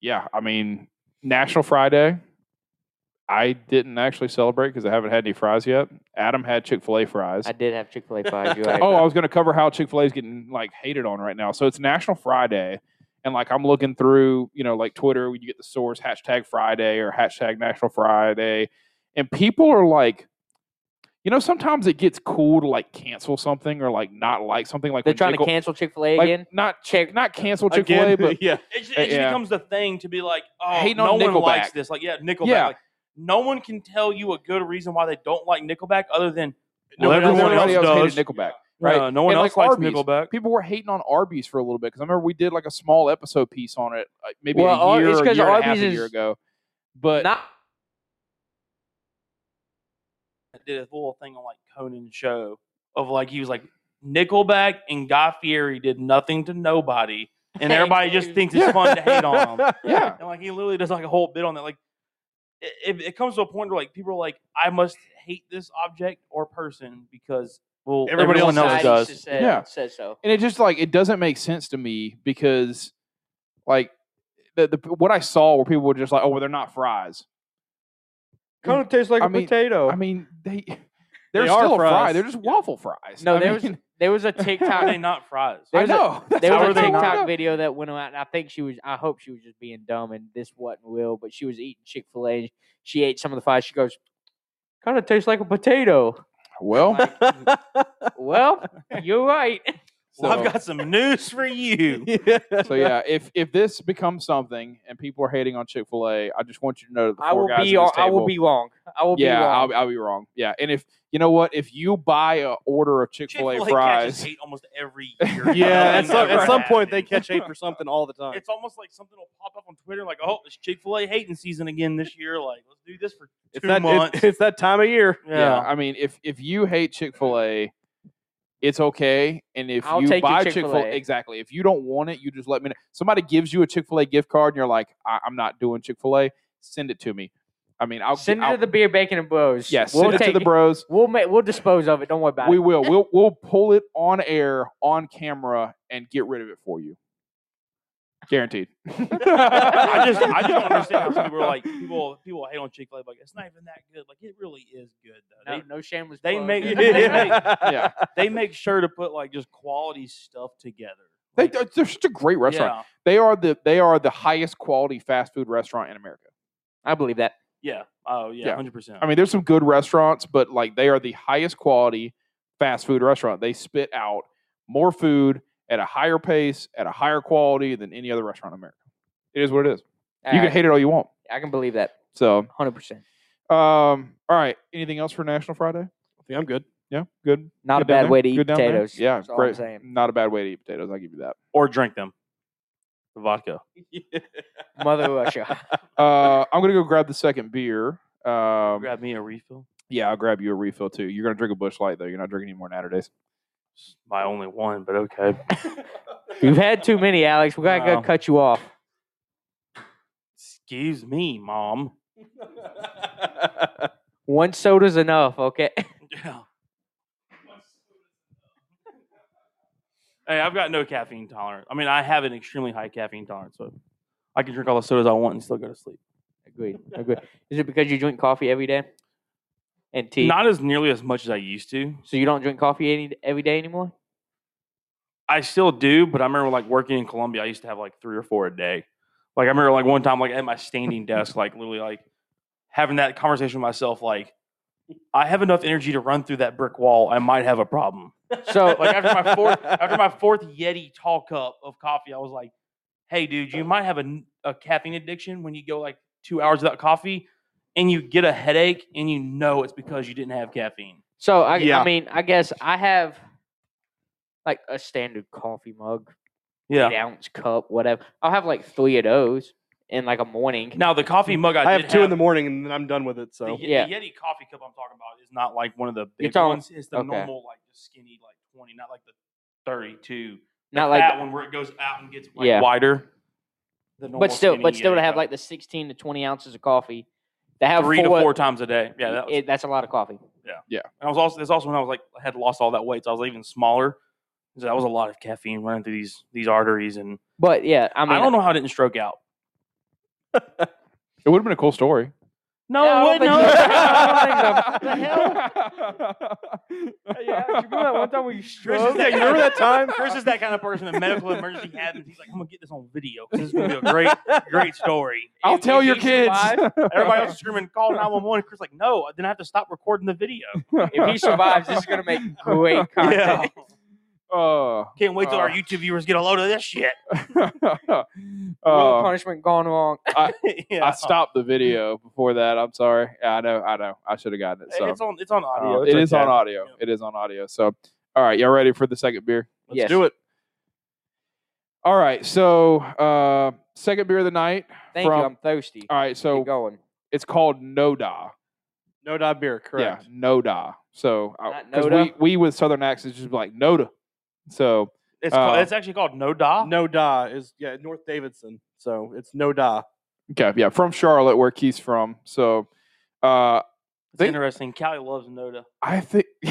Speaker 3: yeah, I mean National Friday. I didn't actually celebrate because I haven't had any fries yet. Adam had Chick Fil A fries.
Speaker 2: I did have Chick fil A fries. You're right.
Speaker 3: Oh, I was going to cover how Chick Fil A is getting like hated on right now. So it's National Friday, and like I'm looking through, you know, like Twitter when you get the source hashtag Friday or hashtag National Friday, and people are like, you know, sometimes it gets cool to like cancel something or like not like something. Like
Speaker 2: They're
Speaker 3: when
Speaker 2: trying
Speaker 3: Chick-fil-
Speaker 2: to cancel Chick fil A
Speaker 3: like,
Speaker 2: again.
Speaker 3: Not
Speaker 2: Chick-
Speaker 3: Chick, not cancel Chick Fil A, but
Speaker 4: yeah.
Speaker 1: It, ju- it
Speaker 3: Uh,
Speaker 1: just
Speaker 3: yeah.
Speaker 1: becomes the thing to be like, oh,
Speaker 3: Hating
Speaker 1: no
Speaker 3: on
Speaker 1: one likes
Speaker 3: Nickelback.
Speaker 1: this. Like, yeah, Nickelback.
Speaker 3: Yeah.
Speaker 1: Like, no one can tell you a good reason why they don't like Nickelback other than
Speaker 3: no,
Speaker 1: well, everyone
Speaker 3: everybody
Speaker 1: else does.
Speaker 3: hated Nickelback.
Speaker 1: right.
Speaker 3: right.
Speaker 1: no one
Speaker 3: And,
Speaker 1: else
Speaker 3: like,
Speaker 1: likes
Speaker 3: Arby's.
Speaker 1: Nickelback.
Speaker 3: People were hating on Arby's for a little bit because I remember we did like a small episode piece on it, like maybe
Speaker 2: Well,
Speaker 3: a
Speaker 2: Ar-
Speaker 3: year,
Speaker 2: it's
Speaker 3: or a
Speaker 2: 'cause
Speaker 3: year and a half,
Speaker 2: Arby's
Speaker 3: a year
Speaker 2: is
Speaker 3: ago. But
Speaker 2: Not
Speaker 1: I did a little thing on like Conan's show of like he was like Nickelback and Guy Fieri did nothing to nobody, and everybody just thinks it's fun to hate on them.
Speaker 3: yeah,
Speaker 1: And like he literally does like a whole bit on that. Like it, it, it comes to a point where like people are like, I must hate this object or person because well
Speaker 4: Everybody
Speaker 1: everyone else
Speaker 2: society
Speaker 4: else
Speaker 1: does.
Speaker 2: s- Said,
Speaker 3: Yeah.
Speaker 2: Says so.
Speaker 3: and it just like it doesn't make sense to me because like the, the what I saw where people were just like, oh, well, they're not fries.
Speaker 5: Kind of tastes like
Speaker 3: I
Speaker 5: a
Speaker 3: mean-
Speaker 2: Oh.
Speaker 5: potato.
Speaker 3: I mean, they they're
Speaker 5: They are
Speaker 3: still a fry.
Speaker 5: fries.
Speaker 3: They're just waffle fries.
Speaker 2: No,
Speaker 3: I
Speaker 2: there was-
Speaker 3: mean,
Speaker 2: There was a
Speaker 1: How are they
Speaker 2: TikTok.
Speaker 1: not fries?
Speaker 3: I
Speaker 2: there's a-
Speaker 3: know. That's
Speaker 2: There
Speaker 3: how
Speaker 2: was a
Speaker 3: they
Speaker 1: were not.
Speaker 2: TikTok video that went around. And I think she was. I hope she was just being dumb, and this wasn't real. But she was eating Chick Fil A. She ate some of the fries. She goes, "Kind of tastes like a potato."
Speaker 3: Well,
Speaker 2: well, you're right.
Speaker 1: Well, I've
Speaker 3: so-
Speaker 1: got some news for you.
Speaker 3: so yeah, if if this becomes something and people are hating on Chick Fil A, I just want you to know that the
Speaker 2: I
Speaker 3: four
Speaker 2: will
Speaker 3: guys
Speaker 2: be.
Speaker 3: at
Speaker 2: wrong-
Speaker 3: this
Speaker 2: I will
Speaker 3: table-
Speaker 2: be wrong. I will
Speaker 3: yeah,
Speaker 2: be wrong.
Speaker 3: I'll, I'll be wrong. Yeah, and if you know what, if you buy a order of Chick Fil A
Speaker 1: Chick-fil-A catches
Speaker 3: fries,
Speaker 1: hate almost every year.
Speaker 5: yeah, at
Speaker 1: Nothing
Speaker 5: some,
Speaker 1: ever
Speaker 5: at some point they
Speaker 1: happens.
Speaker 5: catch hate for something all the
Speaker 4: Uh,
Speaker 5: time.
Speaker 1: It's almost like something will pop up on Twitter, like, "Oh, it's Chick Fil A hating season again this year. Like, let's do this for
Speaker 5: It's
Speaker 1: two
Speaker 5: that,
Speaker 1: months."
Speaker 5: it, it's that time of year.
Speaker 3: yeah.
Speaker 1: yeah,
Speaker 3: I mean, if if you hate Chick Fil A, it's okay. And if
Speaker 2: I'll
Speaker 3: you
Speaker 2: take your
Speaker 3: buy Chick
Speaker 2: Chick-fil-A.
Speaker 3: Fil A, exactly. If you don't want it, you just let me know. Somebody gives you a Chick Fil A gift card, and you're like, I- I'm not doing Chick Fil A. Send it to me. I mean, I'll
Speaker 2: Send
Speaker 3: I'll,
Speaker 2: it to the beer, bacon, and bros.
Speaker 3: yes,
Speaker 2: we'll
Speaker 3: send it to
Speaker 2: take
Speaker 3: the bros.
Speaker 2: We'll make. We'll dispose of it. Don't worry about
Speaker 3: We
Speaker 2: it.
Speaker 3: will. We'll we'll pull it on air, on camera, and get rid of it for you. Guaranteed.
Speaker 1: I
Speaker 3: I
Speaker 1: just, I just don't understand how people are like, people, people hate on Chick Fil A, like, it's not even that good. Like, it really is good though.
Speaker 2: No, no shameless.
Speaker 1: They
Speaker 2: plug.
Speaker 1: make-
Speaker 3: Yeah,
Speaker 1: They, they make sure to put like just quality stuff together.
Speaker 3: they,
Speaker 1: Like,
Speaker 3: they're they're such a great restaurant.
Speaker 1: Yeah,
Speaker 3: They are the they are the highest quality fast food restaurant in America.
Speaker 2: I believe that.
Speaker 1: yeah, oh yeah,
Speaker 3: Yeah.
Speaker 1: hundred percent.
Speaker 3: I mean, there's some good restaurants, but like they are the highest quality fast food restaurant. They spit out more food at a higher pace, at a higher quality than any other restaurant in America. It is what it is. you can
Speaker 2: Alright,
Speaker 3: hate it all you want.
Speaker 2: I can believe that.
Speaker 3: So, um,
Speaker 2: Hundred percent.
Speaker 3: all right. Anything else for National Friday?
Speaker 5: I think I'm good.
Speaker 3: Yeah, good.
Speaker 2: Not a
Speaker 3: good down
Speaker 2: bad
Speaker 3: there?
Speaker 2: way to eat
Speaker 3: Good down there?
Speaker 2: potatoes.
Speaker 3: Yeah,
Speaker 2: That's all I'm
Speaker 3: great.
Speaker 2: saying.
Speaker 3: Not a bad way to eat potatoes. I'll give you that.
Speaker 1: or drink them, the vodka.
Speaker 2: Mother Russia.
Speaker 3: Uh, I'm gonna go grab the second beer. Um,
Speaker 1: Grab me a refill.
Speaker 3: yeah, I'll grab you a refill too. You're gonna drink a bush light though. You're not drinking any more Natterdays.
Speaker 1: It's my only one, but okay.
Speaker 2: You've had too many, Alex. We're gonna
Speaker 1: Wow.
Speaker 2: go cut you off.
Speaker 1: Excuse me, mom.
Speaker 2: One soda's enough. Okay.
Speaker 1: Yeah. Hey, I've got no caffeine tolerance. I mean, I have an extremely high caffeine tolerance, so I can drink all the sodas I want and still go to sleep.
Speaker 2: Agreed. Agreed. Is it because you drink coffee every day? And tea.
Speaker 1: Not as nearly as much as I used to.
Speaker 2: so you don't drink coffee any every day anymore?
Speaker 1: I still do, but I remember like working in Colombia, I used to have like three or four a day. Like I remember like one time, like at my standing desk, like literally like having that conversation with myself, like I have enough energy to run through that brick wall. I might have a problem.
Speaker 2: So
Speaker 1: Like after my fourth after my fourth Yeti talk up of coffee, I was like, "Hey, dude, you might have a, n- a caffeine addiction when you go like two hours without coffee, and you get a headache, and you know it's because you didn't have caffeine."
Speaker 2: So I,
Speaker 5: Yeah.
Speaker 2: I mean, I guess I have. like a standard coffee mug,
Speaker 1: Yeah.
Speaker 2: eight ounce cup, whatever. I'll have like three of those in like a morning.
Speaker 1: Now the coffee mug I,
Speaker 5: Hmm. I have
Speaker 1: did
Speaker 5: two in the morning and then I'm done with it. So
Speaker 1: the, Ye-
Speaker 2: Yeah.
Speaker 1: the Yeti coffee cup I'm talking about is not like one of the big
Speaker 2: talking-
Speaker 1: ones. It's the
Speaker 2: okay.
Speaker 1: normal like the skinny like twenty, not like the thirty-two.
Speaker 2: Not like,
Speaker 1: that one where it goes out and gets like,
Speaker 2: Yeah.
Speaker 1: wider. The normal
Speaker 2: but still, but
Speaker 1: skinny
Speaker 2: still to
Speaker 1: Yeti
Speaker 2: have
Speaker 1: cup.
Speaker 2: like the sixteen to twenty ounces of coffee. To have
Speaker 1: three to
Speaker 2: four,
Speaker 1: four times a day. Yeah, that was,
Speaker 2: it- that's a lot of coffee.
Speaker 1: and I was also that's also when I was like I had lost all that weight, so I was even smaller. So that was a lot of caffeine running through these these arteries, and
Speaker 2: But yeah, I
Speaker 1: I,
Speaker 2: mean,
Speaker 1: don't know how I didn't stroke out.
Speaker 3: It would have been a cool story.
Speaker 1: No,
Speaker 2: Yeah, I
Speaker 1: it
Speaker 2: don't
Speaker 1: wouldn't. No, I
Speaker 2: think so. What the hell? Yeah, you remember that one time
Speaker 3: we
Speaker 1: Chris is that,
Speaker 5: you remember that time?
Speaker 1: Chris is that kind of person. A medical emergency happens. He's like, I'm gonna get this on video. 'cause This is gonna be a great, great story.
Speaker 3: I'll
Speaker 1: And
Speaker 3: tell
Speaker 1: if
Speaker 3: your
Speaker 1: he
Speaker 3: kids.
Speaker 1: survived, Everybody else is screaming, call 911. Chris like, no, then I have to stop recording the video.
Speaker 2: if he survives, this is gonna make great content.
Speaker 3: Uh,
Speaker 1: Can't wait till our
Speaker 3: Uh.
Speaker 1: YouTube viewers get a load of this shit.
Speaker 2: Royal
Speaker 3: uh,
Speaker 2: punishment gone wrong.
Speaker 1: yeah.
Speaker 3: I stopped the video before that. I'm sorry. Yeah, I know. I know. I should have gotten it. So
Speaker 1: It's on. It's on audio.
Speaker 3: uh,
Speaker 1: It's
Speaker 3: it is
Speaker 1: okay.
Speaker 3: on audio.
Speaker 1: Yep.
Speaker 3: It is on audio. So, all right, y'all ready for the second beer?
Speaker 5: let's
Speaker 2: yes.
Speaker 5: do it.
Speaker 3: All right. So, uh, second beer of the night.
Speaker 2: Thank
Speaker 3: from-
Speaker 2: you. I'm thirsty.
Speaker 3: All right.
Speaker 2: Keep
Speaker 3: So
Speaker 2: going.
Speaker 3: it's called Noda.
Speaker 5: No dot beer, correct.
Speaker 3: Yeah, Noda. So uh,
Speaker 2: Not
Speaker 3: 'cause
Speaker 2: Noda?
Speaker 3: we we with southern accents just be like Noda. So
Speaker 1: It's, called,
Speaker 3: Uh,
Speaker 1: it's actually called No Da.
Speaker 5: No da is yeah, North Davidson. So it's no da.
Speaker 3: okay, yeah, from Charlotte where Keith's from. So uh,
Speaker 1: It's
Speaker 3: think-
Speaker 1: interesting. Callie loves Noda.
Speaker 3: I think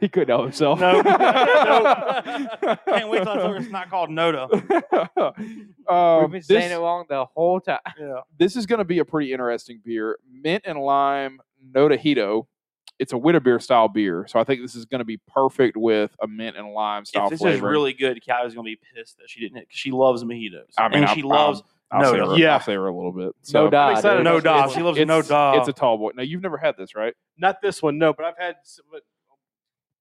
Speaker 3: he couldn't help himself.
Speaker 1: No. No. Can't wait till I tell her it's not called Noda.
Speaker 3: Um,
Speaker 2: We've been saying
Speaker 3: this,
Speaker 2: it wrong the whole time.
Speaker 1: Yeah.
Speaker 3: this is going to be a pretty interesting beer. Mint and lime Noda Hito. It's a Witterbeer style beer, so I think this is going to be perfect with a mint and lime style
Speaker 1: If this is
Speaker 3: flavoring.
Speaker 1: really good, Callie's gonna be pissed that she didn't hit 'cause she loves mojitos.
Speaker 3: I mean,
Speaker 1: and
Speaker 3: I'm-
Speaker 1: she
Speaker 3: I'm-
Speaker 1: loves
Speaker 3: I'll say
Speaker 1: Noda.
Speaker 3: her-
Speaker 5: Yeah.
Speaker 3: I'll say her a little bit. So,
Speaker 2: No dog.
Speaker 5: excited.
Speaker 1: No
Speaker 5: it's-
Speaker 1: Da.
Speaker 5: it's-
Speaker 1: She loves No Da.
Speaker 3: It's a tall boy. Now you've never had this, right?
Speaker 5: Not this one, no, but I've had s- but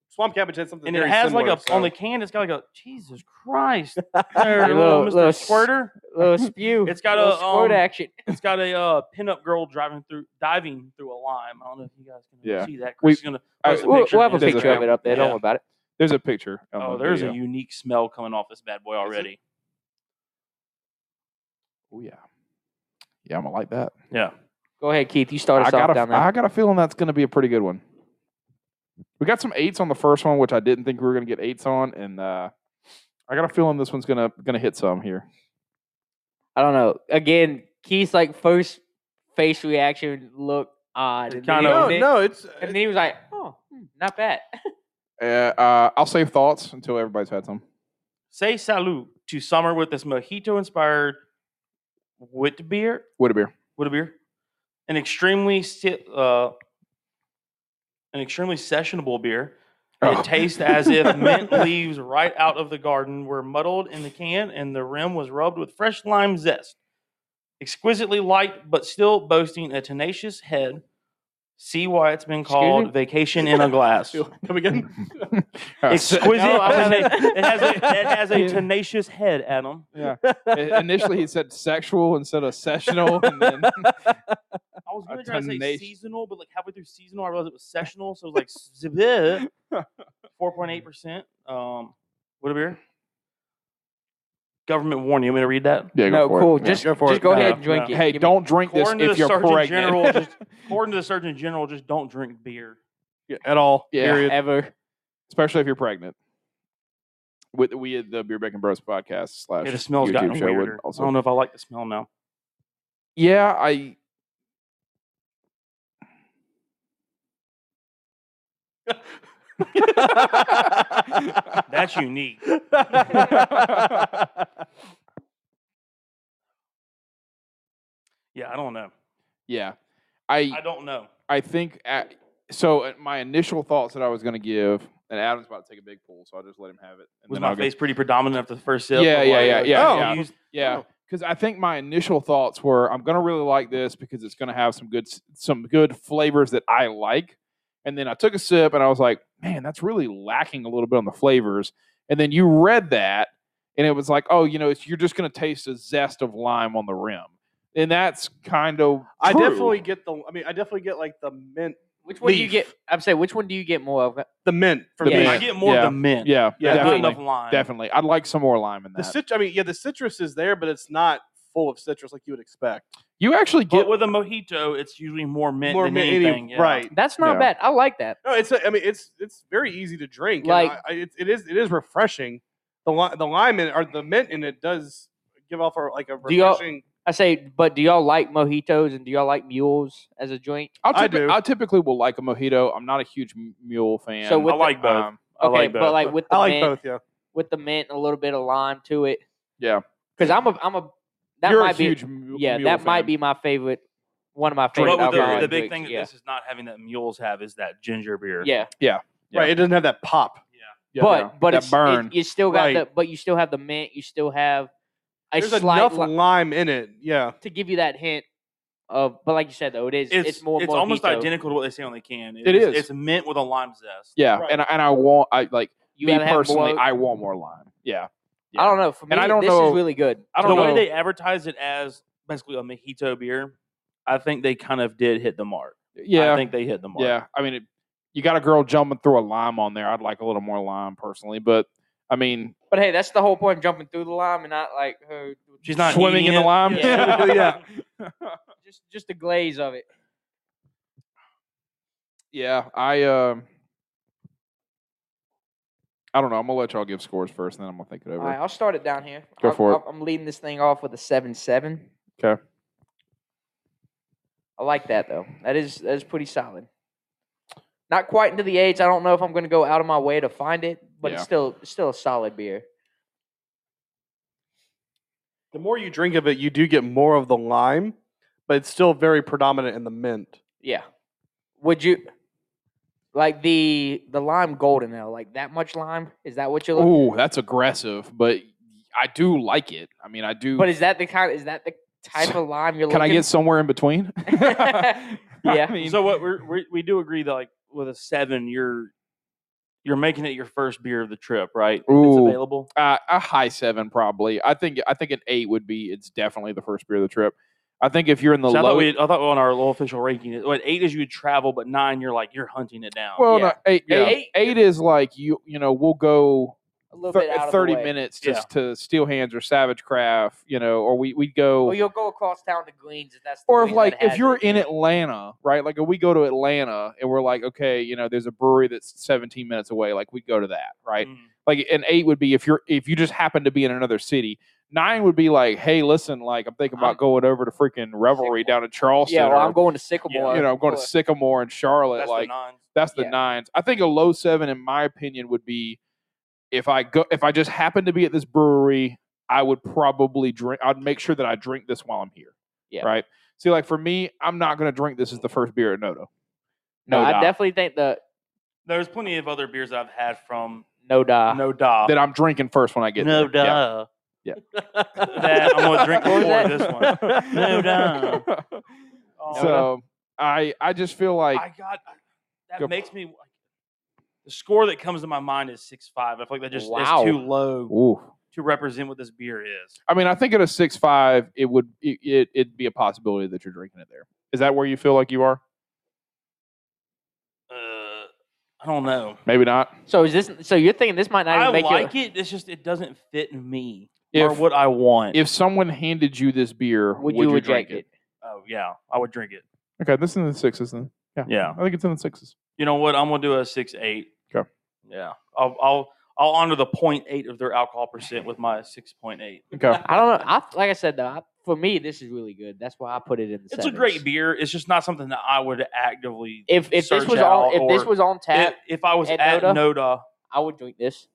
Speaker 5: Swamp Cabbage had something
Speaker 1: and it
Speaker 5: very
Speaker 1: has
Speaker 5: similar,
Speaker 1: like a
Speaker 5: so-
Speaker 1: on the can. It's got like a Jesus Christ,
Speaker 2: Your
Speaker 1: there,
Speaker 2: little-
Speaker 1: little Mr.
Speaker 2: little s-
Speaker 1: Squirter.
Speaker 2: Little spew.
Speaker 1: It's got
Speaker 2: Little
Speaker 1: a,
Speaker 2: squirt
Speaker 1: um,
Speaker 2: action.
Speaker 1: It's got a uh, pinup girl driving through, diving through a lime. I don't know if you guys can
Speaker 3: Yeah.
Speaker 1: see that.
Speaker 3: We-
Speaker 1: Chris is gonna.
Speaker 3: I-
Speaker 1: post a
Speaker 2: We'll,
Speaker 1: picture
Speaker 2: we'll have a
Speaker 1: in his
Speaker 3: There's a
Speaker 2: picture of
Speaker 1: Instagram.
Speaker 2: it up there. Don't
Speaker 1: Yeah.
Speaker 2: worry about it.
Speaker 3: There's a picture. on
Speaker 1: Oh,
Speaker 3: the
Speaker 1: there's a
Speaker 3: video.
Speaker 1: unique smell coming off this bad boy already.
Speaker 3: Oh yeah, yeah. I'm gonna like that.
Speaker 1: Yeah.
Speaker 2: Go ahead, Keith. You start
Speaker 3: I
Speaker 2: us
Speaker 3: got,
Speaker 2: off
Speaker 3: a,
Speaker 2: down there.
Speaker 3: I got a feeling that's gonna be a pretty good one. We got some eights on the first one, which I didn't think we were gonna get eights on, and uh, I got a feeling this one's gonna gonna hit some here.
Speaker 2: I don't know. Again, Keith's like first face reaction looked odd.
Speaker 1: It
Speaker 2: and then
Speaker 1: kinda-
Speaker 2: he-
Speaker 5: no,
Speaker 1: No,
Speaker 2: then-
Speaker 5: no, it's
Speaker 2: And then he was like, "Oh, hmm, not bad."
Speaker 3: Uh, uh, I'll save thoughts until everybody's had some.
Speaker 1: Say salut to summer with this mojito inspired wit beer.
Speaker 3: What a beer!
Speaker 1: Wit beer. An extremely si- uh, an extremely sessionable beer.
Speaker 3: Oh.
Speaker 1: It tastes as if mint leaves right out of the garden were muddled in the can and the rim was rubbed with fresh lime zest. Exquisitely light, but still boasting a tenacious head. See why it's been
Speaker 2: Excuse me?
Speaker 1: called Vacation in a Glass.
Speaker 5: come again.
Speaker 3: Uh, s-
Speaker 1: Exquisite.
Speaker 2: No, I
Speaker 1: tena-
Speaker 2: wasn't-
Speaker 1: it, has a, it has a tenacious head, Adam.
Speaker 3: i- Initially, he said sexual instead of sessional, and then
Speaker 1: I was
Speaker 3: A
Speaker 1: going to try to say
Speaker 3: tenacious-
Speaker 1: seasonal, but like halfway through seasonal, I realized it was sessional. So it was like zbleh. 4.8%. Um, what a beer. Government warning. You want me to read that?
Speaker 3: yeah,
Speaker 2: no,
Speaker 3: for it.
Speaker 2: cool.
Speaker 3: Yeah.
Speaker 2: Just
Speaker 5: Go for
Speaker 2: just
Speaker 5: it.
Speaker 2: go
Speaker 1: No,
Speaker 2: ahead and
Speaker 1: no.
Speaker 2: drink it.
Speaker 3: Hey,
Speaker 2: Give me-
Speaker 3: don't drink this
Speaker 1: According to
Speaker 3: if
Speaker 1: the
Speaker 3: you're
Speaker 1: Surgeon
Speaker 3: pregnant.
Speaker 1: General, just- According to the Surgeon General, just don't drink beer.
Speaker 5: Yeah, at all.
Speaker 3: Yeah.
Speaker 5: Period.
Speaker 2: ever.
Speaker 3: especially if you're pregnant. With we had the Beer Bacon Bros podcast slash
Speaker 1: Yeah, the smells
Speaker 3: YouTube
Speaker 1: gotten
Speaker 3: show would
Speaker 1: weirder. I
Speaker 3: also.
Speaker 1: don't know if I like the smell now.
Speaker 3: Yeah, I.
Speaker 1: That's unique. Yeah, I don't know.
Speaker 3: yeah, I
Speaker 1: I don't know.
Speaker 3: I think at, so. uh, My initial thoughts that I was going to give, and Adam's about to take a big pull, so I'll just let him have it. And
Speaker 1: Was
Speaker 3: then
Speaker 1: my
Speaker 3: I'll go-
Speaker 1: face pretty predominant after the first sip?
Speaker 3: Yeah,
Speaker 1: I'm
Speaker 3: yeah,
Speaker 1: like,
Speaker 3: yeah,
Speaker 1: uh,
Speaker 3: yeah, yeah.
Speaker 1: confused.
Speaker 3: Yeah, because I think my initial thoughts were I'm gonna really like this because it's gonna have some good s- some good flavors that I like. And then I took a sip and I was like, man, that's really lacking a little bit on the flavors. And then you read that and it was like, oh, you know, it's, you're just gonna taste a zest of lime on the rim, and that's kind of
Speaker 5: I
Speaker 3: true.
Speaker 5: definitely get the. I mean, I definitely get like the mint
Speaker 2: Which one do you
Speaker 4: Leaf.
Speaker 2: get? I'm saying, which one do you get more of?
Speaker 4: The mint for
Speaker 3: The
Speaker 4: me.
Speaker 1: I
Speaker 3: mint.
Speaker 1: get more
Speaker 3: Yeah.
Speaker 1: of the mint.
Speaker 3: Yeah,
Speaker 4: Yeah,
Speaker 1: Not
Speaker 3: definitely,
Speaker 1: enough lime.
Speaker 3: definitely. I'd like some more lime in
Speaker 4: The
Speaker 3: that.
Speaker 4: citrus. I mean, yeah, the citrus is there, but it's not full of citrus like you would expect.
Speaker 3: you actually get
Speaker 1: But with a mojito, it's usually more mint
Speaker 4: More
Speaker 1: than
Speaker 4: mint- any-
Speaker 1: anything. yeah.
Speaker 4: right?
Speaker 2: That's not
Speaker 3: Yeah.
Speaker 2: bad. I like that.
Speaker 4: No, it's. A, I mean, it's it's very easy to drink. and
Speaker 2: Like-
Speaker 4: I, I, it, it is. It is refreshing. The li- the lime in, or the mint in it does give off a, like a
Speaker 2: Do y'all-
Speaker 4: refreshing.
Speaker 2: I say, but do y'all like mojitos and do y'all like mules as a joint?
Speaker 3: I'll
Speaker 4: I
Speaker 3: typi-
Speaker 4: do.
Speaker 3: I typically will like a mojito. I'm not a huge m- mule fan.
Speaker 2: So with I the- um,
Speaker 1: like both. I
Speaker 2: Okay,
Speaker 1: like
Speaker 2: but
Speaker 1: both.
Speaker 2: like with the
Speaker 4: I like
Speaker 2: mint,
Speaker 4: both. Yeah,
Speaker 2: with the mint and a little bit of lime to it.
Speaker 3: Yeah.
Speaker 2: because I'm a I'm a that
Speaker 3: You're
Speaker 2: might
Speaker 3: a
Speaker 2: be
Speaker 3: huge mu- mule.
Speaker 2: yeah that might
Speaker 3: fan.
Speaker 2: be my favorite one of my favorite.
Speaker 1: But with the,
Speaker 2: alcoholic
Speaker 1: the big
Speaker 2: drinks,
Speaker 1: thing that
Speaker 2: yeah.
Speaker 1: this is not having that mules have is that ginger beer.
Speaker 2: yeah,
Speaker 3: Yeah.
Speaker 4: right. It doesn't have that pop.
Speaker 3: Yeah.
Speaker 2: but
Speaker 3: Yeah.
Speaker 2: but
Speaker 3: That
Speaker 2: it's it-
Speaker 3: burn.
Speaker 2: you still got
Speaker 4: Right.
Speaker 2: the but you still have the mint. You still have a
Speaker 4: There's
Speaker 2: slight
Speaker 4: enough
Speaker 2: li-
Speaker 4: lime in it. Yeah,
Speaker 2: to give you that hint of. But like you said though, it is
Speaker 1: It's,
Speaker 2: it's,
Speaker 1: it's,
Speaker 2: more mojito.
Speaker 1: almost identical to what they say on the can.
Speaker 3: It
Speaker 1: it's,
Speaker 3: is.
Speaker 1: It's mint with a lime zest.
Speaker 3: yeah,
Speaker 4: Right.
Speaker 3: and I- and I want I like
Speaker 2: You
Speaker 3: me
Speaker 2: gotta have
Speaker 3: personally.
Speaker 2: more-
Speaker 3: I want more lime. Yeah,
Speaker 2: I don't know. For me,
Speaker 3: And I don't
Speaker 2: this
Speaker 3: know-
Speaker 2: is really good.
Speaker 3: I
Speaker 1: the
Speaker 3: don't
Speaker 1: way
Speaker 3: know.
Speaker 1: they advertise it as basically a mojito beer, I think they kind of did hit the mark.
Speaker 3: yeah,
Speaker 1: I think they hit the mark.
Speaker 3: yeah. I mean, it, you got a girl jumping through a lime on there. I'd like a little more lime personally, but I mean,
Speaker 2: But hey, that's the whole point: jumping through the lime and not like uh, her.
Speaker 1: She's not
Speaker 3: swimming in
Speaker 1: eating
Speaker 3: the
Speaker 1: it.
Speaker 3: lime.
Speaker 2: Yeah.
Speaker 4: Yeah.
Speaker 2: just just the glaze of it.
Speaker 3: Yeah, I um I don't know. I'm gonna let y'all give scores first, and then I'm gonna think it over.
Speaker 2: All right, I'll start it down here.
Speaker 3: Go
Speaker 2: I'll-
Speaker 3: for it.
Speaker 2: I'll- I'm leading this thing off with a seven seven.
Speaker 3: 'Kay.
Speaker 2: I like that though. That is that is pretty solid. Not quite into the eights. I don't know if I'm going to go out of my way to find it, but
Speaker 3: Yeah.
Speaker 2: it's still it's still a solid beer.
Speaker 4: the more you drink of it, you do get more of the lime, but it's still very predominant in the mint.
Speaker 2: Yeah. Would you like the the lime golden ale? Like that much lime? Is that what you're looking?
Speaker 3: Ooh, that's aggressive, but I do like it. I mean, I do.
Speaker 2: But is that the kind? Is that the type of lime you're
Speaker 3: can I
Speaker 2: looking?
Speaker 3: get somewhere in between?
Speaker 2: Yeah.
Speaker 1: So what we're, we we do agree that like with a seven, you're you're making it your first beer of the trip, right? If It's
Speaker 3: Ooh.
Speaker 1: available.
Speaker 3: uh, a high seven probably. I think. I think an eight would be. It's definitely the first beer of the trip. I think if you're in the
Speaker 1: So I
Speaker 3: low,
Speaker 1: thought we I thought on our little official ranking, it- what eight is you would travel, but nine you're like you're hunting it down.
Speaker 3: well, no,
Speaker 2: yeah.
Speaker 3: eight,
Speaker 2: Yeah.
Speaker 3: eight, eight is like you. You know, we'll go
Speaker 2: a little
Speaker 3: thir-
Speaker 2: bit out of the
Speaker 3: thirty
Speaker 2: way.
Speaker 3: minutes to,
Speaker 1: Yeah.
Speaker 3: to Steel Hands or Savage Craft. You know, or we we'd go.
Speaker 2: Or you'll go across town to Greens if that's. The
Speaker 3: or if
Speaker 2: green
Speaker 3: like
Speaker 2: that
Speaker 3: if
Speaker 2: has
Speaker 3: you're
Speaker 2: it.
Speaker 3: in Atlanta, right? Like if we go to Atlanta and we're like, okay, you know, there's a brewery that's 17 minutes away. Like we go to that, right?
Speaker 1: Mm.
Speaker 2: Mm-hmm.
Speaker 3: Like an eight would be if you're if you just happen to be in another city. Nine would be like, hey, listen, like I'm thinking about
Speaker 2: I'm-
Speaker 3: going over to freaking Revelry down in Charleston.
Speaker 2: yeah, well,
Speaker 3: or,
Speaker 2: I'm going to Sycamore.
Speaker 3: you know, I'm going to
Speaker 2: or-
Speaker 3: Sycamore and Charlotte.
Speaker 1: That's
Speaker 3: like
Speaker 1: the nine.
Speaker 3: that's the
Speaker 2: Yeah.
Speaker 3: nines. I think a low seven, in my opinion, would be if I go if I just happen to be at this brewery, I would probably drink. I'd make sure that I drink this while I'm here.
Speaker 2: Yeah.
Speaker 3: Right. See, like for me, I'm not going to drink this as the first beer at Noto.
Speaker 2: no,
Speaker 3: No,
Speaker 2: I
Speaker 3: doubt.
Speaker 2: definitely think the
Speaker 1: There's plenty of other beers I've had from
Speaker 2: no die.
Speaker 1: No Da.
Speaker 3: Ah, that I'm drinking first when I get
Speaker 1: No
Speaker 3: there. Yeah.
Speaker 1: Da.
Speaker 3: Yeah.
Speaker 1: that I'm gonna drink
Speaker 2: What was
Speaker 1: before this
Speaker 2: that?
Speaker 1: one. No doubt. Oh,
Speaker 3: so I I just feel like
Speaker 1: I got that
Speaker 3: Go-
Speaker 1: makes me. The score that comes to my mind is six five. I feel like that just
Speaker 2: Wow.
Speaker 1: is too low
Speaker 3: ooh.
Speaker 1: to represent what this beer is.
Speaker 3: I mean, I think at a six five, it would it, it it'd be a possibility that you're drinking it there. Is that where you feel like you are?
Speaker 1: Uh, I don't know.
Speaker 3: Maybe not.
Speaker 2: So is this? So you're thinking this might not even
Speaker 1: I
Speaker 2: make
Speaker 1: like
Speaker 2: you,
Speaker 1: it. It's just it doesn't fit me or
Speaker 3: If
Speaker 1: what I want.
Speaker 3: if someone handed you this beer,
Speaker 2: Would you
Speaker 3: drink
Speaker 2: reject it?
Speaker 1: oh yeah, I would drink it.
Speaker 3: Okay, this is in the sixes then. Yeah,
Speaker 1: Yeah.
Speaker 3: I think it's in the sixes.
Speaker 1: You know what? I'm gonna do a six eight.
Speaker 3: Okay.
Speaker 1: Yeah, I'll I'll I'll honor the 0.8 of their alcohol percent with my six point eight.
Speaker 3: Okay,
Speaker 2: I don't know. I, like I said though, I, for me this is really good. That's why I put it in. The
Speaker 1: It's a great beer. It's just not something that I would actively.
Speaker 2: If if this
Speaker 1: Search
Speaker 2: was
Speaker 1: out
Speaker 2: on if this
Speaker 1: or-
Speaker 2: was on tap,
Speaker 1: If, if I was
Speaker 2: at
Speaker 1: at
Speaker 2: Noda?
Speaker 1: Noda,
Speaker 2: I would drink this.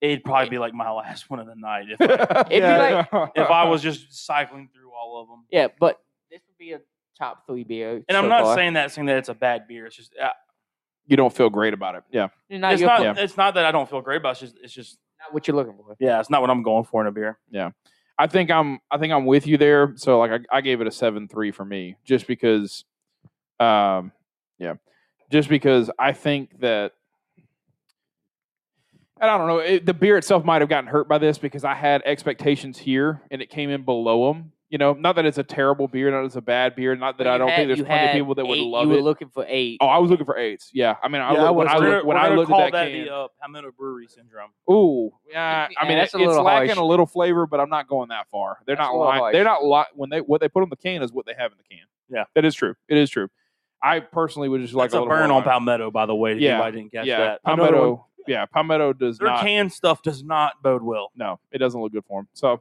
Speaker 1: it'd probably be like my last one of the night if I,
Speaker 2: Yeah.
Speaker 1: if I was just cycling through all of them.
Speaker 2: Yeah, but this would be a top three beer.
Speaker 1: And I'm
Speaker 2: so
Speaker 1: not
Speaker 2: far.
Speaker 1: saying that saying that it's a bad beer. It's just uh,
Speaker 3: you don't feel great about it. Yeah,
Speaker 2: You're not,
Speaker 1: it's
Speaker 2: you're
Speaker 1: not
Speaker 3: Yeah.
Speaker 1: it's not that I don't feel great about. It. It's just it's just
Speaker 2: not what you're looking for.
Speaker 1: yeah, it's not what I'm going for in a beer.
Speaker 3: I think I'm I think I'm with you there. So like I, I gave it a seven three for me, just because, um, yeah, just because I think that. And I don't know. It, the beer itself might have gotten hurt by this because I had expectations here, and it came in below them. You know, not that it's a terrible beer, not that it's a bad beer, not that I
Speaker 2: You
Speaker 3: don't
Speaker 2: had-
Speaker 3: think there's
Speaker 2: you
Speaker 3: plenty of
Speaker 2: had
Speaker 3: people that would
Speaker 2: eight-
Speaker 3: love
Speaker 2: you were
Speaker 3: it.
Speaker 2: looking for eight.
Speaker 3: Oh, I was looking for eights. Yeah, I mean, I,
Speaker 4: Yeah, I
Speaker 3: look, when
Speaker 4: was
Speaker 3: I
Speaker 4: too.
Speaker 1: We're
Speaker 3: look,
Speaker 1: gonna-
Speaker 3: when
Speaker 1: we're
Speaker 3: I
Speaker 1: gonna
Speaker 3: looked
Speaker 1: call
Speaker 3: at that,
Speaker 1: that
Speaker 3: can,
Speaker 1: the uh, Palmetto Brewery syndrome.
Speaker 3: ooh, yeah, I
Speaker 2: Yeah,
Speaker 3: mean,
Speaker 2: that's
Speaker 3: it's,
Speaker 2: a little
Speaker 3: lacking
Speaker 2: harsh.
Speaker 3: a little flavor, but I'm not going that far. They're
Speaker 2: That's
Speaker 3: not
Speaker 2: a little
Speaker 3: lying.
Speaker 2: harsh.
Speaker 3: They're not li When they what they put on the can is what they have in the can.
Speaker 1: Yeah.
Speaker 3: that is true. It is true. I personally would just like
Speaker 1: That's a
Speaker 3: little more
Speaker 1: burn on
Speaker 3: lime.
Speaker 1: Palmetto, by the way. If
Speaker 3: Yeah,
Speaker 1: anybody didn't catch
Speaker 3: yeah,
Speaker 1: that. Another one.
Speaker 3: Palmetto. Yeah, Palmetto does
Speaker 1: Their
Speaker 3: not.
Speaker 1: canned stuff does not bode well.
Speaker 3: no, it doesn't look good for him. So,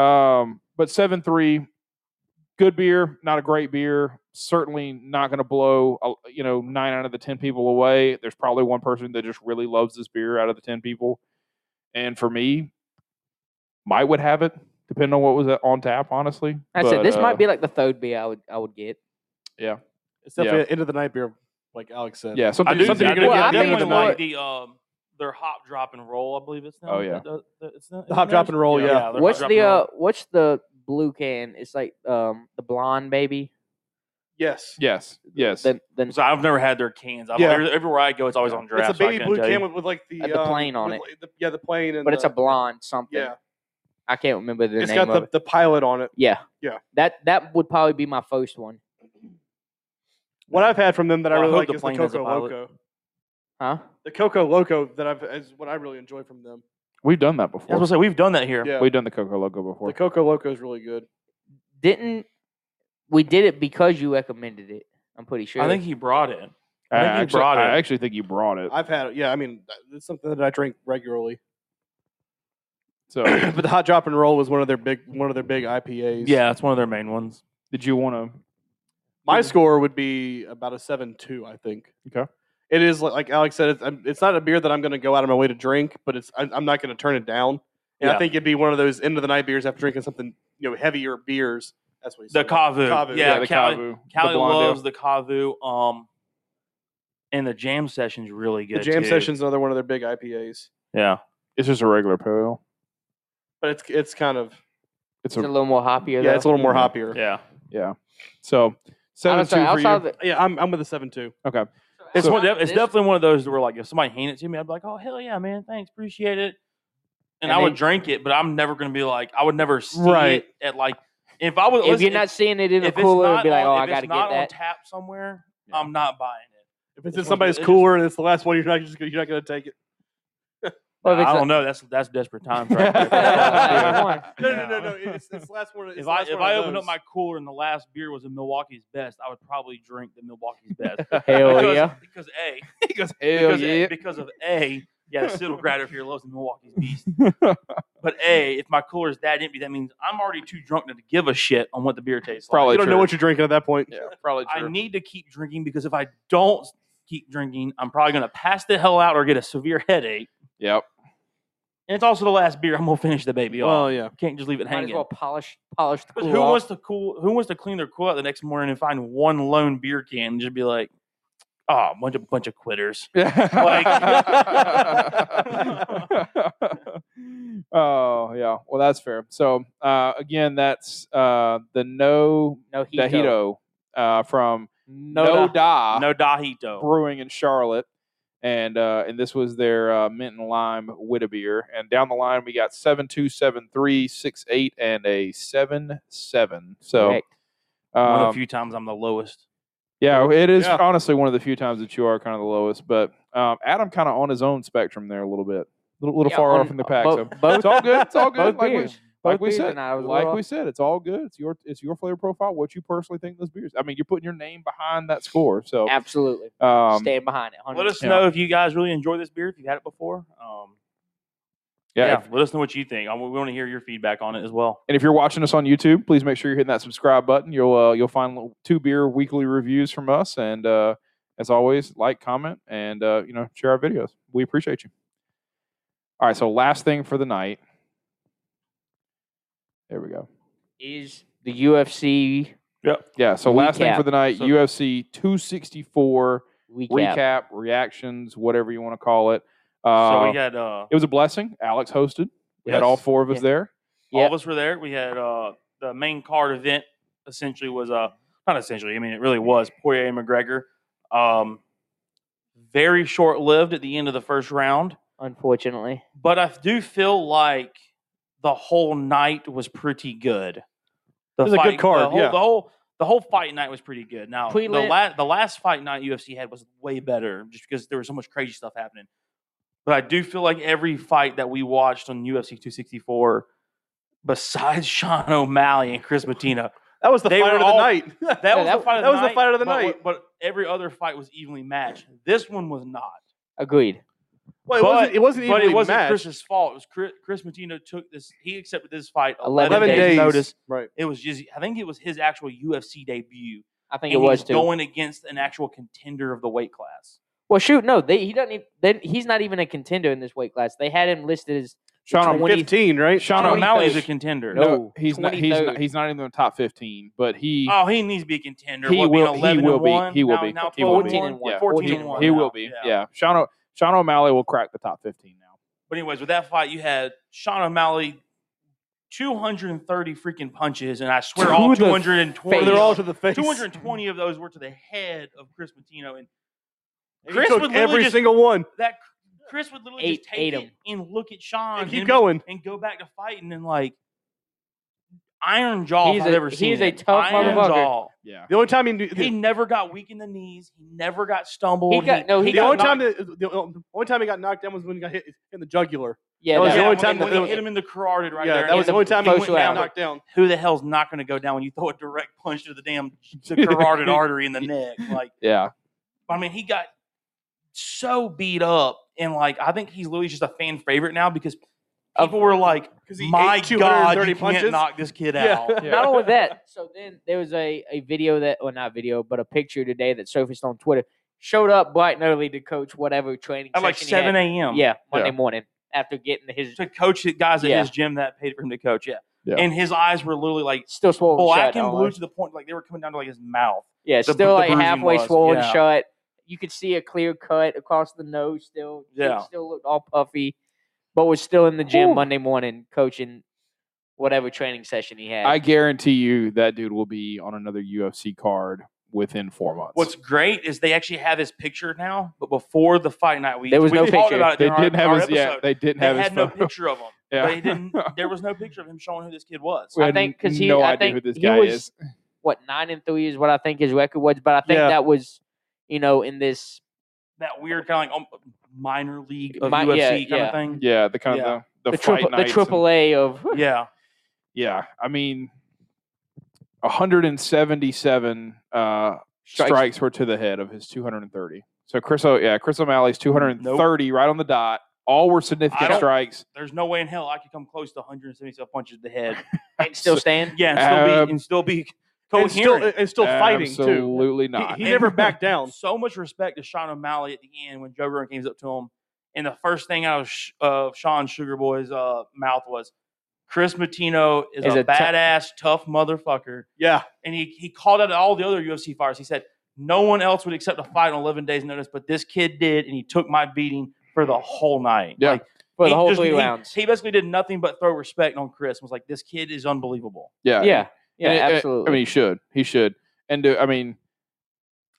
Speaker 3: um, but seven three, good beer, not a great beer. Certainly not going to blow, uh, you know, nine out of the ten people away. There's probably one person that just really loves this beer out of the ten people, and for me, might would have it depending on what was on tap. Honestly,
Speaker 2: I said
Speaker 3: But,
Speaker 2: this
Speaker 3: uh,
Speaker 2: might be like the third beer I would I would get.
Speaker 4: It's definitely an end of the night beer, like Alex said.
Speaker 3: yeah, something.
Speaker 1: I do.
Speaker 3: something
Speaker 1: I,
Speaker 3: you're
Speaker 1: do
Speaker 3: gonna
Speaker 2: Well,
Speaker 3: get
Speaker 1: I
Speaker 3: at the end of
Speaker 1: definitely
Speaker 3: the night.
Speaker 1: like the um, their hop, drop, and roll. I believe it's them.
Speaker 3: Oh, yeah.
Speaker 1: that does- that- it's them-
Speaker 4: The hop,
Speaker 1: isn't
Speaker 4: drop,
Speaker 1: theirs?
Speaker 4: and roll, yeah.
Speaker 1: their hop,
Speaker 2: What's
Speaker 1: drop,
Speaker 2: the
Speaker 1: and roll.
Speaker 2: uh, what's the blue can? It's like um the blonde baby.
Speaker 4: Yes.
Speaker 3: Yes, yes.
Speaker 2: The, the,
Speaker 1: So I've never had their cans. I've,
Speaker 4: Yeah.
Speaker 1: every- everywhere I go, it's always on draft.
Speaker 4: It's a baby blue
Speaker 1: can.
Speaker 4: can with, with like the
Speaker 2: Uh, the
Speaker 4: um,
Speaker 2: plane on
Speaker 4: with,
Speaker 2: it.
Speaker 4: like, The, yeah, the plane and
Speaker 2: but it's
Speaker 4: the-
Speaker 2: a blonde something.
Speaker 4: Yeah,
Speaker 2: I can't remember the
Speaker 4: it's
Speaker 2: name
Speaker 4: got
Speaker 2: of
Speaker 4: the,
Speaker 2: it.
Speaker 4: the pilot on it.
Speaker 2: Yeah.
Speaker 4: Yeah.
Speaker 2: That that would probably be my first one.
Speaker 4: What I've had from them that I
Speaker 1: Well, I
Speaker 4: really
Speaker 1: hope
Speaker 4: like
Speaker 1: the
Speaker 4: is the
Speaker 1: plane has a
Speaker 4: Coco
Speaker 1: pilot.
Speaker 4: Loco.
Speaker 2: Huh?
Speaker 4: The Coco Loco that I've is what I really enjoy from them.
Speaker 3: We've done that
Speaker 1: I was
Speaker 3: before.
Speaker 1: gonna say we've done that here.
Speaker 4: Yeah,
Speaker 3: We've done the Coco logo before.
Speaker 4: the Coco Loco is really good.
Speaker 2: Didn't we did it because you recommended it. I'm pretty sure.
Speaker 1: I think he brought it. I
Speaker 3: I,
Speaker 1: think you
Speaker 3: actually,
Speaker 1: brought
Speaker 3: I
Speaker 1: it.
Speaker 3: actually think you brought it.
Speaker 4: I've had it. Yeah, I mean it's something that I drink regularly.
Speaker 3: So,
Speaker 4: but the Hot Drop and Roll was one of their big one of their big IPAs.
Speaker 1: Yeah, that's one of their main ones.
Speaker 3: did you want to?
Speaker 4: my score would be about a seven two. I think.
Speaker 3: Okay.
Speaker 4: It is like, like Alex said. It's, I'm- it's not a beer that I'm going to go out of my way to drink, but it's I, I'm not going to turn it down. And I
Speaker 1: Yeah.
Speaker 4: think it'd be one of those end of the night beers after drinking something you know heavier beers. That's what he
Speaker 1: The
Speaker 4: said, right?
Speaker 1: Kavu.
Speaker 4: Kavu,
Speaker 1: Yeah,
Speaker 4: yeah,
Speaker 1: the
Speaker 3: the
Speaker 1: Cali,
Speaker 3: Kavu,
Speaker 1: Cali
Speaker 3: the Blonde Ale.
Speaker 1: loves the Kavu. Um, and the jam session's really
Speaker 4: The
Speaker 1: good.
Speaker 4: Jam
Speaker 1: too.
Speaker 4: Session's another one of their big IPAs,
Speaker 1: Yeah.
Speaker 3: It's just a regular pale.
Speaker 4: but it's it's kind of
Speaker 2: it's
Speaker 3: It's
Speaker 2: a
Speaker 3: a
Speaker 2: little more hoppier.
Speaker 4: yeah, it's a little more hoppier.
Speaker 1: Yeah.
Speaker 3: yeah. So seven
Speaker 2: I'm
Speaker 3: two
Speaker 2: sorry,
Speaker 3: for
Speaker 2: outside
Speaker 3: you.
Speaker 2: of the,
Speaker 4: Yeah, I'm I'm with a seven two.
Speaker 3: okay.
Speaker 1: It's,
Speaker 3: So-
Speaker 1: one, it's
Speaker 2: this-
Speaker 1: definitely one of those where, like, if somebody handed it to me, I'd be like, oh, hell yeah, man. Thanks. Appreciate it. And,
Speaker 2: And
Speaker 1: I would
Speaker 2: they-
Speaker 1: drink it, but I'm never going to be like, I would never see
Speaker 4: Right.
Speaker 1: it at, like, if I was.
Speaker 2: if
Speaker 1: listen,
Speaker 2: you're not seeing it in
Speaker 1: if it's
Speaker 2: the cooler, it'd
Speaker 1: not
Speaker 2: be like,
Speaker 1: on-
Speaker 2: oh,
Speaker 1: if
Speaker 2: I gotta
Speaker 1: it's not
Speaker 2: get
Speaker 1: on
Speaker 2: that.
Speaker 1: tap somewhere,
Speaker 3: Yeah.
Speaker 1: I'm not buying it.
Speaker 4: If
Speaker 1: This
Speaker 4: it's in
Speaker 1: one's
Speaker 4: somebody's
Speaker 1: good. It just-
Speaker 4: cooler and it's the last one, you're not just gonna- you're not going to take it.
Speaker 2: Well, if
Speaker 1: I
Speaker 2: it's a-
Speaker 1: don't know. That's that's desperate times right there.
Speaker 2: Come on.
Speaker 4: No, no, no, no. It's, it's the last one. It's
Speaker 1: If
Speaker 4: the
Speaker 1: I
Speaker 4: last
Speaker 1: if
Speaker 4: one
Speaker 1: I
Speaker 4: of
Speaker 1: opened up
Speaker 4: those.
Speaker 1: my cooler and the last beer was a Milwaukee's best, I would probably drink the Milwaukee's best.
Speaker 2: Hell
Speaker 1: because,
Speaker 2: Oh, yeah.
Speaker 1: Because A.
Speaker 3: because
Speaker 1: because, eh, because of A. Yeah, the Siddle grad over here loves the Milwaukee's Beast. But A, if my cooler is that empty, that means I'm already too drunk to give a shit on what the beer tastes
Speaker 3: Probably
Speaker 4: you don't
Speaker 3: true.
Speaker 4: know what you're drinking at that point.
Speaker 3: Yeah, probably
Speaker 1: like. I
Speaker 3: true.
Speaker 1: need to keep drinking because if I don't keep drinking, I'm probably going to pass the hell out or get a severe headache.
Speaker 3: yep.
Speaker 1: And it's also the last beer. I'm going to finish the baby off.
Speaker 4: Well, yeah.
Speaker 1: I can't just leave it
Speaker 2: Might as
Speaker 1: hanging.
Speaker 2: well polish polish the
Speaker 1: 'Cause
Speaker 2: cooler
Speaker 1: who
Speaker 2: off.
Speaker 1: wants to cool? Who wants to clean their cool out the next morning and find one lone beer can and just be like, "Oh, bunch of bunch of quitters."
Speaker 3: oh yeah. Well, that's fair. So uh, again, that's uh, the no
Speaker 2: no heat. though.
Speaker 3: Dahito uh, from
Speaker 2: No,
Speaker 3: No
Speaker 2: da-
Speaker 3: Da
Speaker 1: No dahito.
Speaker 3: Brewing in Charlotte. And uh, and this was their uh, mint and lime Wittebeer. And down the line we got seven two seven three six eight and a seven seven. So
Speaker 2: Correct.
Speaker 1: One of the
Speaker 3: um,
Speaker 1: few times I'm the lowest.
Speaker 3: yeah, it is
Speaker 4: Yeah.
Speaker 3: honestly one of the few times that you are kind of the lowest. But um, Adam kind of on his own spectrum there a little bit, a little, little
Speaker 2: Yeah,
Speaker 3: far
Speaker 2: on-
Speaker 3: off from the pack.
Speaker 2: bo-
Speaker 3: so
Speaker 2: both-
Speaker 3: it's all good. It's all good.
Speaker 2: both
Speaker 3: Like we,
Speaker 2: beers.
Speaker 3: like
Speaker 2: Both
Speaker 3: we
Speaker 2: beers
Speaker 3: said,
Speaker 2: tonight was a
Speaker 3: like
Speaker 2: little
Speaker 3: we
Speaker 2: off.
Speaker 3: said, it's all good. It's your it's your flavor profile. What you personally think those beers. I mean, you're putting your name behind that score. So
Speaker 2: absolutely.
Speaker 3: um,
Speaker 2: Stand behind it. 100%.
Speaker 1: Let us
Speaker 3: Yeah.
Speaker 1: know if you guys really enjoy this beer. If you had it before, um, yeah,
Speaker 3: yeah, if-
Speaker 1: let us know what you think. I, we want to hear your feedback on it as well.
Speaker 3: And if you're watching us on YouTube, please make sure you're hitting that subscribe button. You'll uh, you'll find little two beer weekly reviews from us. And uh, as always, like, comment, and uh, you know share our videos. We appreciate you. All right, so last thing for the night. There we go.
Speaker 2: Is the UFC
Speaker 3: Yeah, so last thing for
Speaker 2: Recap.
Speaker 3: the night,
Speaker 1: So-
Speaker 3: UFC 264
Speaker 2: recap?
Speaker 3: recap. reactions, whatever you want to call it. Uh,
Speaker 1: so we got uh, all
Speaker 3: it was a blessing. Alex hosted. We had all
Speaker 1: Yes.
Speaker 3: four of us
Speaker 2: Yeah.
Speaker 3: there.
Speaker 2: Yeah.
Speaker 1: of us were there. We had uh, the main card event. Essentially, was uh, not essentially. I mean, it really was Poirier and McGregor. Um, very short lived at the end of the first round.
Speaker 2: Unfortunately,
Speaker 1: but I do feel like the whole night was pretty good.
Speaker 5: It
Speaker 1: The
Speaker 5: was a good
Speaker 1: fight- The
Speaker 5: card,
Speaker 1: whole,
Speaker 5: yeah.
Speaker 1: the whole the whole fight night was pretty good. Now the
Speaker 2: Pre-lit-
Speaker 1: last the last fight night UFC had was way better just because there was so much crazy stuff happening. But I do feel like every fight that we watched on UFC 264, besides Sean O'Malley and Chris Matina,
Speaker 5: That was the
Speaker 1: They
Speaker 5: fight
Speaker 1: were
Speaker 5: of the
Speaker 1: all-
Speaker 5: night.
Speaker 1: that was
Speaker 2: that-
Speaker 1: the fight
Speaker 5: that
Speaker 1: of the
Speaker 5: was
Speaker 1: night.
Speaker 5: the fight of the
Speaker 1: but-
Speaker 5: night.
Speaker 1: but every other fight was evenly matched. This one was not.
Speaker 2: Agreed.
Speaker 5: Well, it
Speaker 1: But-
Speaker 5: wasn't. It wasn't
Speaker 1: but
Speaker 5: evenly
Speaker 1: it wasn't
Speaker 5: matched.
Speaker 1: Chris's fault. It was Chris, Chris Matino took this. He accepted this fight
Speaker 2: 11
Speaker 5: 11
Speaker 1: 11, days,
Speaker 5: days.
Speaker 1: notice.
Speaker 5: Right.
Speaker 1: It was just. I think it was his actual UFC debut.
Speaker 2: I think
Speaker 1: and
Speaker 2: it was
Speaker 1: he's
Speaker 2: too.
Speaker 1: going against an actual contender of the weight class.
Speaker 2: well, shoot, no, they he doesn't. Even, they, he's not even a contender in this weight class. They had him listed as
Speaker 3: Sean,
Speaker 5: From
Speaker 3: O'Malley-
Speaker 2: 20
Speaker 5: Fifteen, right?
Speaker 3: Sean
Speaker 1: Sean
Speaker 2: Tony
Speaker 1: O'Malley is a
Speaker 2: Fish.
Speaker 1: contender.
Speaker 3: no,
Speaker 2: No,
Speaker 3: he's not. He's
Speaker 2: 23rd.
Speaker 3: not. He's not even in the top fifteen. But he
Speaker 1: Oh, he needs to be a contender.
Speaker 3: He
Speaker 1: What,
Speaker 3: will-
Speaker 1: being
Speaker 3: he
Speaker 1: 11
Speaker 3: will
Speaker 1: and
Speaker 3: be.
Speaker 1: one?
Speaker 3: He will
Speaker 1: Now-
Speaker 3: be.
Speaker 1: Now
Speaker 3: He will
Speaker 1: 14
Speaker 3: 14
Speaker 1: and
Speaker 2: and one.
Speaker 1: 1.
Speaker 2: Yeah.
Speaker 1: 14
Speaker 2: 14
Speaker 1: and
Speaker 2: and
Speaker 1: 1.
Speaker 3: he
Speaker 1: now.
Speaker 3: will be. Yeah, Sean. O- Sean O'Malley will crack the top fifteen now.
Speaker 1: But anyways, with that fight, you had Sean O'Malley, 230 freaking punches, and I swear
Speaker 5: To
Speaker 1: all
Speaker 5: the
Speaker 1: 220.
Speaker 5: They're all to the face.
Speaker 1: 220 of those were to the head of Chris Pitino, and
Speaker 5: He
Speaker 1: Chris
Speaker 5: took
Speaker 1: would literally
Speaker 5: every
Speaker 1: just-
Speaker 5: single one.
Speaker 1: that Chris would literally
Speaker 2: Ate-
Speaker 1: just take
Speaker 2: ate
Speaker 1: it
Speaker 2: 'em.
Speaker 1: and look at Sean
Speaker 5: And keep
Speaker 1: and-
Speaker 5: going.
Speaker 1: and go back to fighting and like iron jaw.
Speaker 2: He's
Speaker 1: if I've
Speaker 2: a-
Speaker 1: ever
Speaker 2: he's
Speaker 1: seen
Speaker 2: a
Speaker 1: him.
Speaker 2: tough
Speaker 1: iron
Speaker 2: motherfucker.
Speaker 1: Jaw.
Speaker 3: Yeah,
Speaker 5: The only time he, knew-
Speaker 1: He
Speaker 5: the,
Speaker 1: never got weak in the knees. He never got stumbled.
Speaker 2: He got- no, he
Speaker 5: the only
Speaker 1: knocked-
Speaker 5: time that, the only time he got knocked down was when he got hit in the jugular.
Speaker 2: Yeah,
Speaker 5: That was
Speaker 1: yeah,
Speaker 5: the only
Speaker 1: when-
Speaker 5: time
Speaker 1: and
Speaker 5: that
Speaker 1: when
Speaker 5: there
Speaker 1: he
Speaker 5: was-
Speaker 1: hit him in the carotid right
Speaker 5: yeah,
Speaker 1: there.
Speaker 5: that
Speaker 1: and
Speaker 5: was
Speaker 1: hit
Speaker 5: the only time he
Speaker 1: he
Speaker 5: went
Speaker 1: went down.
Speaker 5: knocked down.
Speaker 1: who the hell's not going to go down when you throw a direct punch to the damn the carotid artery in the neck? Like,
Speaker 3: yeah.
Speaker 1: I mean, he got so beat up, and like, I think he's literally just a fan favorite now because
Speaker 2: Of-
Speaker 1: people were like,
Speaker 5: Because he
Speaker 1: "My
Speaker 5: ate
Speaker 1: God,
Speaker 5: 230
Speaker 1: you
Speaker 5: punches.
Speaker 1: can't knock this kid
Speaker 5: Yeah.
Speaker 1: out."
Speaker 2: Not only that, so then there was a, a video that, well, not video, but a picture today that surfaced on Twitter. Showed up bright and early to coach whatever training
Speaker 1: At like
Speaker 2: session he had.
Speaker 1: seven a.m.
Speaker 2: Yeah, Monday morning after getting his
Speaker 1: to coach the guys at
Speaker 2: Yeah.
Speaker 1: his gym that paid for him to coach. Yeah,
Speaker 3: Yeah.
Speaker 1: and his eyes were literally like oh,
Speaker 2: still swollen
Speaker 1: black
Speaker 2: shut.
Speaker 1: and blue
Speaker 2: almost.
Speaker 1: to the point like they were coming down to like his mouth.
Speaker 2: yeah,
Speaker 1: the- the
Speaker 2: still like
Speaker 1: bruising
Speaker 2: halfway
Speaker 1: was,
Speaker 2: swollen
Speaker 1: yeah.
Speaker 2: shut. You could see a clear cut across the nose. Still, He
Speaker 1: Yeah.
Speaker 2: still looked all puffy, but was still in the gym
Speaker 1: Whew.
Speaker 2: Monday morning coaching whatever training session he had.
Speaker 3: I guarantee you that dude will be on another UFC card within four months.
Speaker 1: What's great is they actually have his picture now, but before the fight night, we
Speaker 2: There was
Speaker 1: we
Speaker 2: no
Speaker 1: talked
Speaker 2: picture.
Speaker 1: About it
Speaker 3: they
Speaker 1: during our-
Speaker 3: didn't have
Speaker 1: our
Speaker 3: his yeah.
Speaker 1: episode.
Speaker 3: They didn't
Speaker 1: they
Speaker 3: have
Speaker 1: had
Speaker 3: his
Speaker 1: no
Speaker 3: photo.
Speaker 1: picture of him.
Speaker 3: Yeah.
Speaker 1: They didn't. There was no picture of him showing who this kid was.
Speaker 3: We
Speaker 2: I
Speaker 3: had
Speaker 2: think because he,
Speaker 3: no
Speaker 2: I
Speaker 3: idea
Speaker 2: think
Speaker 3: who this
Speaker 2: he
Speaker 3: guy
Speaker 2: was,
Speaker 3: is.
Speaker 2: What nine and three is what I think his record was, but I think
Speaker 5: Yeah.
Speaker 2: that was, you know, in this
Speaker 1: That weird kind of like um, minor league of
Speaker 2: Mi-
Speaker 1: UFC
Speaker 2: yeah,
Speaker 1: kind
Speaker 2: yeah.
Speaker 1: of thing.
Speaker 3: Yeah, the kind
Speaker 1: Yeah.
Speaker 3: of the,
Speaker 2: the
Speaker 3: the,
Speaker 2: triple
Speaker 3: fight
Speaker 2: the
Speaker 3: nights and-
Speaker 2: triple A of
Speaker 1: Yeah,
Speaker 3: yeah, I mean, 177 uh, strikes. were to the head of his 230. So Chris, o, yeah, Chris O'Malley's 230 right on the dot. All were
Speaker 1: I
Speaker 3: significant
Speaker 1: don't-
Speaker 3: strikes.
Speaker 1: there's no way in hell I could come close to 177 punches to the head.
Speaker 2: and still stand.
Speaker 1: Yeah, and still
Speaker 3: Um,
Speaker 1: be and still be
Speaker 5: And still,
Speaker 1: coherent.
Speaker 5: and still fighting too.
Speaker 3: Absolutely
Speaker 5: He,
Speaker 3: not.
Speaker 5: he never backed
Speaker 3: um,
Speaker 5: down.
Speaker 1: so much respect to Sean O'Malley at the end when Joe Rogan came up to him, and the first thing out of Sh- of Sean Sugarboy's uh, mouth was, "Chris Matino is,
Speaker 2: Is
Speaker 1: a,
Speaker 2: a tou-
Speaker 1: badass, tough motherfucker."
Speaker 5: Yeah,
Speaker 1: and he, he called out all the other UFC fighters. He said, No one else would accept a fight on 11 days' notice, but this kid did, and he took my beating for the whole night.
Speaker 3: Yeah.
Speaker 1: Like,
Speaker 2: for the
Speaker 1: he
Speaker 2: whole
Speaker 1: just-
Speaker 2: three
Speaker 1: he-
Speaker 2: rounds.
Speaker 1: He basically did nothing but throw respect on Chris and was like, This kid is unbelievable.
Speaker 3: yeah,
Speaker 2: yeah, yeah,
Speaker 3: And it- it-
Speaker 2: absolutely.
Speaker 3: I mean, he should. He should. And do, I mean,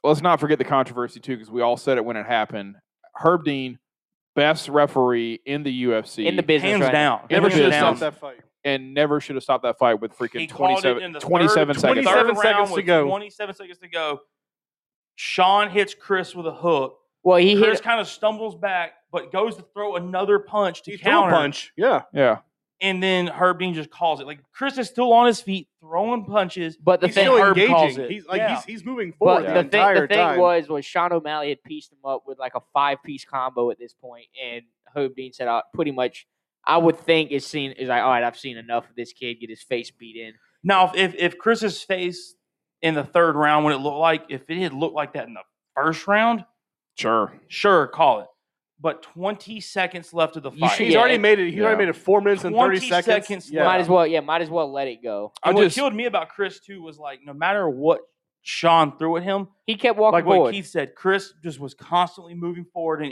Speaker 3: let's not forget the controversy too, because we all said it when it happened. Herb Dean, best referee in the UFC,
Speaker 2: in the business
Speaker 1: Hands
Speaker 2: right now.
Speaker 1: down.
Speaker 3: Never
Speaker 1: Hands
Speaker 5: should
Speaker 3: should've
Speaker 5: have
Speaker 1: down.
Speaker 5: stopped that fight.
Speaker 3: and never should have stopped that fight with freaking
Speaker 1: called it in
Speaker 3: 27,
Speaker 1: the third-
Speaker 3: 27 seconds.
Speaker 5: 27
Speaker 1: third round
Speaker 5: seconds to
Speaker 1: with
Speaker 5: go.
Speaker 1: 27 seconds to go. Sean hits Chris with a hook.
Speaker 2: Well, he
Speaker 1: Chris
Speaker 2: hit.
Speaker 1: kind of stumbles back, but goes to throw another punch to
Speaker 5: He threw a
Speaker 1: counter.
Speaker 5: punch. Yeah,
Speaker 3: Yeah,
Speaker 1: And then Herb Dean just calls it. Like Chris is still on his feet, throwing punches.
Speaker 2: But the
Speaker 1: he's
Speaker 2: thing,
Speaker 5: still
Speaker 1: Herb calls
Speaker 5: engaging.
Speaker 1: it.
Speaker 5: He's like
Speaker 1: Yeah.
Speaker 5: he's he's moving
Speaker 2: but
Speaker 5: forward the,
Speaker 2: the thing,
Speaker 5: entire
Speaker 2: the thing
Speaker 5: time.
Speaker 2: was, was Sean O'Malley had pieced him up with like a five piece combo at this point, and Herb Dean said, uh, pretty much, I would think is seen is like, all right, I've seen enough of this kid get his face beat in.
Speaker 1: Now, if, if if Chris's face in the third round, when it looked like if it had looked like that in the first round,
Speaker 3: sure.
Speaker 1: sure, call it. But twenty seconds left of the
Speaker 2: You
Speaker 1: fight.
Speaker 2: should-
Speaker 5: he's
Speaker 2: yeah,
Speaker 5: already
Speaker 2: it-
Speaker 5: made it. He's already
Speaker 3: yeah.
Speaker 5: made it four minutes and thirty
Speaker 1: 20
Speaker 5: seconds.
Speaker 1: seconds
Speaker 5: yeah.
Speaker 2: Might as well, yeah, might as well let it go.
Speaker 3: I
Speaker 1: And what
Speaker 3: just
Speaker 1: killed me about Chris too was like no matter what Sean threw at him,
Speaker 2: He kept walking
Speaker 1: like what
Speaker 2: forward.
Speaker 1: Keith said, Chris just was constantly moving forward and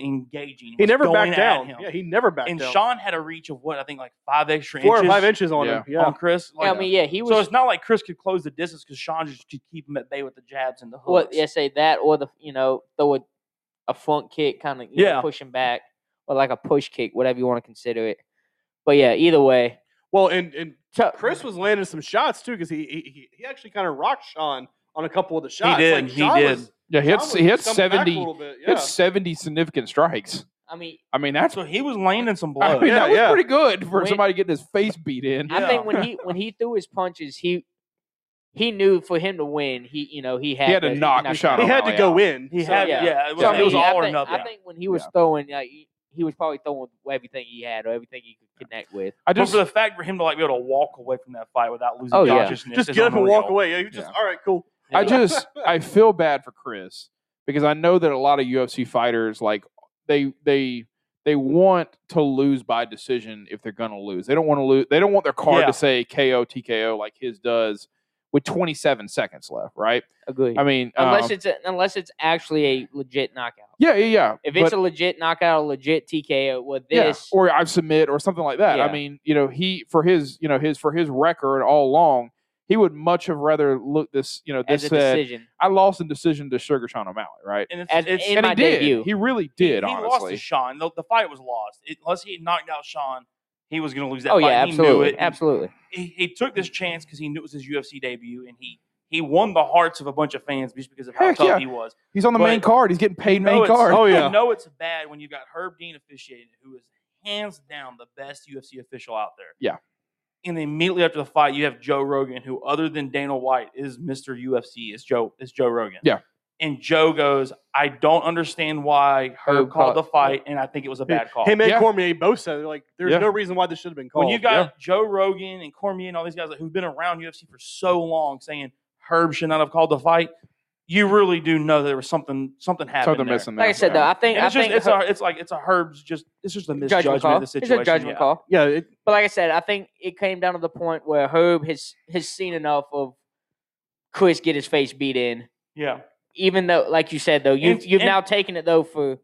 Speaker 5: he
Speaker 1: engaging. was
Speaker 5: never
Speaker 1: going
Speaker 5: backed
Speaker 1: at
Speaker 5: down.
Speaker 1: him.
Speaker 5: Yeah, he never backed
Speaker 1: and
Speaker 5: down.
Speaker 1: Sean had a reach of what I think like five extra
Speaker 5: four or
Speaker 1: inches
Speaker 5: five inches on him. Yeah,
Speaker 1: on Chris.
Speaker 2: Yeah,
Speaker 1: Like,
Speaker 2: I mean, yeah, he
Speaker 1: so
Speaker 2: was.
Speaker 1: it's not like Chris could close the distance because Sean just could keep him at bay with the jabs and the hooks.
Speaker 2: what? Yeah, say that or the you know throw a, a front kick, kind of yeah,
Speaker 1: Yeah.
Speaker 2: know, push him back or like a push kick, whatever you want to consider it. But yeah, either way,
Speaker 5: Well, and and
Speaker 2: So,
Speaker 4: Chris was landing some shots too because he, he he- he actually kind of rocked Sean on a couple of the shots.
Speaker 1: did,
Speaker 4: Like,
Speaker 1: he
Speaker 4: Sean
Speaker 1: did.
Speaker 4: was-
Speaker 3: Yeah, he had,
Speaker 4: Sean was
Speaker 3: he had
Speaker 4: coming back a
Speaker 3: 70
Speaker 4: little bit,
Speaker 3: he
Speaker 4: Yeah.
Speaker 3: had 70 significant strikes.
Speaker 2: I mean,
Speaker 3: I mean, that's
Speaker 1: So he was landing some
Speaker 3: I
Speaker 1: blood.
Speaker 3: mean,
Speaker 4: Yeah,
Speaker 3: that was
Speaker 4: yeah.
Speaker 3: pretty good for
Speaker 2: Wait.
Speaker 3: somebody getting his face beat in.
Speaker 2: I think when he when he threw his punches, he he knew for him to win, he you know he had
Speaker 3: had to knock a shot
Speaker 2: him
Speaker 4: He
Speaker 2: out.
Speaker 4: had to go in.
Speaker 1: He
Speaker 2: So,
Speaker 1: had,
Speaker 2: yeah.
Speaker 1: yeah, it was,
Speaker 3: So, I
Speaker 1: it was
Speaker 2: mean, I
Speaker 1: all or
Speaker 2: think-
Speaker 1: nothing.
Speaker 2: I think when he was
Speaker 3: Yeah.
Speaker 2: throwing, like, he, he was probably throwing everything he had or everything he could connect with.
Speaker 3: I
Speaker 1: But
Speaker 3: just
Speaker 1: for the fact for him to like be able to walk away from that fight without losing
Speaker 2: Oh, yeah.
Speaker 1: consciousness,
Speaker 4: Just
Speaker 1: is
Speaker 4: get up and walk
Speaker 1: unreal.
Speaker 4: away. Yeah, you just
Speaker 3: Yeah.
Speaker 4: all right, cool.
Speaker 3: I
Speaker 2: Yeah.
Speaker 3: just I feel bad for Chris because I know that a lot of UFC fighters like they they they want to lose by decision if they're going to lose. They don't want to lose. They don't want their card
Speaker 1: Yeah.
Speaker 3: to say KO TKO like his does with 27 seconds left, right?
Speaker 2: Agreed.
Speaker 3: I mean,
Speaker 2: unless
Speaker 3: um,
Speaker 2: it's a, unless it's actually a legit knockout.
Speaker 3: yeah, yeah, yeah.
Speaker 2: If it's
Speaker 3: but-
Speaker 2: a legit knockout, a legit TKO, with
Speaker 3: yeah,
Speaker 2: this,
Speaker 3: or I submit or something like that. I
Speaker 2: Yeah.
Speaker 3: mean, you know, he for his, you know, his for his record all along, he would much have rather look this, you know,
Speaker 2: as
Speaker 3: this
Speaker 2: a
Speaker 3: said,
Speaker 2: decision,
Speaker 3: I lost in decision to Sugar Sean O'Malley, right?
Speaker 1: And it's,
Speaker 2: As-
Speaker 1: it's,
Speaker 2: in
Speaker 3: and
Speaker 2: my
Speaker 3: he did.
Speaker 2: debut.
Speaker 3: He really
Speaker 1: he-
Speaker 3: did,
Speaker 1: he,
Speaker 3: honestly.
Speaker 1: lost to Sean. The, the fight was lost. It- unless he had knocked out Sean, he was going to lose that
Speaker 2: oh
Speaker 1: fight.
Speaker 2: yeah,
Speaker 1: he knew
Speaker 2: absolutely,
Speaker 1: it.
Speaker 2: absolutely.
Speaker 1: He, he took this chance because he knew it was his UFC debut, and he he won the hearts of a bunch of fans just because of how
Speaker 3: Heck
Speaker 1: tough
Speaker 3: yeah.
Speaker 1: he was.
Speaker 3: He's on the main
Speaker 1: But-
Speaker 3: card. He's getting paid
Speaker 1: No,
Speaker 3: main
Speaker 1: it's-
Speaker 3: card.
Speaker 4: Oh,
Speaker 1: you
Speaker 4: yeah.
Speaker 1: know it's bad when you've got Herb Dean officiating, who is hands down the best UFC official out there.
Speaker 3: Yeah.
Speaker 1: And then immediately after the fight, you have Joe Rogan, who other than Dana White is Mr. UFC. Is Joe is Joe Rogan.
Speaker 3: Yeah.
Speaker 1: And Joe goes, I don't understand why Herb
Speaker 2: Herb
Speaker 1: called
Speaker 2: called-
Speaker 1: the fight, and I think it was a bad call.
Speaker 4: Him and
Speaker 3: Oh. Yeah.
Speaker 4: Cormier both said they're like, there's
Speaker 3: Yeah.
Speaker 4: no reason why this should have been called.
Speaker 1: when you got Joe Rogan and Cormier and all these guys like, who've been around UFC for so long saying Herb should not have called the fight, you really do know there was something something happened.
Speaker 3: Something
Speaker 1: there.
Speaker 3: missing there.
Speaker 2: Like I said, though, I think
Speaker 1: And
Speaker 2: I
Speaker 1: it's just
Speaker 2: think
Speaker 1: it's
Speaker 2: her-
Speaker 1: a it's like it's a Herb's just it's just a
Speaker 2: judgment
Speaker 1: misjudgment
Speaker 2: call.
Speaker 1: of the situation.
Speaker 2: It's a judgment
Speaker 1: yeah.
Speaker 2: call.
Speaker 4: yeah, it,
Speaker 2: But like I said, I think it came down to the point where Herb has has seen enough of Chris get his face beat in.
Speaker 1: Yeah,
Speaker 2: Even though, like you said, though you've
Speaker 1: And-
Speaker 2: you've
Speaker 1: and-
Speaker 2: now taken it though for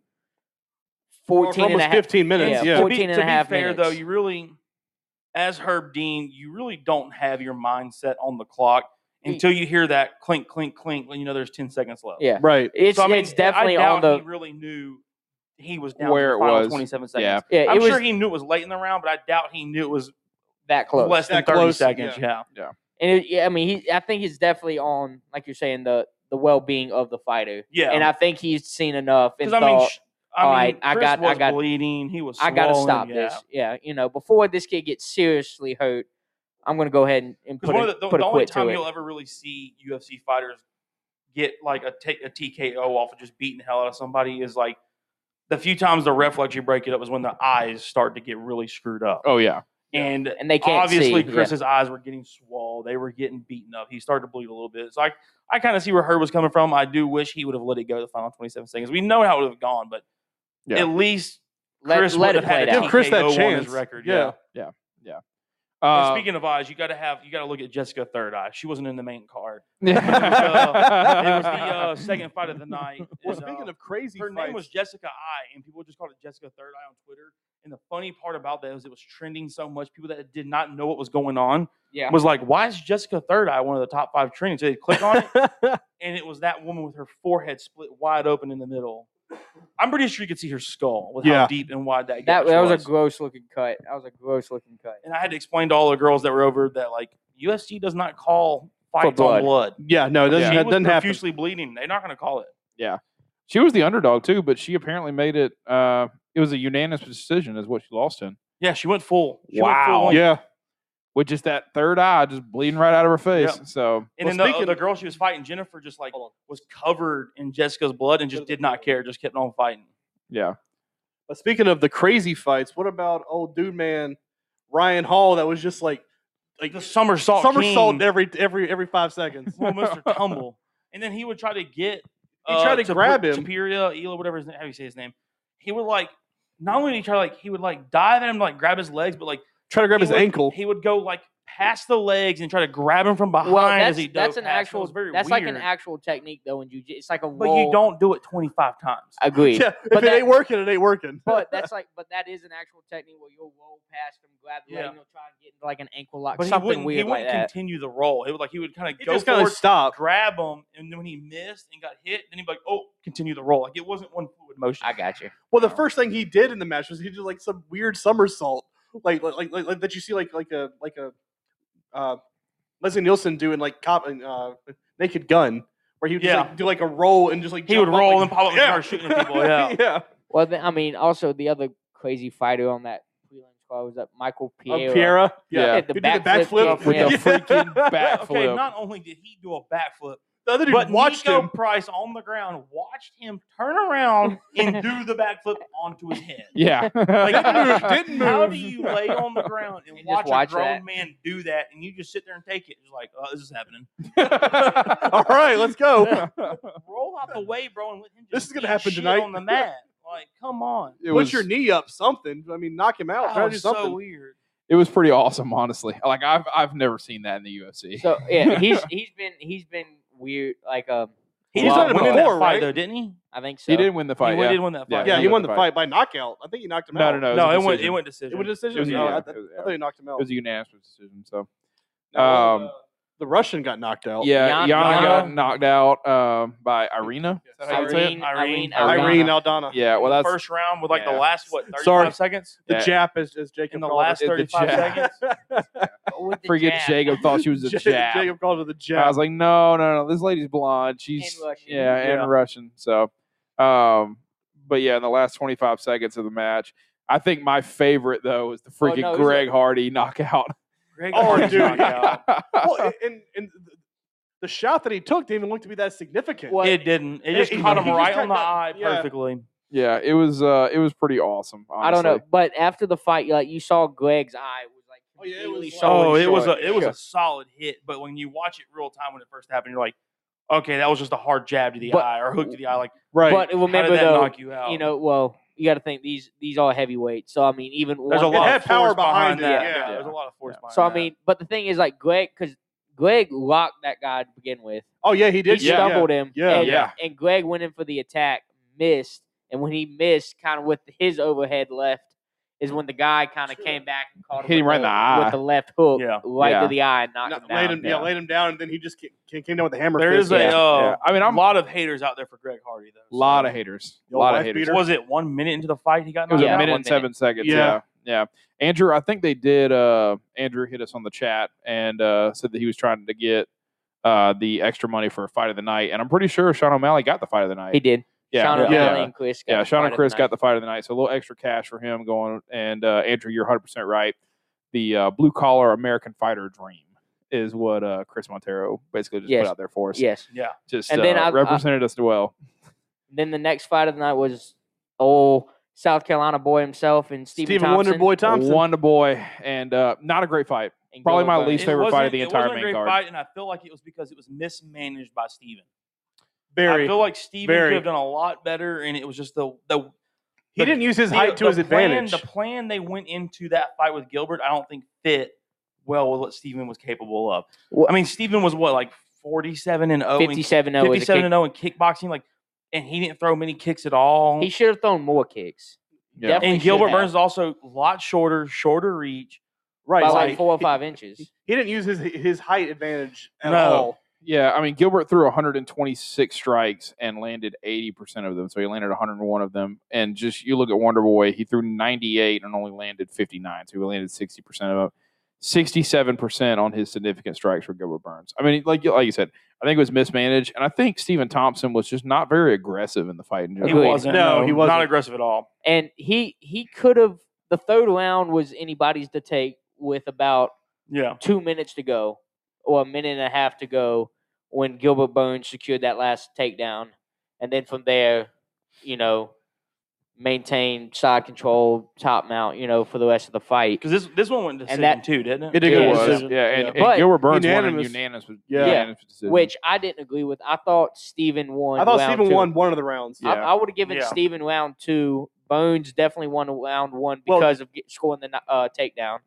Speaker 4: for
Speaker 2: 14 and
Speaker 4: almost
Speaker 2: a half.
Speaker 4: 15 minutes.
Speaker 2: Yeah,
Speaker 4: Yeah,
Speaker 1: To be-
Speaker 2: 14 and
Speaker 1: to
Speaker 2: a
Speaker 1: be
Speaker 2: half
Speaker 1: fair,
Speaker 2: minutes.
Speaker 1: though, you really, as Herb Dean, you really don't have your mindset on the clock
Speaker 2: Mm.
Speaker 1: until you hear that clink, clink, clink, when you know there's ten seconds left.
Speaker 2: Yeah,
Speaker 4: right.
Speaker 2: it's
Speaker 1: so I mean,
Speaker 2: it's definitely
Speaker 1: I doubt
Speaker 2: on the
Speaker 1: he really knew he was down
Speaker 3: Where
Speaker 1: to
Speaker 3: it
Speaker 1: the final
Speaker 3: was.
Speaker 1: 27 seconds.
Speaker 3: yeah,
Speaker 2: yeah. It
Speaker 1: I'm
Speaker 2: was
Speaker 1: sure he knew it was late in the round, but I doubt he knew it was
Speaker 2: that close.
Speaker 1: less than
Speaker 4: That
Speaker 1: 30
Speaker 4: close,
Speaker 1: seconds. Yeah.
Speaker 2: And it, yeah, I mean, he I think he's definitely on like you're saying the the well being of the fighter.
Speaker 1: Yeah.
Speaker 2: And I think he's seen enough and
Speaker 1: Because I mean,
Speaker 2: thought,
Speaker 1: sh- I mean,
Speaker 2: all right, I
Speaker 1: Chris
Speaker 2: got- I
Speaker 1: was
Speaker 2: got-
Speaker 1: bleeding. He was.
Speaker 2: I gotta
Speaker 1: swollen,
Speaker 2: stop
Speaker 1: yeah.
Speaker 2: this. Yeah, you know, before this kid gets seriously hurt, I'm gonna go ahead and, and
Speaker 1: Because
Speaker 2: put
Speaker 1: one
Speaker 2: a,
Speaker 1: of the, the,
Speaker 2: put
Speaker 1: the
Speaker 2: a
Speaker 1: only
Speaker 2: quit to
Speaker 1: time
Speaker 2: it.
Speaker 1: you'll ever really see UFC fighters get like a take a TKO off of just beating the hell out of somebody is like the few times the ref lets you break it up is when the eyes start to get really screwed up.
Speaker 3: oh yeah.
Speaker 1: And
Speaker 2: and they can't
Speaker 1: obviously
Speaker 2: see.
Speaker 1: Chris's eyes were getting swole. They were getting beaten up. He started to bleed a little bit. So I, I kind of see where Herb was coming from. I do wish he would have let it go the final 27 seconds. We know how it would have gone, but
Speaker 3: Yeah.
Speaker 1: at least
Speaker 2: yeah. let,
Speaker 1: Chris
Speaker 2: let
Speaker 1: would have
Speaker 2: it
Speaker 1: had
Speaker 2: play
Speaker 1: a
Speaker 2: out.
Speaker 4: Give Chris that
Speaker 1: TKO on his
Speaker 4: chance.
Speaker 1: record, yeah.
Speaker 4: Yeah.
Speaker 1: And
Speaker 3: Uh,
Speaker 1: speaking of eyes, you got to have you got to look at Jessica Third Eye. She wasn't in the main card. It was the uh, second fight of the night.
Speaker 4: Well,
Speaker 1: and,
Speaker 4: speaking
Speaker 1: uh,
Speaker 4: of crazy
Speaker 1: her name
Speaker 4: fights-
Speaker 1: was Jessica I, and people just called it Jessica Third Eye on Twitter. And the funny part about that was it was trending so much. People that did not know what was going on
Speaker 2: Yeah.
Speaker 1: was like, "Why is Jessica Third Eye one of the top five trending?" So they click on it, and it was that woman with her forehead split wide open in the middle. I'm pretty sure you could see her skull with how
Speaker 4: Yeah.
Speaker 1: deep and wide that
Speaker 2: That,
Speaker 1: gash
Speaker 2: that was
Speaker 1: was
Speaker 2: a gross looking cut. That was a gross looking cut.
Speaker 1: and I had to explain to all the girls that were over that like UFC does not call fights
Speaker 2: blood.
Speaker 1: on blood.
Speaker 4: Yeah, no, it doesn't,
Speaker 1: she
Speaker 4: that
Speaker 1: was
Speaker 4: doesn't happen.
Speaker 1: profusely bleeding. They're not going to call it.
Speaker 3: she was the underdog too, but she apparently made it. Uh, it was a unanimous decision, is what she lost in,
Speaker 1: Yeah, she went full. She went
Speaker 3: Wow.
Speaker 1: full in.
Speaker 4: Yeah.
Speaker 3: with just that third eye just bleeding right out of her face. So
Speaker 1: And then
Speaker 4: Well,
Speaker 1: the, uh,
Speaker 4: speaking-
Speaker 1: the girl she was fighting, Jennifer, just like was covered in Jessica's blood and just did not care. Just kept on fighting.
Speaker 3: yeah,
Speaker 4: But speaking of the crazy fights, what about old dude man Ryan Hall that was just like
Speaker 1: Like the somersault,
Speaker 4: somersault
Speaker 1: king,
Speaker 4: every every every five seconds?
Speaker 1: little Mister Tumble, and then he would try to get.
Speaker 4: He tried to
Speaker 1: Tapu-
Speaker 4: grab him.
Speaker 1: Tapuria, Ela, whatever his name, how do you say his name? He would like not only did he try like he would like dive at him, like grab his legs, but like
Speaker 4: Try to grab
Speaker 1: he
Speaker 4: his
Speaker 1: would-
Speaker 4: ankle.
Speaker 1: He would go like past the legs and try to grab him from behind
Speaker 2: Well,
Speaker 1: as
Speaker 2: that's,
Speaker 1: he
Speaker 2: that's
Speaker 1: dove
Speaker 2: an
Speaker 1: past. It
Speaker 2: actual.
Speaker 1: was very
Speaker 2: That's like an
Speaker 1: weird.
Speaker 2: actual technique though in jujitsu. It's like a
Speaker 1: But you
Speaker 2: roll.
Speaker 1: don't do it twenty five times.
Speaker 2: agree.
Speaker 4: yeah, if
Speaker 2: But
Speaker 4: it
Speaker 2: that-
Speaker 4: ain't working, it ain't working.
Speaker 2: But that's like, but that is an actual technique where you'll roll past them, grab the
Speaker 1: Yeah.
Speaker 2: leg, and you'll try and get into like an ankle lock,
Speaker 1: But he
Speaker 2: something
Speaker 1: wouldn't, he
Speaker 2: weird like
Speaker 1: wouldn't
Speaker 2: that.
Speaker 1: continue the roll. He would like he would kind of
Speaker 4: He
Speaker 1: go
Speaker 4: just kind
Speaker 1: forward,
Speaker 4: of stopped.
Speaker 1: grab him, and then when he missed and got hit, then he'd be like, "Oh, continue the roll." Like it wasn't one fluid motion.
Speaker 2: I got you.
Speaker 4: Well, the first thing he did in the match was he did like some weird somersault, like like like, like, like that you see like like a like a uh, Leslie Nielsen doing like cop and uh, Naked Gun, where he would just,
Speaker 1: Yeah.
Speaker 4: like, do like a roll and just like
Speaker 1: He would
Speaker 4: jump up,
Speaker 1: roll
Speaker 4: like-
Speaker 1: and pop up and
Speaker 4: Yeah.
Speaker 1: start shooting at people. Yeah.
Speaker 4: yeah.
Speaker 2: Well, then, I mean, also the other crazy fighter on that prelim squad was that Michael
Speaker 4: Uh,
Speaker 2: Piero.
Speaker 4: Piera. Yeah.
Speaker 3: Yeah.
Speaker 2: Did the
Speaker 4: Who did the
Speaker 2: backflip
Speaker 4: backflip
Speaker 2: with the
Speaker 3: freaking back-
Speaker 1: Okay,
Speaker 3: Backflip.
Speaker 1: not only did he do a backflip,
Speaker 4: The other dude
Speaker 1: but
Speaker 4: watched
Speaker 1: Nico
Speaker 4: him.
Speaker 1: Price on the ground watched him turn around and do the backflip onto his head.
Speaker 3: Yeah.
Speaker 1: Like,
Speaker 4: Didn't move, didn't
Speaker 1: How
Speaker 4: move.
Speaker 1: do you lay on the ground and,
Speaker 2: And just
Speaker 1: watch,
Speaker 2: watch
Speaker 1: a grown
Speaker 2: that.
Speaker 1: man do that, and you just sit there and take it? It's like, oh, this is happening.
Speaker 4: All right, let's go.
Speaker 1: Roll out the way, bro, and let him. Just
Speaker 4: This is gonna
Speaker 1: eat
Speaker 4: happen
Speaker 1: shit
Speaker 4: tonight.
Speaker 1: on the mat. Like, come on.
Speaker 3: It
Speaker 4: Put
Speaker 3: was,
Speaker 4: your knee up, something. I mean, knock him out.
Speaker 1: That
Speaker 4: Try to do
Speaker 1: was so
Speaker 4: something.
Speaker 1: weird.
Speaker 3: it was pretty awesome, honestly. Like I've I've never seen that in the UFC.
Speaker 2: So yeah, he's he's been he's been weird. Like um,
Speaker 1: He
Speaker 3: He's
Speaker 1: did
Speaker 3: done it
Speaker 1: win that
Speaker 4: before,
Speaker 1: fight,
Speaker 4: right?
Speaker 1: though, didn't he?
Speaker 2: I think so.
Speaker 3: he didn't win the fight.
Speaker 1: he
Speaker 3: yeah.
Speaker 1: did win that
Speaker 3: Yeah,
Speaker 1: fight.
Speaker 4: yeah, he
Speaker 3: Knocked
Speaker 4: won
Speaker 3: the
Speaker 4: the
Speaker 3: fight.
Speaker 4: fight by knockout. I think he knocked him
Speaker 3: No,
Speaker 4: out.
Speaker 3: no, no.
Speaker 1: No,
Speaker 3: a
Speaker 1: it went. It
Speaker 3: decision.
Speaker 1: went
Speaker 4: It
Speaker 1: decision.
Speaker 4: was a
Speaker 3: It was,
Speaker 4: decision.
Speaker 3: a-
Speaker 4: Oh, I,
Speaker 3: yeah,
Speaker 4: I
Speaker 3: it
Speaker 4: thought
Speaker 3: was-
Speaker 4: he knocked him
Speaker 3: it
Speaker 4: out.
Speaker 3: was a unanimous decision. So,
Speaker 4: No,
Speaker 3: um,
Speaker 4: uh, the Russian got knocked out.
Speaker 3: yeah,
Speaker 2: Yan-
Speaker 3: Yana
Speaker 1: Yana-
Speaker 3: got knocked out um, by Irina. Is that how you say it?
Speaker 2: Irene, Irene,
Speaker 1: Irene-
Speaker 4: Irene
Speaker 2: Aldana.
Speaker 4: Aldana.
Speaker 3: Yeah, well, that's
Speaker 1: first round with like
Speaker 3: yeah.
Speaker 1: the last what thirty-five
Speaker 4: Sorry.
Speaker 1: seconds
Speaker 4: The
Speaker 3: Yeah.
Speaker 4: Jap, as, as Jacob
Speaker 1: in the
Speaker 4: called
Speaker 1: last
Speaker 3: it the
Speaker 1: thirty-five
Speaker 3: jab.
Speaker 1: seconds.
Speaker 2: With the
Speaker 3: freaking
Speaker 2: jab.
Speaker 3: Jacob thought she was a
Speaker 4: Ja-
Speaker 3: jab.
Speaker 4: Jacob called her the Jap.
Speaker 3: I was like, no, no, no, this lady's blonde. She's
Speaker 2: Russian.
Speaker 3: yeah, and
Speaker 1: Yeah.
Speaker 3: Russian. So, um, but yeah, in the last 25 seconds of the match, I think my favorite though was the freaking
Speaker 2: Oh, no, it was
Speaker 3: Greg Hardy knockout.
Speaker 1: Greg
Speaker 4: Oh,
Speaker 1: Hardy's
Speaker 4: dude.
Speaker 1: knockout.
Speaker 4: well, and, and the- the shot that he took didn't even look to be that significant.
Speaker 2: Well,
Speaker 1: It didn't. It
Speaker 4: It-
Speaker 1: just
Speaker 4: it-
Speaker 1: caught him
Speaker 4: he just
Speaker 1: right
Speaker 4: got
Speaker 1: on the
Speaker 4: got-
Speaker 1: eye
Speaker 4: yeah.
Speaker 1: perfectly.
Speaker 3: yeah, it was uh, it was pretty awesome.
Speaker 2: I don't know,
Speaker 3: honestly.
Speaker 2: but after the fight, like you saw Greg's eye was like
Speaker 4: Oh, yeah, it
Speaker 2: completely
Speaker 4: was like-
Speaker 2: showing
Speaker 1: Oh, it was a
Speaker 2: short.
Speaker 1: it was
Speaker 3: Sure.
Speaker 1: a solid hit, but when you watch it real time when it first happened, you're like, okay, that was just a hard jab to the
Speaker 2: But-
Speaker 1: eye or hook to the eye. Like,
Speaker 4: right.
Speaker 2: But
Speaker 1: how
Speaker 2: remember
Speaker 1: did that
Speaker 2: though,
Speaker 1: knock you out?
Speaker 2: you know, well, you got to think these these are heavyweights. So I mean, even
Speaker 1: there's a
Speaker 2: one-
Speaker 4: It
Speaker 1: lot
Speaker 4: had
Speaker 1: of
Speaker 4: power
Speaker 1: force behind,
Speaker 4: behind it,
Speaker 1: that.
Speaker 4: yeah.
Speaker 1: there's a lot of force behind.
Speaker 2: So I
Speaker 1: that.
Speaker 2: mean, but the thing is, like Greg, because Greg locked that guy to begin with.
Speaker 4: oh yeah, he
Speaker 2: He
Speaker 4: did. yeah,
Speaker 2: stumbled him.
Speaker 4: Yeah.
Speaker 2: and,
Speaker 3: Yeah.
Speaker 2: and Greg went in for the attack, missed, and when he missed, kind of with his overhead left, is when the guy kind of
Speaker 4: Sure.
Speaker 2: came back and caught him
Speaker 3: Hit
Speaker 2: with
Speaker 3: him right in
Speaker 2: the,
Speaker 3: the eye.
Speaker 2: with the left hook,
Speaker 1: Yeah.
Speaker 2: right
Speaker 3: Yeah.
Speaker 2: to the eye, and knocked
Speaker 4: No,
Speaker 2: him down.
Speaker 4: laid him, yeah.
Speaker 3: yeah.
Speaker 4: laid him down, and then he just came, came down with a hammer.
Speaker 1: there
Speaker 4: fist.
Speaker 1: is a
Speaker 3: Yeah,
Speaker 1: uh,
Speaker 3: yeah. I mean, I'm
Speaker 1: a lot of haters out there for Greg Hardy though.
Speaker 3: a
Speaker 1: so-
Speaker 3: lot of haters, a
Speaker 4: Yo,
Speaker 3: lot of
Speaker 4: wife
Speaker 3: haters.
Speaker 4: beater.
Speaker 1: Was it one minute into the fight he got
Speaker 3: It was
Speaker 1: knocked
Speaker 2: Yeah.
Speaker 3: a
Speaker 1: out?
Speaker 3: minute
Speaker 2: One
Speaker 3: and seven seconds. Yeah.
Speaker 4: Yeah.
Speaker 3: yeah, Andrew, I think they did. Uh, Andrew hit us on the chat and uh, said that he was trying to get uh, the extra money for a fight of the night, and I'm pretty sure Sean O'Malley got the fight of the night.
Speaker 2: He did.
Speaker 3: Yeah,
Speaker 2: Sean
Speaker 3: yeah,
Speaker 2: O'Malley
Speaker 3: yeah.
Speaker 2: and Chris. Got
Speaker 3: Yeah,
Speaker 2: the
Speaker 3: Sean
Speaker 2: fight
Speaker 3: and
Speaker 2: of
Speaker 3: Chris
Speaker 2: night.
Speaker 3: got the fight of the night, so a little extra cash for him going. And uh, Andrew, you're 100 percent right. The uh, blue collar American fighter dream is what uh, Chris Montero basically just
Speaker 2: Yes.
Speaker 3: put out there for us.
Speaker 2: Yes.
Speaker 1: Yeah.
Speaker 3: just
Speaker 2: And
Speaker 3: uh,
Speaker 2: then I- I-
Speaker 3: represented us well.
Speaker 2: Then the next fight of the night was old South Carolina boy himself and Stephen,
Speaker 4: Stephen
Speaker 2: Thompson.
Speaker 4: Wonder Boy Thompson.
Speaker 3: Wonder boy, and uh, not a great fight.
Speaker 2: and
Speaker 3: probably my
Speaker 2: Gilbert.
Speaker 3: least
Speaker 1: It
Speaker 3: favorite fight
Speaker 1: wasn't-
Speaker 3: of the
Speaker 1: it
Speaker 3: entire
Speaker 1: wasn't a
Speaker 3: main
Speaker 1: great
Speaker 3: card.
Speaker 1: Fight, and I feel like it was because it was mismanaged by Steven.
Speaker 4: Barry.
Speaker 1: I feel like Steven
Speaker 4: Very.
Speaker 1: could have done a lot better, and it was just the the
Speaker 4: he didn't use his height to his
Speaker 1: plan-
Speaker 4: advantage.
Speaker 1: The plan they went into that fight with Gilbert, I don't think fit well with what Steven was capable of.
Speaker 2: Well-
Speaker 1: I mean, Steven was what like forty-seven and zero, and
Speaker 2: 57 0
Speaker 1: fifty-seven and zero in kickboxing, like, and he didn't throw many kicks at
Speaker 3: oh.
Speaker 1: all.
Speaker 2: He should have thrown more kicks.
Speaker 3: Yeah.
Speaker 2: Definitely
Speaker 1: and
Speaker 2: should
Speaker 1: Gilbert
Speaker 2: have.
Speaker 1: Burns is also a lot shorter, shorter reach.
Speaker 4: right.
Speaker 2: by
Speaker 4: so
Speaker 2: like
Speaker 4: he-
Speaker 2: four or
Speaker 4: he-
Speaker 2: five inches.
Speaker 4: He didn't use his his height advantage at
Speaker 1: No.
Speaker 4: all.
Speaker 3: Yeah, I mean Gilbert threw 126 strikes and landed 80% of them. So he landed 101 of them. And just you look at Wonder Boy, he threw 98 and only landed 59. So he landed 60% of them. 67% on his significant strikes for Gilbert Burns. I mean, like like you said, I think it was mismanaged. And I think Stephen Thompson was just not very aggressive in the fight in
Speaker 1: He
Speaker 3: general.
Speaker 2: Agreed.
Speaker 1: wasn't.
Speaker 4: No, he wasn't.
Speaker 1: not aggressive at all.
Speaker 2: And he he could have the third round was anybody's to take with about
Speaker 1: Yeah,
Speaker 2: two minutes to go or a minute and a half to go when Gilbert Burns secured that last takedown. And then from there, you know, maintain side control, top mount, you know, for the rest of the fight.
Speaker 1: because this this one went to decision
Speaker 2: And that-
Speaker 1: too, didn't it?
Speaker 4: It did
Speaker 3: It
Speaker 4: go
Speaker 2: Yeah,
Speaker 3: was.
Speaker 4: decision.
Speaker 3: Yeah, and,
Speaker 4: Yeah.
Speaker 3: and
Speaker 2: But-
Speaker 3: Gilbert Burns won in
Speaker 4: Unanimous.
Speaker 3: unanimous,
Speaker 4: Yeah.
Speaker 3: unanimous decision.
Speaker 2: Which I didn't agree with. I thought Steven won.
Speaker 4: I thought
Speaker 2: round
Speaker 4: Stephen
Speaker 2: two.
Speaker 4: won one of the rounds.
Speaker 3: Yeah.
Speaker 2: I, I would have given
Speaker 1: Yeah.
Speaker 2: Steven round two. Bones definitely won round one
Speaker 4: Well-
Speaker 2: because of get, scoring the kn- uh, takedown.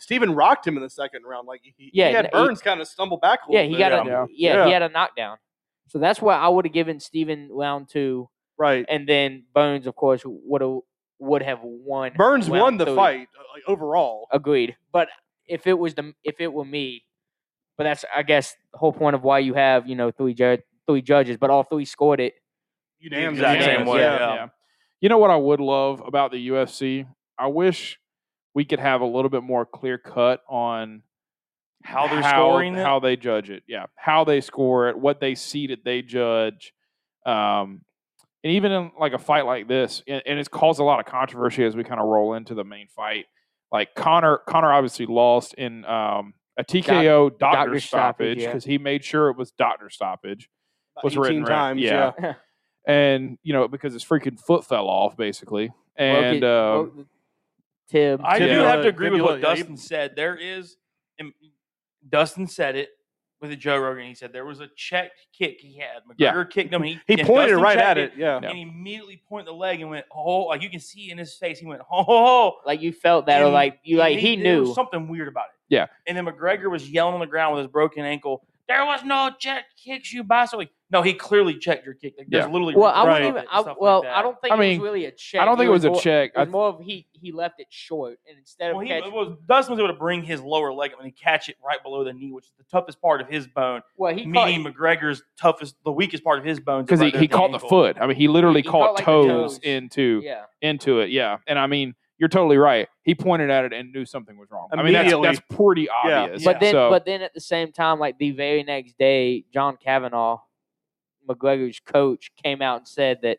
Speaker 4: Stephen rocked him in the second round. Like he,
Speaker 2: Yeah,
Speaker 4: he
Speaker 2: he-
Speaker 4: had Burns kind of stumble back a
Speaker 2: Yeah,
Speaker 4: little
Speaker 2: he
Speaker 4: bit.
Speaker 2: got a
Speaker 3: Yeah.
Speaker 2: yeah, he had a knockdown. So that's why I would have given Steven round two,
Speaker 4: right.
Speaker 2: and then Bones, of course, would have would have won.
Speaker 4: Burns
Speaker 2: round
Speaker 4: won the
Speaker 2: three.
Speaker 4: fight uh, like, overall.
Speaker 2: Agreed. But if it was the if it were me, but that's I guess the whole point of why you have you know three judge three judges, but all three scored it.
Speaker 4: Unanimous.
Speaker 1: Exact same way,
Speaker 4: Yeah.
Speaker 1: yeah.
Speaker 3: You know what I would love about the UFC? I wish we could have a little bit more clear cut on
Speaker 1: how they're scoring it.
Speaker 3: how they judge it. Yeah, how they score it, what they seeded, they judge. Um, and even in like a fight like this, and, and it's caused a lot of controversy as we kind of roll into the main fight. Like Connor, Connor obviously lost in um, a TKO doctor,
Speaker 2: doctor stoppage,
Speaker 3: stoppage
Speaker 2: yeah.
Speaker 3: because he made sure it was doctor stoppage.
Speaker 4: About
Speaker 3: was
Speaker 4: 18
Speaker 3: written right.
Speaker 4: times.
Speaker 3: Yeah. and you know because his freaking foot fell off basically
Speaker 2: Broke
Speaker 3: and
Speaker 2: it-
Speaker 3: uh,
Speaker 2: broke the Tib.
Speaker 1: I do
Speaker 3: Tibula-
Speaker 1: have to agree with what
Speaker 4: Tibula, yeah,
Speaker 1: Dustin said. There is, and Dustin said it with the Joe Rogan. He said there was a checked kick he had. McGregor
Speaker 3: Yeah.
Speaker 1: kicked him. He,
Speaker 4: He
Speaker 1: and
Speaker 4: pointed
Speaker 1: Dustin
Speaker 4: right
Speaker 1: checked
Speaker 4: at it. Yeah.
Speaker 1: and he immediately pointed the leg and went, "Oh!" Like you can see in his face, he went, "Oh!" oh, oh."
Speaker 2: like you felt that, or
Speaker 1: And
Speaker 2: like you like
Speaker 1: And
Speaker 2: he
Speaker 1: there was
Speaker 2: knew.
Speaker 1: something weird about it.
Speaker 3: Yeah.
Speaker 1: And then McGregor was yelling on the ground with his broken ankle. There was no check kicks you by. So like, no, he clearly checked your kick. Like, there's
Speaker 3: Yeah.
Speaker 1: literally
Speaker 2: Well, I
Speaker 1: recording
Speaker 2: wouldn't
Speaker 1: of
Speaker 2: even.
Speaker 1: it and
Speaker 2: I,
Speaker 1: stuff like
Speaker 2: well,
Speaker 1: that.
Speaker 2: I don't think
Speaker 3: I
Speaker 2: it
Speaker 3: mean,
Speaker 2: was really a check.
Speaker 3: i don't think it was a
Speaker 2: more,
Speaker 3: check
Speaker 2: It
Speaker 3: I,
Speaker 2: was more of he he left it short, and instead of
Speaker 1: Well, he,
Speaker 2: catch,
Speaker 1: well, Dustin was able to bring his lower leg up and he catch it right below the knee, which is the toughest part of his bone.
Speaker 2: well he caught,
Speaker 1: meaning McGregor's toughest, the weakest part of his bones. is
Speaker 3: because
Speaker 1: right
Speaker 3: he,
Speaker 1: there
Speaker 3: he
Speaker 1: at the
Speaker 3: caught the
Speaker 1: ankle.
Speaker 3: foot i mean he literally
Speaker 2: He caught,
Speaker 3: caught,
Speaker 2: like, the
Speaker 3: toes
Speaker 2: toes.
Speaker 3: into
Speaker 2: yeah.
Speaker 3: into it yeah and i mean you're totally right he pointed at it and knew something was wrong i mean that's,
Speaker 4: Immediately.
Speaker 3: that's pretty
Speaker 4: Yeah.
Speaker 3: obvious
Speaker 2: But then,
Speaker 3: so,
Speaker 2: but then at the same time, like the very next day, John Kavanaugh, McGregor's coach, came out and said that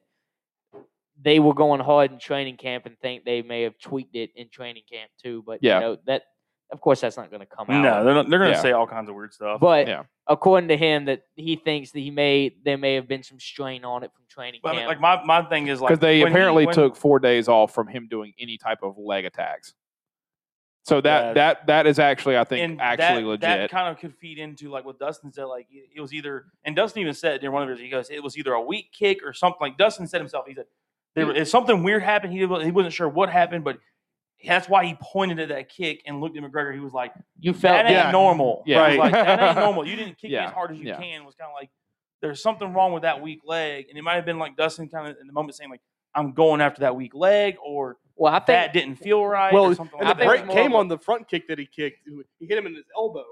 Speaker 2: they were going hard in training camp and think they may have tweaked it in training camp too. But
Speaker 3: Yeah.
Speaker 2: you know that, of course, that's not going to come out.
Speaker 1: No, they're, not- they're going to
Speaker 3: Yeah.
Speaker 1: say all kinds of weird stuff.
Speaker 2: But
Speaker 3: Yeah.
Speaker 2: according to him, that he thinks that he may there may have been some strain on it from training
Speaker 1: But, I mean,
Speaker 2: camp.
Speaker 1: like my, my thing is like
Speaker 3: because they
Speaker 1: when he-
Speaker 3: apparently
Speaker 1: when-
Speaker 3: took four days off from him doing any type of leg attacks so that
Speaker 1: Yeah.
Speaker 3: that that is actually i
Speaker 1: and
Speaker 3: think
Speaker 1: that-
Speaker 3: actually
Speaker 1: That
Speaker 3: legit
Speaker 1: kind of could feed into like what Dustin said. Like it it was either, and Dustin even said during one of his, he goes, it was either a weak kick or something. Like Dustin said himself, he said there was something weird happened. He wa- he wasn't sure what happened, but that's why he pointed at that kick and looked at McGregor. He was like,
Speaker 2: you
Speaker 1: that
Speaker 2: felt
Speaker 1: ain't
Speaker 2: that
Speaker 4: Yeah.
Speaker 1: normal.
Speaker 3: Yeah.
Speaker 1: He was
Speaker 3: Right.
Speaker 1: like, that ain't normal. You didn't kick me
Speaker 3: Yeah.
Speaker 1: as hard as you
Speaker 3: Yeah.
Speaker 1: can. Was kind of like there's something wrong with that weak leg, and it might have been like Dustin kind of in the moment saying like. I'm going after that weak leg, or
Speaker 2: Well, I
Speaker 1: that
Speaker 2: think
Speaker 1: didn't feel right.
Speaker 4: Well,
Speaker 1: or
Speaker 4: and
Speaker 1: something
Speaker 4: the
Speaker 1: like
Speaker 2: I think
Speaker 1: that.
Speaker 4: break
Speaker 2: it's more
Speaker 4: came
Speaker 2: of a-
Speaker 4: on the front kick that he kicked. He hit him in his elbow,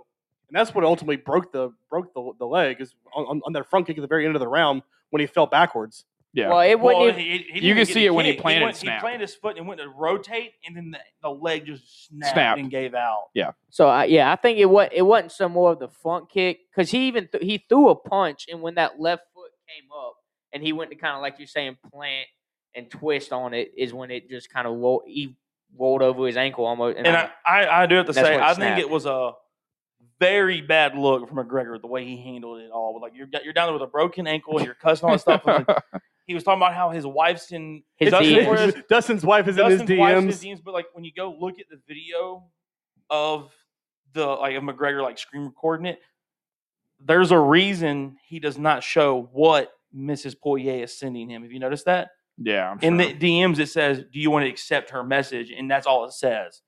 Speaker 4: and that's what ultimately broke the broke the, the leg is on, on, on that front kick at the very end of the round when he fell backwards.
Speaker 3: yeah
Speaker 2: well it wouldn't.
Speaker 1: Well,
Speaker 2: even,
Speaker 1: he- he didn't
Speaker 3: you
Speaker 1: even
Speaker 3: can
Speaker 1: get
Speaker 3: see
Speaker 1: the
Speaker 3: it when he
Speaker 1: kick.
Speaker 3: planted
Speaker 1: went-
Speaker 3: snap.
Speaker 1: He planted his foot and went to rotate, and then the, the leg just snapped,
Speaker 3: Snapped.
Speaker 1: and gave out.
Speaker 2: So I, yeah, I think it was it wasn't some more of the front kick because he even th- he threw a punch and when that left foot came up and he went to kind of like you're saying plant and twist on it is when it just kind of rolled he rolled over his ankle almost and,
Speaker 1: And
Speaker 2: I-
Speaker 1: I, I, I do have to
Speaker 2: That's
Speaker 1: say,
Speaker 2: when it
Speaker 1: I
Speaker 2: snapped.
Speaker 1: think it was a very bad look from McGregor the way he handled it all. Like you're you're down there with a broken ankle and you're cussing all that stuff. and, like, he was talking about how his wife's in
Speaker 2: His
Speaker 1: Dustin
Speaker 2: DMs.
Speaker 1: Poirier's-
Speaker 4: Dustin's wife is in his
Speaker 1: Dustin's wife's in his
Speaker 4: DMs.
Speaker 1: DMs, but like when you go look at the video of the like of McGregor like screen recording it, there's a reason he does not show what Mrs. Poirier is sending him. Have you noticed that?
Speaker 3: yeah I'm
Speaker 1: In
Speaker 3: sure.
Speaker 1: the DMs, it says, "Do you want to accept her message?" And that's all it says.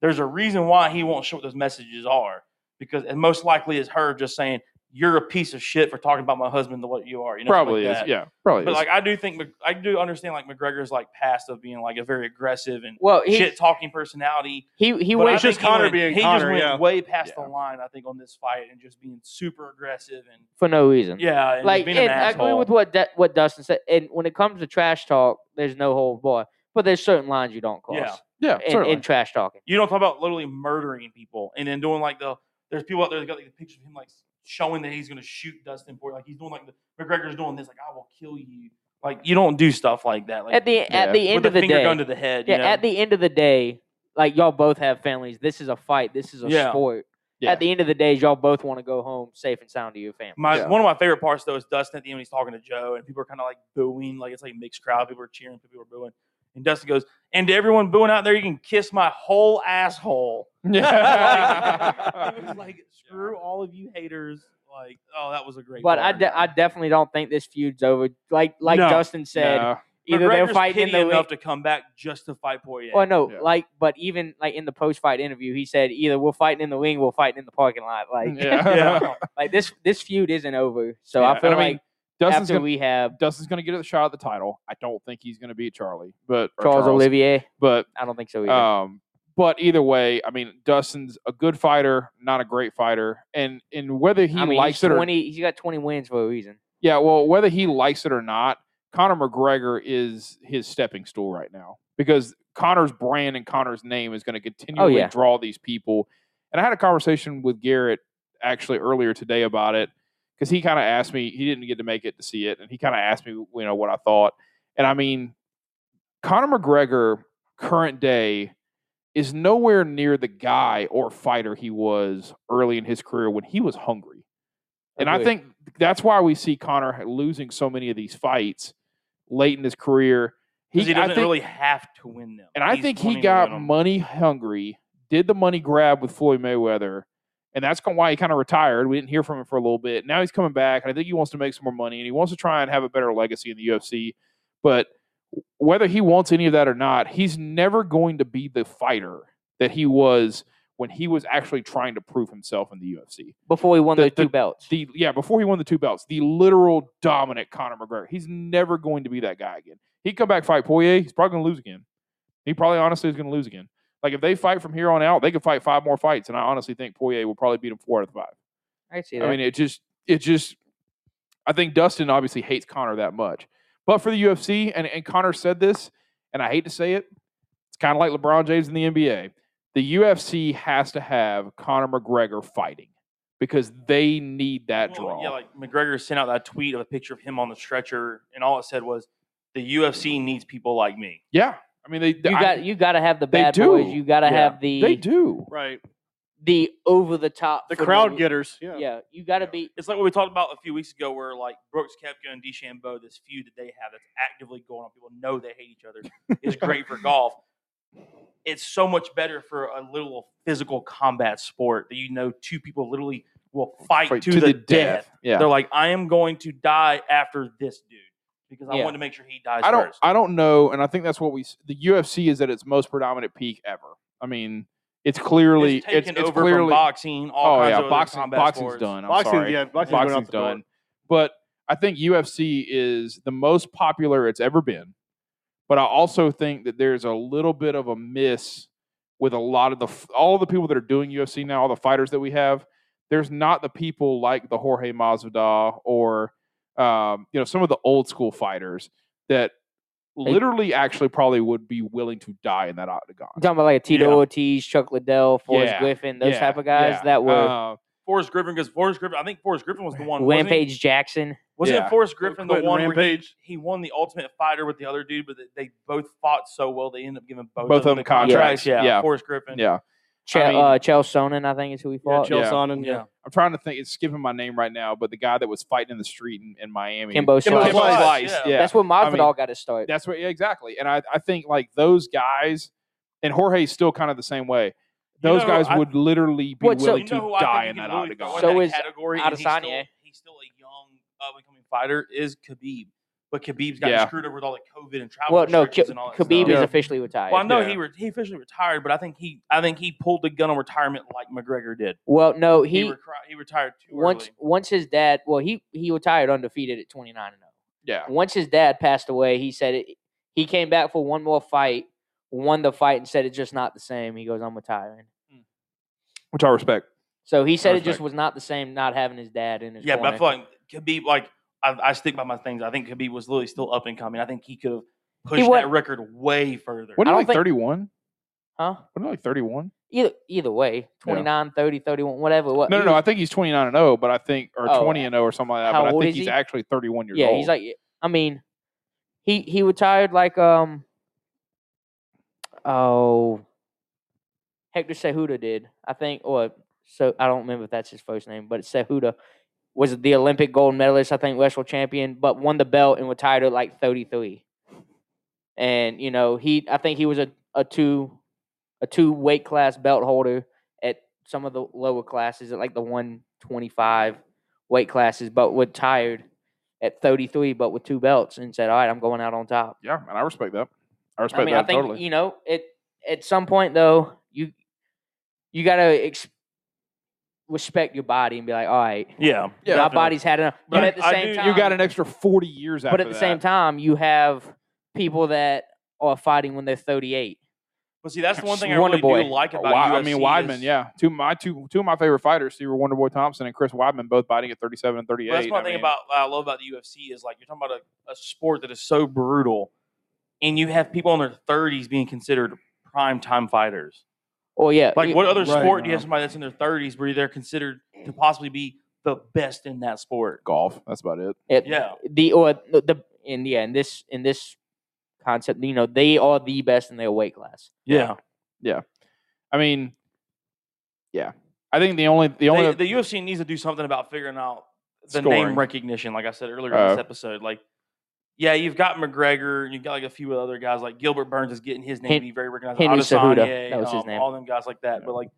Speaker 1: There's a reason why he won't show what those messages are because and most likely is her just saying, "You're a piece of shit for talking about my husband the way you are." You know, something
Speaker 3: probably
Speaker 1: like
Speaker 3: is
Speaker 1: that.
Speaker 3: yeah probably
Speaker 1: But
Speaker 3: is.
Speaker 1: like I do think Mc- I do understand like McGregor's like past of being like a very aggressive and
Speaker 2: well he
Speaker 1: shit talking personality.
Speaker 2: he he
Speaker 1: But I
Speaker 2: went
Speaker 4: it's just
Speaker 1: think he
Speaker 4: Conor
Speaker 1: went-
Speaker 4: being
Speaker 1: he
Speaker 4: Conor,
Speaker 1: just went
Speaker 4: yeah.
Speaker 1: way past the line, I think, on this fight and just being super aggressive and
Speaker 2: for no reason
Speaker 1: yeah, and
Speaker 2: Mm-hmm. like
Speaker 1: just being
Speaker 2: and
Speaker 1: an
Speaker 2: I
Speaker 1: asshole.
Speaker 2: agree with what De- what Dustin said and when it comes to trash talk there's no hold bar but there's certain lines you don't cross
Speaker 1: Yeah.
Speaker 3: yeah
Speaker 2: in,
Speaker 3: certainly.
Speaker 2: in trash talking
Speaker 1: you don't talk about literally murdering people and then doing like the there's people out there that got like the picture of him like showing that he's gonna shoot Dustin Poirier. Like he's doing like the McGregor's doing this, like I will kill you. Like you don't do stuff like that. Like
Speaker 2: at the
Speaker 3: Yeah.
Speaker 2: at the end
Speaker 1: with
Speaker 2: of the
Speaker 1: finger
Speaker 2: day
Speaker 1: gun to the head.
Speaker 2: Yeah,
Speaker 1: you know?
Speaker 2: at the end of the day, like y'all both have families. This is a fight. This is a
Speaker 1: Yeah.
Speaker 2: sport.
Speaker 3: Yeah.
Speaker 2: At the end of the day, y'all both want to go home safe and sound to your family.
Speaker 1: My
Speaker 3: Yeah.
Speaker 1: one of my favorite parts though is Dustin at the end when he's talking to Joe and people are kind of like booing, like it's like a mixed crowd. People are cheering, people are booing, and Dustin goes, "And to everyone booing out there, you can kiss my whole asshole."
Speaker 3: yeah.
Speaker 1: Like, it was like screw all of you haters. Like, oh, that was a great.
Speaker 2: But I,
Speaker 1: card.
Speaker 2: de- I definitely don't think this feud's over. Like like
Speaker 4: No.
Speaker 2: Dustin said,
Speaker 3: Nah.
Speaker 2: either
Speaker 1: McGregor's
Speaker 2: they're fighting in
Speaker 1: pity
Speaker 2: the
Speaker 1: enough
Speaker 2: ring.
Speaker 1: to come back just to fight Poirier.
Speaker 2: Well, no,
Speaker 3: Yeah.
Speaker 2: like, but even like in the post-fight interview, he said either we're fighting in the ring, we're fighting in the parking lot. Like,
Speaker 3: yeah.
Speaker 2: like this this feud isn't over. So
Speaker 3: Yeah,
Speaker 2: I
Speaker 3: and
Speaker 2: feel
Speaker 3: I mean,
Speaker 2: like
Speaker 3: Dustin's
Speaker 2: after
Speaker 3: gonna,
Speaker 2: we have
Speaker 3: Dustin's gonna get a shot at the title. I don't think he's gonna beat Charlie, but or
Speaker 2: Charles, Olivier,
Speaker 3: But
Speaker 2: I don't think so either.
Speaker 3: um, but either way, I mean, Dustin's a good fighter, not a great fighter, and and whether he
Speaker 2: I mean,
Speaker 3: likes
Speaker 2: he's
Speaker 3: it or
Speaker 2: twenty. He's got twenty wins for a reason.
Speaker 3: yeah, well, whether he likes it or not, Conor McGregor is his stepping stool right now because Conor's brand and Conor's name is going to continually
Speaker 2: yeah.
Speaker 3: draw these people. And I had a conversation with Garrett actually earlier today about it because he kind of asked me, he didn't get to make it to see it, and he kind of asked me, you know, what I thought. And I mean, Conor McGregor, current day, is nowhere near the guy or fighter he was early in his career when he was hungry. And I
Speaker 2: Agreed.
Speaker 3: think that's why we see Connor losing so many of these fights late in his career.
Speaker 1: Because he
Speaker 3: I
Speaker 1: doesn't
Speaker 3: think-
Speaker 1: really have to win them.
Speaker 3: and I
Speaker 1: He's
Speaker 3: think he
Speaker 1: wanting to win
Speaker 3: got
Speaker 1: 'em.
Speaker 3: money hungry, did the money grab with Floyd Mayweather, and that's kinda why he kind of retired. We didn't hear from him for a little bit. Now he's coming back, and I think he wants to make some more money, and he wants to try and have a better legacy in the UFC. But whether he wants any of that or not, he's never going to be the fighter that he was when he was actually trying to prove himself in the UFC.
Speaker 2: before he won
Speaker 3: The-
Speaker 2: those
Speaker 3: the-
Speaker 2: two belts.
Speaker 3: The yeah, before he won the two belts, the literal dominant Conor McGregor. He's never going to be that guy again. He come back fight Poirier, he's probably going to lose again. He probably honestly is going to lose again. Like if they fight from here on out, they could fight five more fights, and I honestly think Poirier will probably beat him four out of the five.
Speaker 2: I see
Speaker 3: I mean, it just it just I think Dustin obviously hates Connor that much. But for the UFC, and, and Connor said this, and I hate to say it, it's kind of like LeBron James in the NBA. The UFC has to have Conor McGregor fighting because they need that
Speaker 1: Well,
Speaker 3: draw.
Speaker 1: Yeah, like McGregor sent out that tweet of a picture of him on the stretcher, and all it said was, "The UFC needs people like me."
Speaker 3: Yeah. I mean, they
Speaker 2: you
Speaker 3: I-
Speaker 2: got you got to have the
Speaker 3: they
Speaker 2: bad boys.
Speaker 3: do.
Speaker 2: You got to
Speaker 3: Yeah.
Speaker 2: have the
Speaker 3: they do.
Speaker 5: Right.
Speaker 2: the over the top.
Speaker 5: The crowd getters.
Speaker 2: Yeah,
Speaker 5: Yeah.
Speaker 2: you got to
Speaker 1: Yeah.
Speaker 2: be.
Speaker 1: It's like what we talked about a few weeks ago, where like Brooks Koepka and DeChambeau, this feud that they have that's actively going on. People know they hate each other. Is great for golf. It's so much better for a little physical combat sport that you know two people literally will fight
Speaker 3: Fight
Speaker 1: to, the, death.
Speaker 3: Yeah.
Speaker 1: They're like, I am going to die after this dude because I
Speaker 2: Yeah.
Speaker 1: want to make sure he dies
Speaker 3: I don't
Speaker 1: first.
Speaker 3: I don't know, and I think that's what we s- the UFC is at its most predominant peak ever. I mean, it's clearly
Speaker 1: it's taken
Speaker 3: it's
Speaker 1: over
Speaker 3: clearly
Speaker 1: from boxing. All
Speaker 3: Oh
Speaker 1: kinds
Speaker 3: yeah,
Speaker 1: of other
Speaker 3: boxing
Speaker 1: combat
Speaker 3: boxing's
Speaker 1: sports.
Speaker 3: done. I'm
Speaker 5: Boxing.
Speaker 3: sorry.
Speaker 5: Yeah. Boxing's, going out
Speaker 3: boxing's
Speaker 5: the door.
Speaker 3: done. But I think UFC is the most popular it's ever been. But I also think that there's a little bit of a miss with a lot of the f- all the people that are doing UFC now, all the fighters that we have. There's not the people like the Jorge Masvidal or um, you know some of the old school fighters that literally actually probably would be willing to die in that octagon.
Speaker 2: I'm talking about like a Tito
Speaker 1: Yeah.
Speaker 2: Ortiz, Chuck Liddell, Forrest
Speaker 3: Yeah,
Speaker 2: Griffin, those
Speaker 3: Yeah,
Speaker 2: type of guys
Speaker 3: yeah.
Speaker 2: that were
Speaker 3: Uh,
Speaker 1: Forrest Griffin because Forrest Griffin. I think Forrest Griffin was the one. wasn't he-
Speaker 2: Rampage Jackson.
Speaker 1: Wasn't
Speaker 3: Yeah.
Speaker 1: it Forrest Griffin the
Speaker 5: Quentin
Speaker 1: one where he,
Speaker 5: Rampage.
Speaker 1: he won the Ultimate Fighter with the other dude, but they- they both fought so well they ended up giving both,
Speaker 3: Both
Speaker 1: of them, the contracts.
Speaker 3: contracts, yeah.
Speaker 1: Forrest Griffin.
Speaker 3: yeah.
Speaker 2: Ch-
Speaker 3: I mean-
Speaker 2: uh, Chael Sonnen, I think is who he
Speaker 5: Yeah,
Speaker 2: fought.
Speaker 5: Chael
Speaker 3: Yeah.
Speaker 5: Sonnen.
Speaker 1: yeah.
Speaker 3: I'm trying to think. It's skipping my name right now, but the guy that was fighting in the street in, in Miami,
Speaker 2: Kimbo Slice.
Speaker 3: Kimbo
Speaker 1: Slice,
Speaker 3: Slice,
Speaker 1: yeah.
Speaker 3: Yeah,
Speaker 2: That's where Masvidal
Speaker 3: mean-
Speaker 2: got his start.
Speaker 3: that's what yeah, exactly. And I, I think like those guys, and Jorge's still kind of the same way.
Speaker 1: You
Speaker 3: Those
Speaker 1: know,
Speaker 3: guys
Speaker 1: I-
Speaker 3: would literally be
Speaker 2: What, so-
Speaker 3: willing
Speaker 1: You know who
Speaker 3: to
Speaker 1: I
Speaker 3: die
Speaker 1: think
Speaker 3: in
Speaker 1: you
Speaker 3: that
Speaker 1: can really throw
Speaker 3: octagon.
Speaker 1: in
Speaker 2: So
Speaker 1: that
Speaker 2: is
Speaker 1: category, and he's still,
Speaker 2: Adesanya.
Speaker 1: he's still a young up and coming fighter. Is Khabib, but Khabib's got
Speaker 3: Yeah.
Speaker 1: screwed over with all the COVID and travel
Speaker 2: Well, no, K-
Speaker 1: restrictions and all that
Speaker 2: Khabib
Speaker 1: stuff.
Speaker 2: is
Speaker 5: Yeah.
Speaker 2: officially retired.
Speaker 1: Well, I know
Speaker 3: Yeah.
Speaker 1: he re- he officially retired, but I think he I think he pulled the gun on retirement like McGregor did.
Speaker 2: well, no,
Speaker 1: He
Speaker 2: he,
Speaker 1: recri- he retired too
Speaker 2: once
Speaker 1: early.
Speaker 2: once his dad. Well, he he retired undefeated at 29 and oh. 0.
Speaker 3: yeah,
Speaker 2: once his dad passed away, he said it, he came back for one more fight, won the fight, and said it's just not the same. He goes, I'm retiring.
Speaker 3: which I respect.
Speaker 2: So he said it just
Speaker 3: Perfect.
Speaker 2: was not the same not having his dad in his
Speaker 1: Yeah, but I
Speaker 2: corner.
Speaker 1: feel like Khabib, like I, I stick by my things. I think Khabib was literally still up and coming. I think he could have pushed
Speaker 2: wa-
Speaker 1: that record way further.
Speaker 3: What
Speaker 2: I
Speaker 3: are
Speaker 2: don't
Speaker 3: like
Speaker 2: think-
Speaker 3: 31?
Speaker 2: huh?
Speaker 3: What are like 31?
Speaker 2: Either either way, 29, 30, 31, whatever. What,
Speaker 3: No, no,
Speaker 2: he
Speaker 3: no. I
Speaker 2: was-
Speaker 3: think he's 29 and 0, but I think or
Speaker 2: Oh,
Speaker 3: 20 and 0 or something like that.
Speaker 2: how
Speaker 3: But I
Speaker 2: old
Speaker 3: think
Speaker 2: is
Speaker 3: he's
Speaker 2: he?
Speaker 3: actually 31 years
Speaker 2: yeah,
Speaker 3: old.
Speaker 2: he's like I mean, he he retired like um oh Hector Cejudo did I think or so I don't remember if that's his first name, but Cejudo was the Olympic gold medalist I think wrestling champion, but won the belt and retired at like thirty three. And you know he I think he was a a two a two weight class belt holder at some of the lower classes at like the one twenty five weight classes, but retired at 33, but with two belts, and said, "All right, I'm going out on top."
Speaker 3: yeah, and I respect that. I respect
Speaker 2: I mean, I
Speaker 3: that
Speaker 2: think
Speaker 3: totally.
Speaker 2: you know it. At some point, though, you you got to ex- respect your body and be like, "All right,
Speaker 1: Yeah,
Speaker 3: Yeah,
Speaker 2: my
Speaker 1: definitely.
Speaker 2: body's had enough." But,
Speaker 1: But
Speaker 2: at the
Speaker 1: I
Speaker 2: same
Speaker 1: do-
Speaker 2: time,
Speaker 3: you got an extra 40 years after
Speaker 2: But at the
Speaker 3: that.
Speaker 2: same time, you have people that are fighting when they're 38.
Speaker 1: But see, that's the one thing I
Speaker 2: Wonder
Speaker 1: really
Speaker 2: Boy.
Speaker 1: do like about
Speaker 3: Wy-
Speaker 1: UFC.
Speaker 3: I mean Weidman,
Speaker 1: is-
Speaker 3: yeah. Two my two two of my favorite fighters, Steve Wonderboy Thompson and Chris Weidman, both fighting at 37 and 38.
Speaker 1: But that's one
Speaker 3: I
Speaker 1: thing
Speaker 3: mean,
Speaker 1: about I love about the UFC is like you're talking about a, a sport that is so brutal, and you have people in their 30s being considered prime time fighters.
Speaker 2: Well, Oh, yeah.
Speaker 1: Like,
Speaker 2: you-
Speaker 1: what other
Speaker 3: Right,
Speaker 1: sport do you have
Speaker 3: uh-huh.
Speaker 1: somebody that's in their 30s where they're considered to possibly be the best in that sport?
Speaker 3: Golf. That's about it.
Speaker 2: it-
Speaker 1: Yeah.
Speaker 2: The or the the- in yeah in this in this concept, you know, they are the best in their weight class.
Speaker 1: Yeah.
Speaker 3: I mean, yeah. I think the only the only
Speaker 1: They, the UFC needs to do something about figuring out the
Speaker 3: Scoring.
Speaker 1: name recognition, like I said earlier in this
Speaker 3: Oh.
Speaker 1: episode. Like, yeah, you've got McGregor, and you've got like a few other guys, like Gilbert Burns is getting his name
Speaker 2: Hen-
Speaker 1: to be very recognized.
Speaker 2: Henry
Speaker 1: Adesanya,
Speaker 2: Cejudo, that was his
Speaker 1: um,
Speaker 2: name.
Speaker 1: All them guys like that. But like,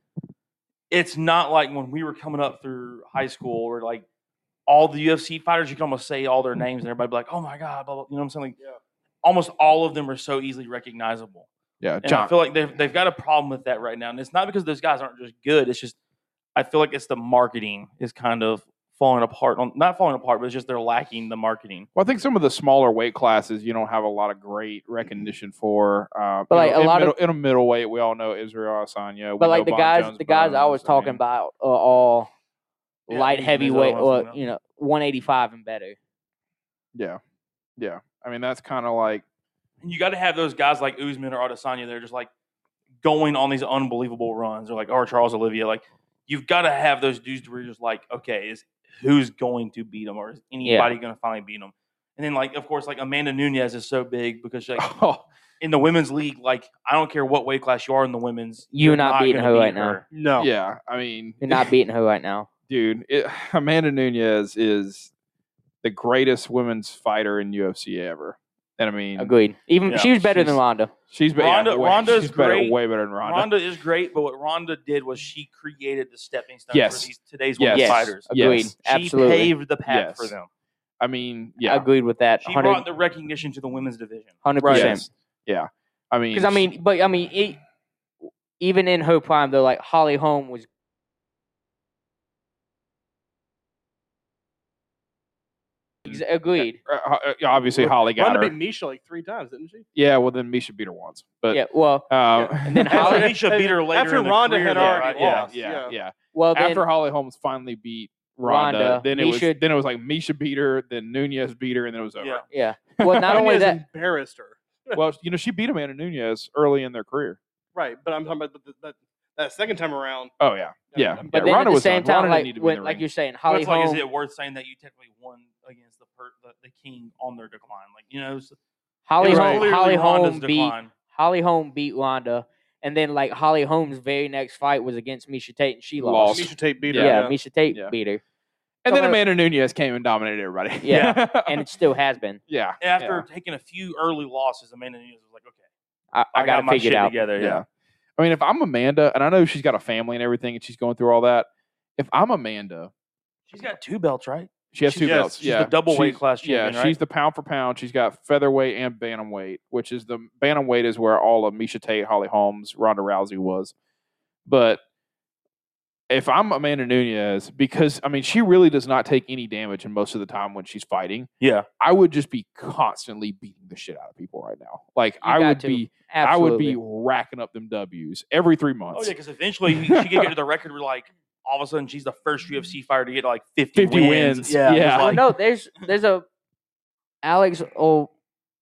Speaker 1: it's not like when we were coming up through high school where like all the UFC fighters, you can almost say all their names and everybody be like, oh my God, blah, blah. You know what I'm saying? Like, almost all of them are so easily recognizable.
Speaker 3: yeah
Speaker 1: And
Speaker 3: John
Speaker 1: I feel like they've, they've got a problem with that right now. And it's not because those guys aren't just good. It's just, I feel like it's the marketing is kind of falling apart. On, not falling apart, but it's just they're lacking the marketing.
Speaker 3: Well, I think some of the smaller weight classes you don't have a lot of great recognition for. Uh,
Speaker 2: But, like,
Speaker 3: you know,
Speaker 2: a
Speaker 3: in
Speaker 2: lot of-
Speaker 3: middle, in a middleweight, we all know Israel Asanya. we
Speaker 2: But
Speaker 3: know
Speaker 2: like the
Speaker 3: Bon
Speaker 2: guys,
Speaker 3: Jones
Speaker 2: the guys I
Speaker 3: Burns,
Speaker 2: was
Speaker 3: I mean,
Speaker 2: talking about are all
Speaker 1: Yeah, these-
Speaker 2: light
Speaker 1: these other
Speaker 2: heavyweight
Speaker 1: ones I'm
Speaker 2: or
Speaker 1: not-
Speaker 2: you know 185 and better.
Speaker 3: Yeah, yeah. I mean, that's kind of like
Speaker 1: And you got to have those guys like Usman or Adesanya. They're just like going on these unbelievable runs, or like or Charles Olivier. Like you've got to have those dudes where you're just like, okay, is who's going to beat them, or is anybody going to finally beat them? And then like of course like Amanda Nunez is so big because like
Speaker 3: oh,
Speaker 1: in the women's league, like I don't care what weight class you are in the women's,
Speaker 2: You're not beating
Speaker 1: gonna
Speaker 2: her
Speaker 1: beat
Speaker 2: right now.
Speaker 5: No.
Speaker 3: yeah. I mean,
Speaker 2: You're not beating her right now.
Speaker 3: dude, it, Amanda Nunez is the greatest women's fighter in UFC ever. And I mean,
Speaker 2: Agreed. Even
Speaker 1: Yeah,
Speaker 2: she was better than
Speaker 3: she's-
Speaker 2: Ronda.
Speaker 3: she's been yeah,
Speaker 1: Ronda-
Speaker 3: way-
Speaker 1: Ronda's
Speaker 3: she's better,
Speaker 1: great.
Speaker 3: way better than Ronda.
Speaker 1: Ronda is great, but what Ronda did was she created the stepping stone
Speaker 3: Yes.
Speaker 1: for these today's
Speaker 3: Yes.
Speaker 1: women's
Speaker 2: Yes.
Speaker 1: fighters.
Speaker 3: Yes.
Speaker 2: Agreed.
Speaker 3: She
Speaker 1: She
Speaker 2: Absolutely.
Speaker 1: paved the path for
Speaker 3: Yes.
Speaker 1: them.
Speaker 3: I mean, yeah,
Speaker 2: Agreed with that.
Speaker 1: She
Speaker 2: 100
Speaker 1: brought the recognition to the women's division.
Speaker 3: right.
Speaker 2: 100%.
Speaker 3: Yes. yeah. I mean,
Speaker 2: Because I mean, but I mean, it, even in her prime, though, like Holly Holm was. Ex- Agreed.
Speaker 3: uh, ho- uh, obviously Holly got
Speaker 5: Ronda
Speaker 3: her.
Speaker 5: beat Misha like three times, didn't she?
Speaker 3: Yeah, well then Misha beat her once, but
Speaker 2: yeah. Well.
Speaker 3: Um,
Speaker 2: And then
Speaker 1: After
Speaker 2: Holly-
Speaker 1: Misha beat her later.
Speaker 5: after
Speaker 1: in the
Speaker 5: Ronda
Speaker 1: career,
Speaker 5: had
Speaker 1: though,
Speaker 5: already
Speaker 1: right? Yeah.
Speaker 5: lost.
Speaker 3: yeah,
Speaker 5: Yeah.
Speaker 3: yeah.
Speaker 2: Well. Then,
Speaker 3: After Holly Holmes finally beat Ronda,
Speaker 2: Ronda,
Speaker 3: then it
Speaker 2: Misha-
Speaker 3: was then it was like Misha beat her, then Nunez beat her, and then it was over.
Speaker 1: Yeah.
Speaker 2: yeah. Well, not only
Speaker 5: Nunez
Speaker 2: that.
Speaker 5: embarrassed her.
Speaker 3: Well, you know, she beat Amanda Nunez early in their career.
Speaker 5: Right, but I'm talking about the, that that second time around.
Speaker 3: Oh yeah, yeah.
Speaker 5: I'm-
Speaker 2: But
Speaker 3: yeah,
Speaker 2: then
Speaker 3: Ronda
Speaker 2: at the
Speaker 3: was
Speaker 2: same
Speaker 3: done. Ronda
Speaker 2: time, like
Speaker 3: didn't need to be in
Speaker 2: when,
Speaker 3: the
Speaker 2: like
Speaker 3: ring.
Speaker 2: you're saying,
Speaker 1: But
Speaker 2: Holly
Speaker 1: it's like,
Speaker 2: Holm.
Speaker 1: is it worth saying that you technically won against the per- the, the king on their decline? Like you know, so it
Speaker 2: Holly
Speaker 1: was
Speaker 2: Holm.
Speaker 1: clearly
Speaker 2: Holly
Speaker 1: Ronda's
Speaker 2: Holm beat.
Speaker 1: decline.
Speaker 2: Holly Holm beat Ronda, and then like Holly Holm's very next fight was against Misha Tate, and she
Speaker 3: Lost.
Speaker 2: lost.
Speaker 5: Misha Tate beat
Speaker 2: Yeah,
Speaker 5: her. yeah.
Speaker 2: Misha Tate
Speaker 3: Yeah.
Speaker 2: beat her,
Speaker 3: and then
Speaker 2: Someone-
Speaker 3: Amanda Nunez came and dominated everybody.
Speaker 2: Yeah, and it still has been.
Speaker 3: yeah,
Speaker 1: And After taking a few early losses, Amanda Nunes was like, okay,
Speaker 2: I, I, gotta
Speaker 1: got my
Speaker 2: figure
Speaker 1: shit
Speaker 2: it out.
Speaker 1: together.
Speaker 3: yeah. I mean, if I'm Amanda, and I know she's got a family and everything, and she's going through all that. If I'm Amanda,
Speaker 1: she's got two belts, right?
Speaker 3: she has
Speaker 1: She's-
Speaker 3: two
Speaker 1: yes,
Speaker 3: belts.
Speaker 1: she's the
Speaker 3: yeah,
Speaker 1: double weight
Speaker 3: She's-
Speaker 1: class champion,
Speaker 3: yeah,
Speaker 1: right?
Speaker 3: she's the pound for pound. She's got featherweight and bantamweight, which is the bantamweight is where all of Misha Tate, Holly Holmes, Ronda Rousey was. But if I'm Amanda Nunez, because I mean, she really does not take any damage, and most of the time when she's fighting,
Speaker 1: Yeah.
Speaker 3: I would just be constantly beating the shit out of people right now. Like I
Speaker 2: got
Speaker 3: would
Speaker 2: to.
Speaker 3: be, I would be
Speaker 2: Absolutely.
Speaker 3: racking up them W's every three months.
Speaker 1: Oh yeah, because eventually she could get to the record where like all of a sudden she's the first UFC fighter to get like 50,
Speaker 3: 50
Speaker 1: wins.
Speaker 3: wins,
Speaker 1: Yeah,
Speaker 3: yeah.
Speaker 2: Oh
Speaker 1: Like,
Speaker 2: no, there's there's a Alex O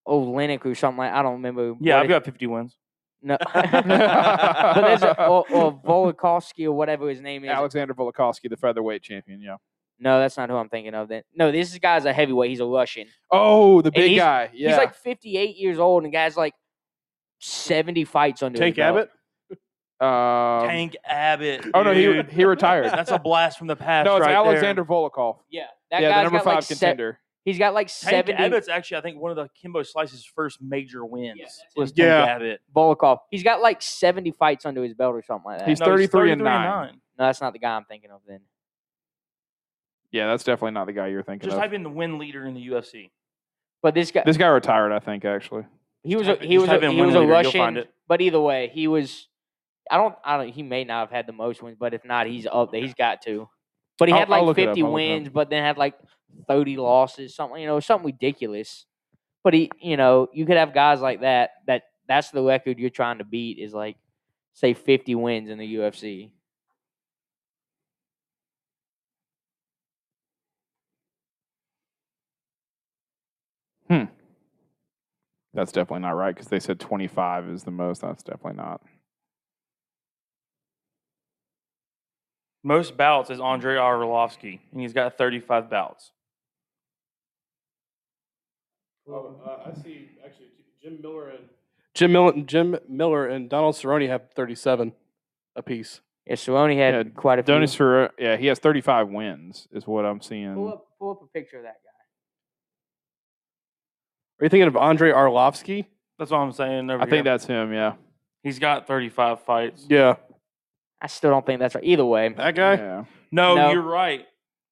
Speaker 2: Olenek or something like I don't remember.
Speaker 1: yeah,
Speaker 2: what
Speaker 1: I've
Speaker 2: it-
Speaker 1: got fifty wins.
Speaker 2: no. but there's a, or, or Volikovsky or whatever his name is.
Speaker 3: Alexander Volikovsky, the featherweight champion. Yeah.
Speaker 2: No, that's not who I'm thinking of. Then no, this guy's a heavyweight. He's a Russian.
Speaker 3: Oh, the
Speaker 2: And
Speaker 3: big
Speaker 2: he's-
Speaker 3: guy. Yeah.
Speaker 2: He's like 58 years old, and the guy's like 70 fights under. his
Speaker 5: Tank
Speaker 2: belt.
Speaker 5: Abbott.
Speaker 3: Um,
Speaker 1: Tank Abbott.
Speaker 3: Oh no, he
Speaker 1: dude.
Speaker 3: he retired.
Speaker 1: that's a blast from the past.
Speaker 3: no, it's
Speaker 1: right
Speaker 3: Alexander Volokov.
Speaker 2: Yeah, that
Speaker 3: yeah, the
Speaker 2: guy's
Speaker 3: number
Speaker 2: got
Speaker 3: five
Speaker 2: like se-
Speaker 3: contender.
Speaker 2: he's got like
Speaker 1: There. Tank
Speaker 2: 70.
Speaker 1: Abbott's actually, I think, one of the Kimbo Slice's first major wins
Speaker 2: that's it.
Speaker 1: was Tank
Speaker 5: Yeah.
Speaker 1: Abbott.
Speaker 2: Volkov. He's got like 70 fights under his belt or something like that.
Speaker 3: He's
Speaker 1: No,
Speaker 3: 33 and nine.
Speaker 2: no, that's not the guy I'm thinking of. Then
Speaker 3: yeah, that's definitely not the guy you're thinking
Speaker 1: Just
Speaker 3: of.
Speaker 1: type in the win leader in the UFC.
Speaker 2: But this guy,
Speaker 3: This guy retired, I think. Actually,
Speaker 2: he was a,
Speaker 1: type it-
Speaker 2: he
Speaker 1: just
Speaker 2: was a,
Speaker 1: type in
Speaker 2: he
Speaker 1: win
Speaker 2: was a
Speaker 1: leader, you'll find
Speaker 2: Russian.
Speaker 1: it.
Speaker 2: But either way, he was. I don't. I don't. He may not have had the most wins, but if not, he's up there. He's got to. But he
Speaker 3: I'll-
Speaker 2: had
Speaker 3: I'll
Speaker 2: like
Speaker 3: look it up,
Speaker 2: 50
Speaker 3: I'll look it up.
Speaker 2: wins, but then had like 30 losses, something you know, something ridiculous. But he, you know, you could have guys like that. That that's the record you're trying to beat is like, say, 50 wins in the UFC.
Speaker 3: that's definitely not right because they said 25 is the most. That's definitely not.
Speaker 1: most bouts is Andre Arlovsky, and he's got 35 bouts.
Speaker 4: Oh, uh, I see. Actually, Jim Miller and
Speaker 5: Jim Miller, Jim Miller and Donald Cerrone have 37 apiece.
Speaker 2: Yeah, Cerrone had
Speaker 3: Yeah,
Speaker 2: quite a few.
Speaker 3: Donis Ferrer, yeah, he has 35 wins, is what I'm
Speaker 2: pull
Speaker 3: seeing.
Speaker 2: up, pull up a picture of that guy.
Speaker 5: Are you thinking of Andre Arlovsky?
Speaker 1: That's what I'm saying. Over
Speaker 3: I
Speaker 1: here.
Speaker 3: think that's him. Yeah,
Speaker 1: he's got 35 fights.
Speaker 5: Yeah,
Speaker 2: I still don't think that's right. Either way,
Speaker 5: that guy.
Speaker 3: yeah,
Speaker 1: No,
Speaker 2: No.
Speaker 1: you're right.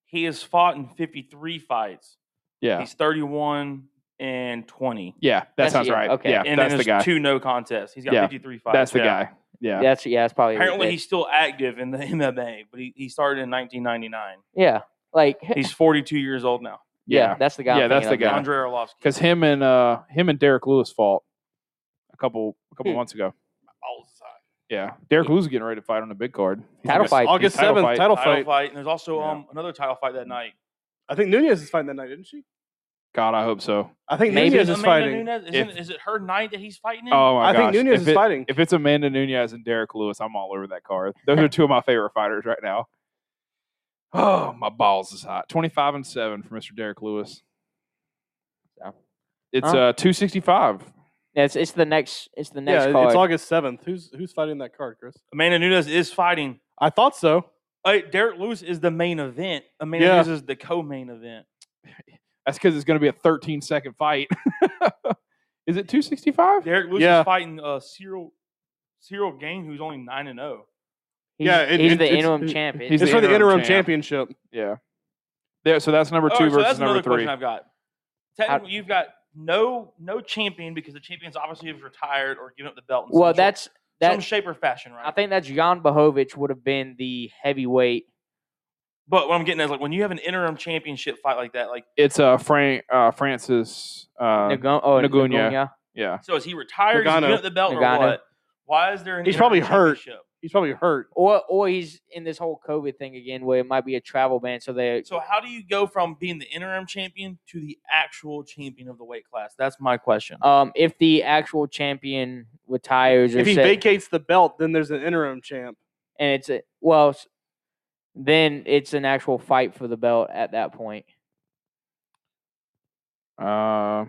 Speaker 1: He has fought in 53 fights.
Speaker 3: yeah,
Speaker 1: He's 31 and 20.
Speaker 3: yeah. That
Speaker 2: That's-
Speaker 3: sounds
Speaker 2: yeah,
Speaker 3: right.
Speaker 2: okay.
Speaker 3: Yeah,
Speaker 1: And
Speaker 3: that's
Speaker 1: then
Speaker 3: the
Speaker 1: there's
Speaker 3: guy.
Speaker 1: two no contests. He's got
Speaker 3: Yeah,
Speaker 1: 53 fights.
Speaker 3: That's the
Speaker 1: yeah.
Speaker 3: guy. Yeah,
Speaker 2: that's yeah, that's probably
Speaker 1: Apparently,
Speaker 2: it.
Speaker 1: he's still active in the MMA, but he, he started in 1999.
Speaker 2: yeah, like yeah,
Speaker 1: He's 42 years old now.
Speaker 3: yeah,
Speaker 2: that's the guy. I'm
Speaker 3: Yeah, that's
Speaker 2: thinking
Speaker 3: the
Speaker 2: of now.
Speaker 3: guy.
Speaker 1: Andre Arlovsky.
Speaker 3: because him and uh him and Derek Lewis fought a couple a couple
Speaker 5: Hmm.
Speaker 3: months ago.
Speaker 5: All the time.
Speaker 3: Yeah, Derek Lewis is getting ready to fight on the big card. He's
Speaker 2: Title
Speaker 3: gonna-
Speaker 2: fight.
Speaker 3: his
Speaker 5: August
Speaker 3: title
Speaker 5: seventh,
Speaker 3: fight.
Speaker 5: title,
Speaker 1: title
Speaker 5: fight.
Speaker 1: fight, and there's also
Speaker 3: Yeah.
Speaker 1: um another title fight that night.
Speaker 5: I think Nunez is fighting that night, isn't she?
Speaker 3: God, I hope so.
Speaker 5: I think
Speaker 2: Maybe
Speaker 5: Nunez
Speaker 1: Is
Speaker 5: is
Speaker 1: Amanda
Speaker 5: fighting.
Speaker 1: Nunes-
Speaker 3: If-
Speaker 1: isn't- is it her night that he's fighting in?
Speaker 3: Oh my
Speaker 5: I
Speaker 3: gosh!
Speaker 5: think Nunez
Speaker 3: if
Speaker 5: is
Speaker 3: it-
Speaker 5: fighting.
Speaker 3: If it's Amanda Nunez and Derek Lewis, I'm all over that card. Those are two of my favorite fighters right now. Oh, my balls is hot. 25 and 7 for Mr. Derek Lewis.
Speaker 2: Yeah.
Speaker 3: It's
Speaker 2: Huh?
Speaker 3: uh 265.
Speaker 2: Yeah, it's it's the next it's the next
Speaker 5: yeah,
Speaker 2: card.
Speaker 5: it's August seventh. Who's who's fighting that card, Chris?
Speaker 1: Amanda Nunes is fighting.
Speaker 5: I thought so.
Speaker 1: Uh, Derek Lewis is the main event. Amanda
Speaker 5: Yeah.
Speaker 1: Nunes is the co-main event.
Speaker 3: That's because it's going to be a 13 second fight. is it 265?
Speaker 1: Derek Lewis
Speaker 5: Yeah.
Speaker 1: is fighting uh, Cyril Cyril Gain, who's only nine and oh. zero.
Speaker 2: he's,
Speaker 5: yeah, it-
Speaker 2: he's
Speaker 5: it-
Speaker 2: the
Speaker 5: it's-
Speaker 2: interim
Speaker 5: it-
Speaker 2: champion.
Speaker 3: he's
Speaker 5: it's
Speaker 3: the
Speaker 5: for the
Speaker 3: interim
Speaker 5: interim
Speaker 3: champ.
Speaker 5: championship.
Speaker 3: Yeah. There, so that's number two
Speaker 1: Alright, Oh, so
Speaker 3: versus
Speaker 1: that's
Speaker 3: number
Speaker 1: another
Speaker 3: three.
Speaker 1: question I've got. Technically, you've got no no champion because the champions obviously have retired or given up the belt. In
Speaker 2: well,
Speaker 1: some sort-
Speaker 2: that's
Speaker 1: some
Speaker 2: that.
Speaker 1: shape or fashion, right?
Speaker 2: I think that's Jan Bohovic would have been the heavyweight.
Speaker 1: But what I'm getting at is like when you have an interim championship fight like that, like
Speaker 3: It's uh, Frank, uh Francis. Uh,
Speaker 2: Nago- oh,
Speaker 3: Nagunya.
Speaker 2: Nagunya.
Speaker 3: yeah.
Speaker 1: so is he retired? Is he giving
Speaker 5: Nagano.
Speaker 1: up the belt
Speaker 2: Nagano.
Speaker 1: or what? Why is there an
Speaker 5: He's
Speaker 1: interim
Speaker 5: probably hurt.
Speaker 1: championship?
Speaker 5: He's probably hurt.
Speaker 2: Or or he's in this whole COVID thing again, where it might be a travel ban, so they
Speaker 1: So how do you go from being the interim champion to the actual champion of the weight class? That's my question.
Speaker 2: um if the actual champion retires or
Speaker 5: If he
Speaker 2: say-
Speaker 5: vacates the belt, then there's an interim champ.
Speaker 2: and it's a, well s- then it's an actual fight for the belt at that point.
Speaker 3: Uh,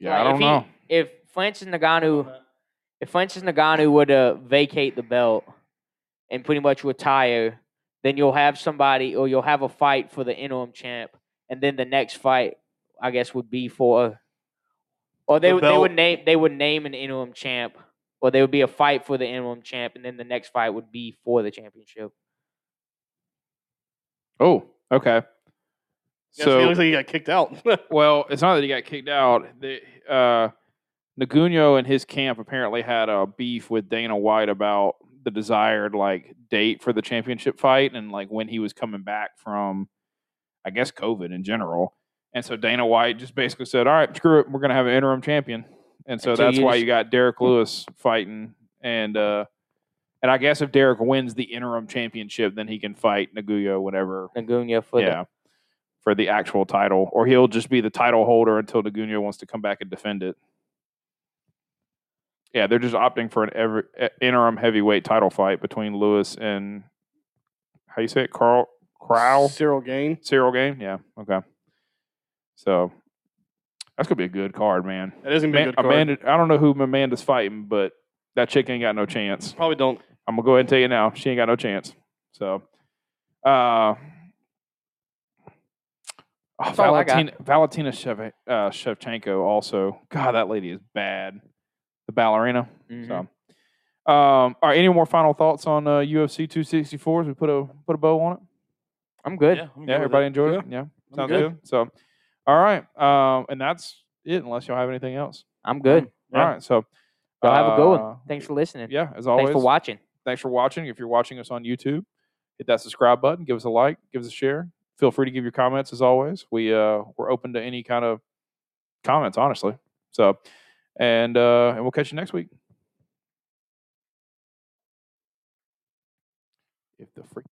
Speaker 3: yeah, I
Speaker 2: Like,
Speaker 3: don't
Speaker 2: if
Speaker 3: know.
Speaker 2: He, if Francis Naganu if Francis Naganu would uh, vacate the belt and pretty much retire, then you'll have somebody or you'll have a fight for the interim champ, and then the next fight, I guess, would be for, or they
Speaker 5: The
Speaker 2: would they would
Speaker 5: belt.
Speaker 2: name they would name an interim champ, or there would be a fight for the interim champ, and then the next fight would be for the championship.
Speaker 3: Oh, okay.
Speaker 5: Yeah, so he looks like he got kicked out.
Speaker 3: Well, it's not that he got kicked out. The, uh, Naguno and his camp apparently had a beef with Dana White about the desired like date for the championship fight and like when he was coming back from, I guess COVID in general. And so Dana White just basically said, "All right, screw it, we're gonna have an interim champion." And so
Speaker 2: And so
Speaker 3: that's
Speaker 2: you
Speaker 3: why
Speaker 2: just- Hmm.
Speaker 3: you got Derek Lewis fighting, and uh, and I guess if Derek wins the interim championship, then he can fight Naguyo whenever
Speaker 2: Nagunya for
Speaker 3: yeah, for the actual title, or he'll just be the title holder until Nagunya wants to come back and defend it. Yeah, they're just opting for an ever, e- interim heavyweight title fight between Lewis and how you say it, Carl Crow
Speaker 5: Cyril Gain.
Speaker 3: Cyril game. Yeah, okay. So that's gonna be a good card, man.
Speaker 5: That is gonna be a
Speaker 3: Ma-
Speaker 5: good card.
Speaker 3: Amanda, I don't know who Amanda's fighting, but that chick ain't got no chance.
Speaker 5: Probably don't.
Speaker 3: I'm gonna go ahead and tell you now, she ain't got no chance. So, uh, oh,
Speaker 2: That's all I got.
Speaker 3: Valentina, Valentina Sheve, uh, Shevchenko also. God, that lady is bad. The ballerina.
Speaker 2: the Mhm.
Speaker 3: So, um, all right. Any more final thoughts on uh, UFC 264? As we put a put a bow on it.
Speaker 2: I'm good.
Speaker 1: Yeah, I'm good with
Speaker 3: Yeah,
Speaker 1: it.
Speaker 3: everybody enjoyed it. Yeah, sounds good. So, all right. Um, and that's it. Unless y'all have anything else.
Speaker 2: I'm good.
Speaker 1: Yeah.
Speaker 3: All right. So,
Speaker 2: Y'all have a good one.
Speaker 3: uh,
Speaker 2: Thanks for listening.
Speaker 3: Yeah, as
Speaker 2: Thanks
Speaker 3: always
Speaker 2: for watching.
Speaker 3: thanks for watching. If you're watching us on YouTube, hit that subscribe button, give us a like, give us a share. Feel free to give your comments as always. We uh we're open to any kind of comments, honestly. So and uh and we'll catch you next week. If the freak